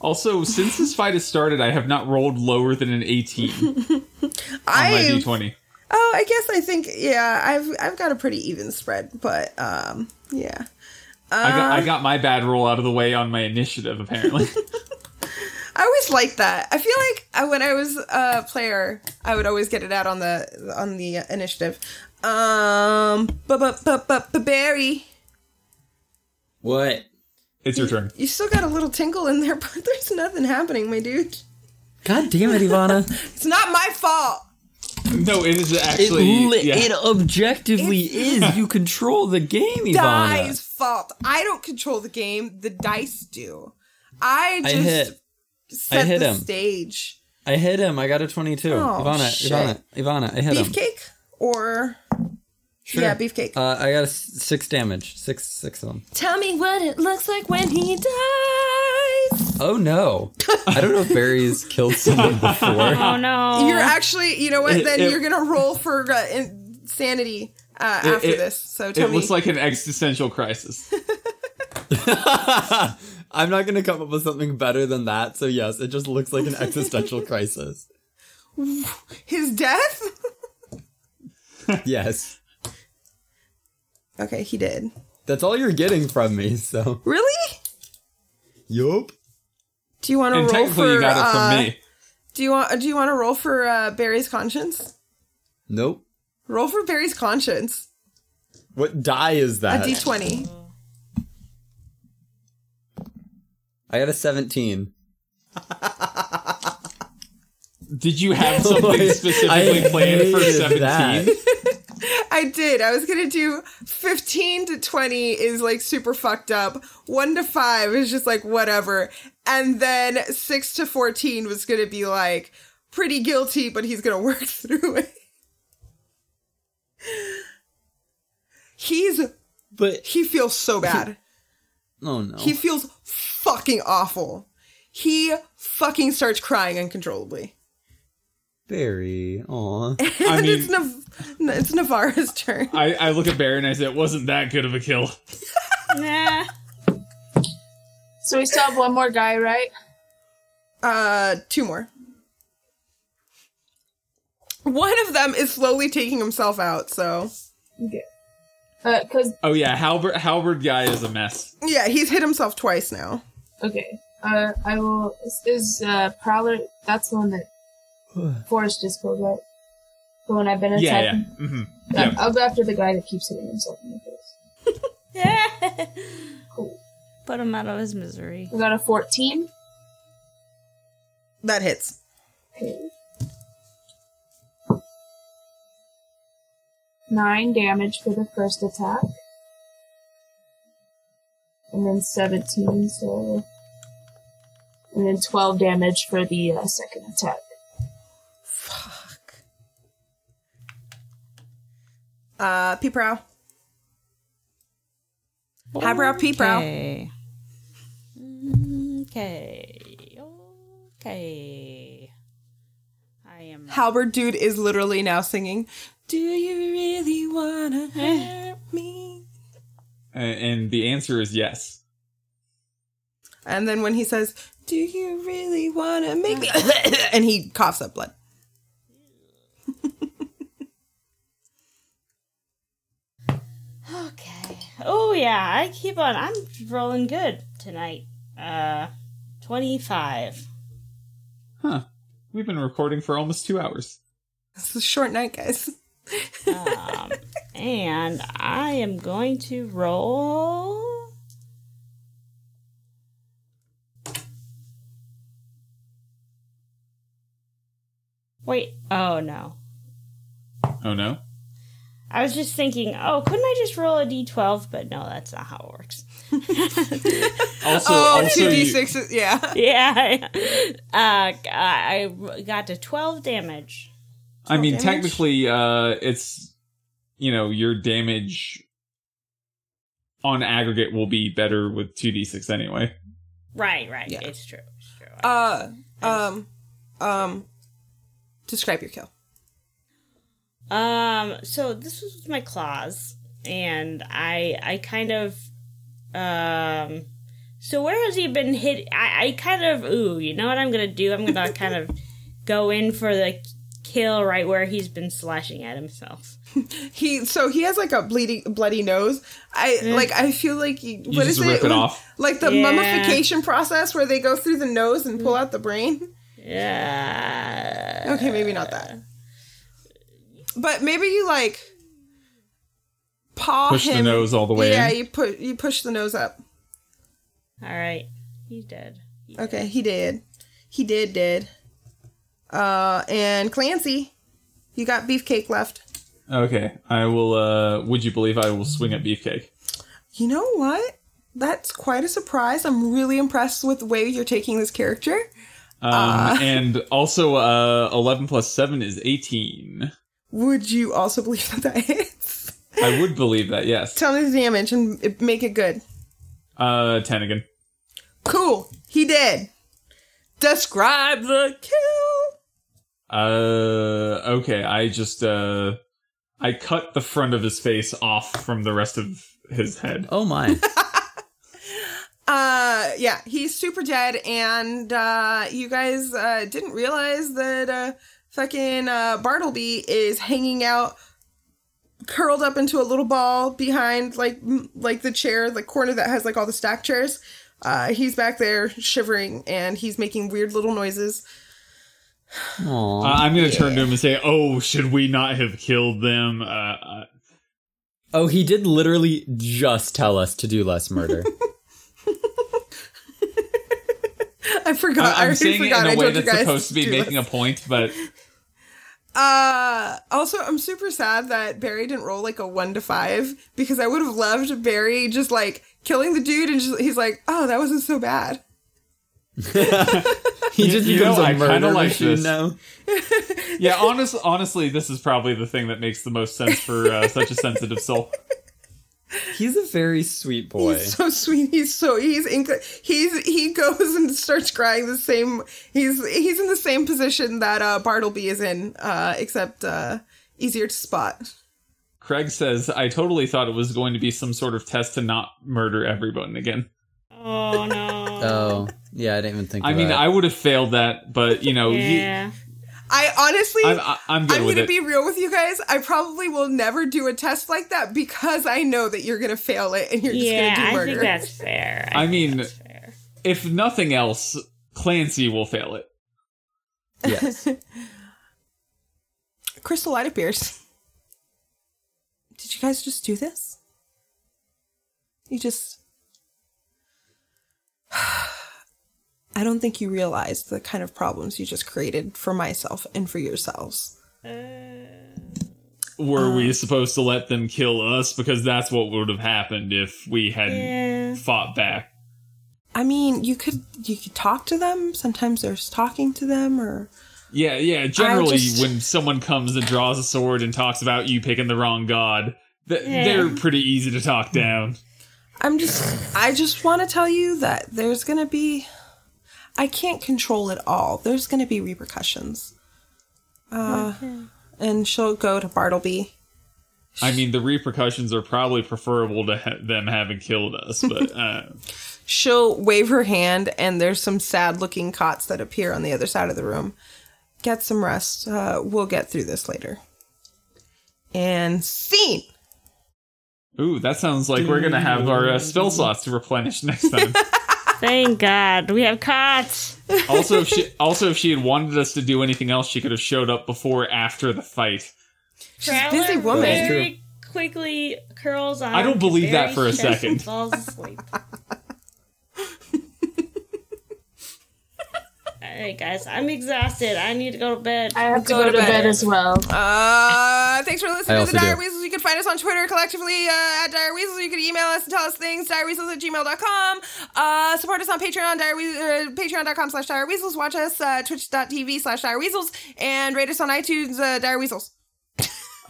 C: Also, since this fight has started, I have not rolled lower than an 18 on my
B: I
C: d20.
B: Oh, I guess I think yeah, I've I've got a pretty even spread, but um yeah.
C: I got, I got my bad roll out of the way on my initiative, apparently.
B: I always liked that. I feel like I, when I was a player, I would always get it out on the on the initiative. Um but but but but but Barry,
A: What?
C: it's your turn.
B: you still got a little tingle in there, but there's nothing happening, my dude.
A: God damn it, Ivana.
B: It's not my fault.
C: No, it is
A: it,
C: actually.
A: li-
C: yeah.
A: it objectively is. You control the game, Ivana.
B: Die's fault. I don't control the game. The dice do. I
A: I
B: just
A: hit.
B: set
A: hit
B: the
A: him.
B: stage.
A: I hit him. I got a 22.
B: Oh,
A: Ivana,
B: shit.
A: Ivana, Ivana, I hit him.
B: Beefcake or
A: Sure.
B: Yeah, beefcake.
A: Uh, I got a s- six damage. Six, six of them.
B: Tell me what it looks like when he dies.
A: Oh no! I don't know if Barry's killed someone before.
E: Oh no!
B: You're actually, you know what?
C: Uh, It-
B: Then
C: it-
B: you're gonna roll for uh, insanity uh,
C: It-
B: after
C: it-
B: this. So tell
C: It
B: me.
C: looks like an existential crisis.
A: I'm not gonna come up with something better than that. So yes, it just looks like an existential crisis.
B: his death.
A: Yes,
B: okay, he did.
A: that's all you're getting from me. So
B: Really?
A: yup.
B: Do you want to roll
C: and technically,
B: for?
C: you got it from
B: uh,
C: me.
B: Do you want? Do you want to roll for uh, Barry's conscience?
A: Nope.
B: Roll for Barry's conscience.
A: What die is
B: A
C: Uh,
A: that?
B: D twenty.
A: I got a 17.
C: Did you have something
A: I
C: specifically planned for
A: hated
C: 17?
A: that.
B: I did. I was gonna do fifteen to twenty is like super fucked up. One to five is just like whatever, and then six to fourteen was gonna be like pretty guilty, but he's gonna work through it. He's
A: But
B: he feels so bad.
A: oh no.
B: He feels fucking awful. He fucking starts crying uncontrollably.
A: Barry. Aw.
C: I
B: And
C: mean-
B: it's Nav- it's Navarra's turn.
C: I, I look at Barry and I say, it wasn't that good of a kill.
E: Nah.
D: So we still have one more guy, right?
B: Uh, two more. One of them is slowly taking himself out, so
D: Because
C: Oh yeah, Halbert Halbert guy is a mess.
B: yeah, he's hit himself twice now.
D: okay, uh, I will. Is, is uh, Prowler? That's the one that Forrest just killed, right? The one I've been
C: Yeah,
D: attacking.
C: yeah. hmm
D: Yeah,
C: Yeah.
D: I'll go after the guy that keeps hitting himself in the face. Cool.
E: Put him out of his misery.
D: We got a 14.
B: That hits.
D: Okay. Nine damage for the first attack. And then 17, so. And then 12 damage for the uh, second attack.
B: Fuck. Uh, Peeprow. Highbrow, Peeprow.
E: Okay. Okay. Okay. I am.
B: Halberd dude is literally now singing. Do you really wanna hurt me?
C: A- And the answer is yes.
B: And then when he says, "Do you really wanna make me?" and he coughs up blood.
E: Okay. Oh yeah, I keep on. I'm rolling good tonight. Uh, twenty-five.
C: Huh. We've been recording for almost two hours.
B: This is a short night, guys.
E: Um, and I am going to roll. Wait. Oh no.
C: Oh no.
E: I was just thinking, oh, couldn't I just roll a d12? But no, that's not how it works.
C: Also,
B: oh,
C: also
B: two d
C: you-
B: sixes. Yeah.
E: yeah. I, uh, I got to 12 damage.
C: I mean,
E: damage.
C: technically, uh, it's you know your damage on aggregate will be better with two d six anyway.
E: Right, right.
B: Yeah.
E: It's true. It's true.
B: Uh, um, um. Describe your kill.
E: Um, so this was with my claws, and I I kind of um so where has he been hit I, I kind of ooh, you know what I'm gonna do? I'm gonna kind of go in for the kill right where he's been slashing at himself.
B: He so he has like a bleeding, bloody nose. I like. I feel like you,
C: You
B: what
C: just
B: is
C: rip it
B: When-
C: off.
B: Like the
E: Yeah. Mm.
B: mummification process where they go through the nose and pull out the brain.
E: Yeah.
B: Okay, maybe not that. But maybe you like paw
C: Push the
B: him.
C: nose all the way
B: Yeah,
C: in.
B: you put you push the nose up.
E: Alright. He's dead. He dead.
B: Okay, he did. He did did. Uh and Clancy, you got beefcake left.
C: Okay, I will. uh Would you believe I will swing at beefcake?
B: You know what? That's quite a surprise. I'm really impressed with the way you're taking this character.
C: Um,
B: Ah.
C: and also, uh, eleven plus seven is eighteen.
B: Would you also believe that that hits?
C: I would believe that. Yes.
B: Tell me the damage and it- make it good.
C: Uh, ten again.
B: Cool. He did. Describe the kill.
C: Uh, okay. I just uh, I cut the front of his face off from the rest of his head.
A: oh my.
B: Uh, yeah, he's super dead, and uh, you guys uh, didn't realize that uh, fucking uh, Bartleby is hanging out, curled up into a little ball behind like m- like the chair, the corner that has like all the stack chairs. Uh, he's back there shivering, and he's making weird little noises.
A: Aw.
C: Uh, I'm gonna turn to him and say, "Oh, should we not have killed them?" Uh, uh,
A: oh, he did literally just tell us to do less murder.
B: I forgot. I
C: I'm
B: already
C: saying it
B: forgot.
C: in
B: I
C: a way
B: told you
C: that's
B: guys
C: supposed to be
B: do
C: making
B: this.
C: a point, but
B: Uh, also, I'm super sad that Barry didn't roll like a one to five because I would have loved Barry just like killing the dude and just, he's like, oh, that wasn't so bad.
A: He
C: You-
A: just
C: you
A: becomes
C: know, I
A: a
C: kinda
A: murder
C: like
A: machine
C: this.
A: now.
C: Yeah, honest, honestly, this is probably the thing that makes the most sense for uh, such a sensitive soul.
A: He's a very sweet boy.
B: He's so sweet. He's so he's in, he's he goes and starts crying the same. He's he's in the same position that uh, Bartleby is in, uh, except uh, easier to spot.
C: Craig says, I totally thought it was going to be some sort of test to not murder everyone again.
E: Oh no.
B: Uh,
A: oh, yeah, I didn't even think.
C: I
A: of
C: mean,
A: that.
C: I would have failed that, but, you
B: oh,
C: know, he-
E: yeah.
B: I honestly,
C: I'm, I- I'm good
B: I'm
C: with
B: gonna
C: it.
B: be real with you guys. I probably will never do a test like that because I know that you're gonna fail it and you're
E: yeah,
B: just gonna do
E: I
B: murder.
E: think that's fair.
C: I
E: think
C: mean-
E: that's fair.
C: if nothing else, Clancy will fail it.
A: yes.
B: Crystal light appears. Did you guys just do this? You just. I don't think you realized the kind of problems you just created for myself and for yourselves.
C: Were we supposed to let them kill us? Because that's what would have happened if we hadn't
E: Yeah.
C: fought back.
B: I mean, you could you could talk to them. Sometimes there's talking to them, or
C: Yeah, yeah. Generally,
B: just-
C: when someone comes and draws a sword and talks about you picking the wrong god, th- they're pretty easy to talk down.
B: I'm just I just want to tell you that there's gonna be I can't control it all. There's gonna be repercussions. Uh, and she'll go to Bartleby.
C: I mean, the repercussions are probably preferable to ha- them having killed us, but uh,
B: She'll wave her hand, and there's some sad looking cots that appear on the other side of the room. Get some rest. Uh, we'll get through this later. And scene!
C: ooh, that sounds like we're gonna have our uh, spell slots to replenish next time.
E: Thank God we have cots.
C: also, if she also if she had wanted us to do anything else, she could have showed up before or after the fight.
E: She's
B: a busy woman.
A: That's true.
E: Very quickly curls on.
C: I don't believe that for a second.
E: Falls asleep. Alright, guys, I'm exhausted. I need to go to bed.
D: I have to
B: go
D: go to
B: to bed.
D: bed as well.
B: Uh, thanks for
A: I
B: listening to
A: also
B: the Dire
A: do.
B: Weasels. You can find us on Twitter collectively uh, at Dire Weasels. You can email us and tell us things, direweasels at gmail.com. Uh, support us on Patreon, dire Weas- uh, patreon.com slash dire weasels. Watch us uh, twitch.tv slash dire weasels. And rate us on iTunes, uh, dire weasels.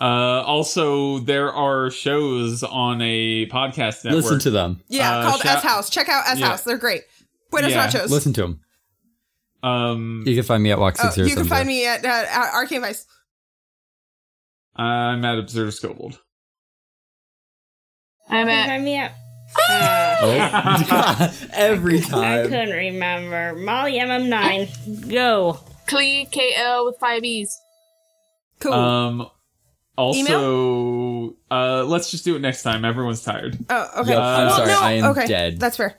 C: Uh, also, there are shows on a podcast network.
A: Listen to them.
B: Yeah,
C: Uh,
B: called
C: shout-
B: S House. Check out S
C: Yeah.
B: House. They're great. Buenos
C: Yeah.
B: Nachos.
A: Listen to them.
C: um,
A: You can find me at Walk
B: Oh,
A: Six Zero.
B: you can find me at uh, Arcane Vice.
C: I'm at Observer Scobold.
D: I'm
E: You
D: at
E: find me at. Uh,
A: Oh. every
E: I
A: time.
E: couldn't remember. Molly MM9. Go.
D: Klee KL with five E's.
B: Cool.
C: Um, also, uh, let's just do it next time. Everyone's tired.
B: oh, okay.
A: Yep, I'm
B: Well,
A: sorry,
B: no,
A: I am
B: okay.
A: dead.
B: That's fair.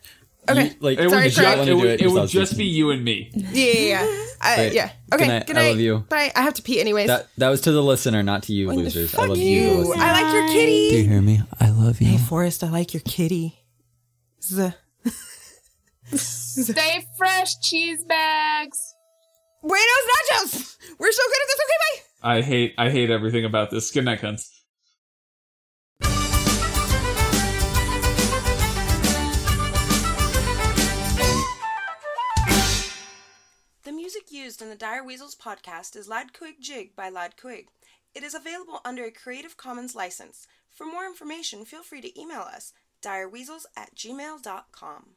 B: Okay.
A: You- like,
B: Sorry,
C: It
A: if
C: would,
A: you
C: ju-
B: Craig.
A: wanna
C: it
A: do
C: would, it would
A: yourself,
C: just be
A: you-
C: you and me.
B: yeah, yeah, yeah. I,
A: Great.
B: yeah. Okay. Good
A: Good
B: night.
A: night. I love you.
B: Bye. I have to pee anyways.
A: That, that was to the listener, not to you, losers. I love you. the listener.
B: I like your
A: Do you
B: kitty.
A: hear me? I love you.
B: Forrest, I like your kitty. Z.
D: Stay fresh, cheese bags.
B: Buenos nachos. We're so good at this. Okay, bye.
C: I hate, I hate everything about this. Good night, cunts.
B: The music used in the Dire Weasels podcast is Lad Quig Jig by Lad Quig. It is available under a Creative Commons license. For more information, feel free to email us direweasels at gmail.com.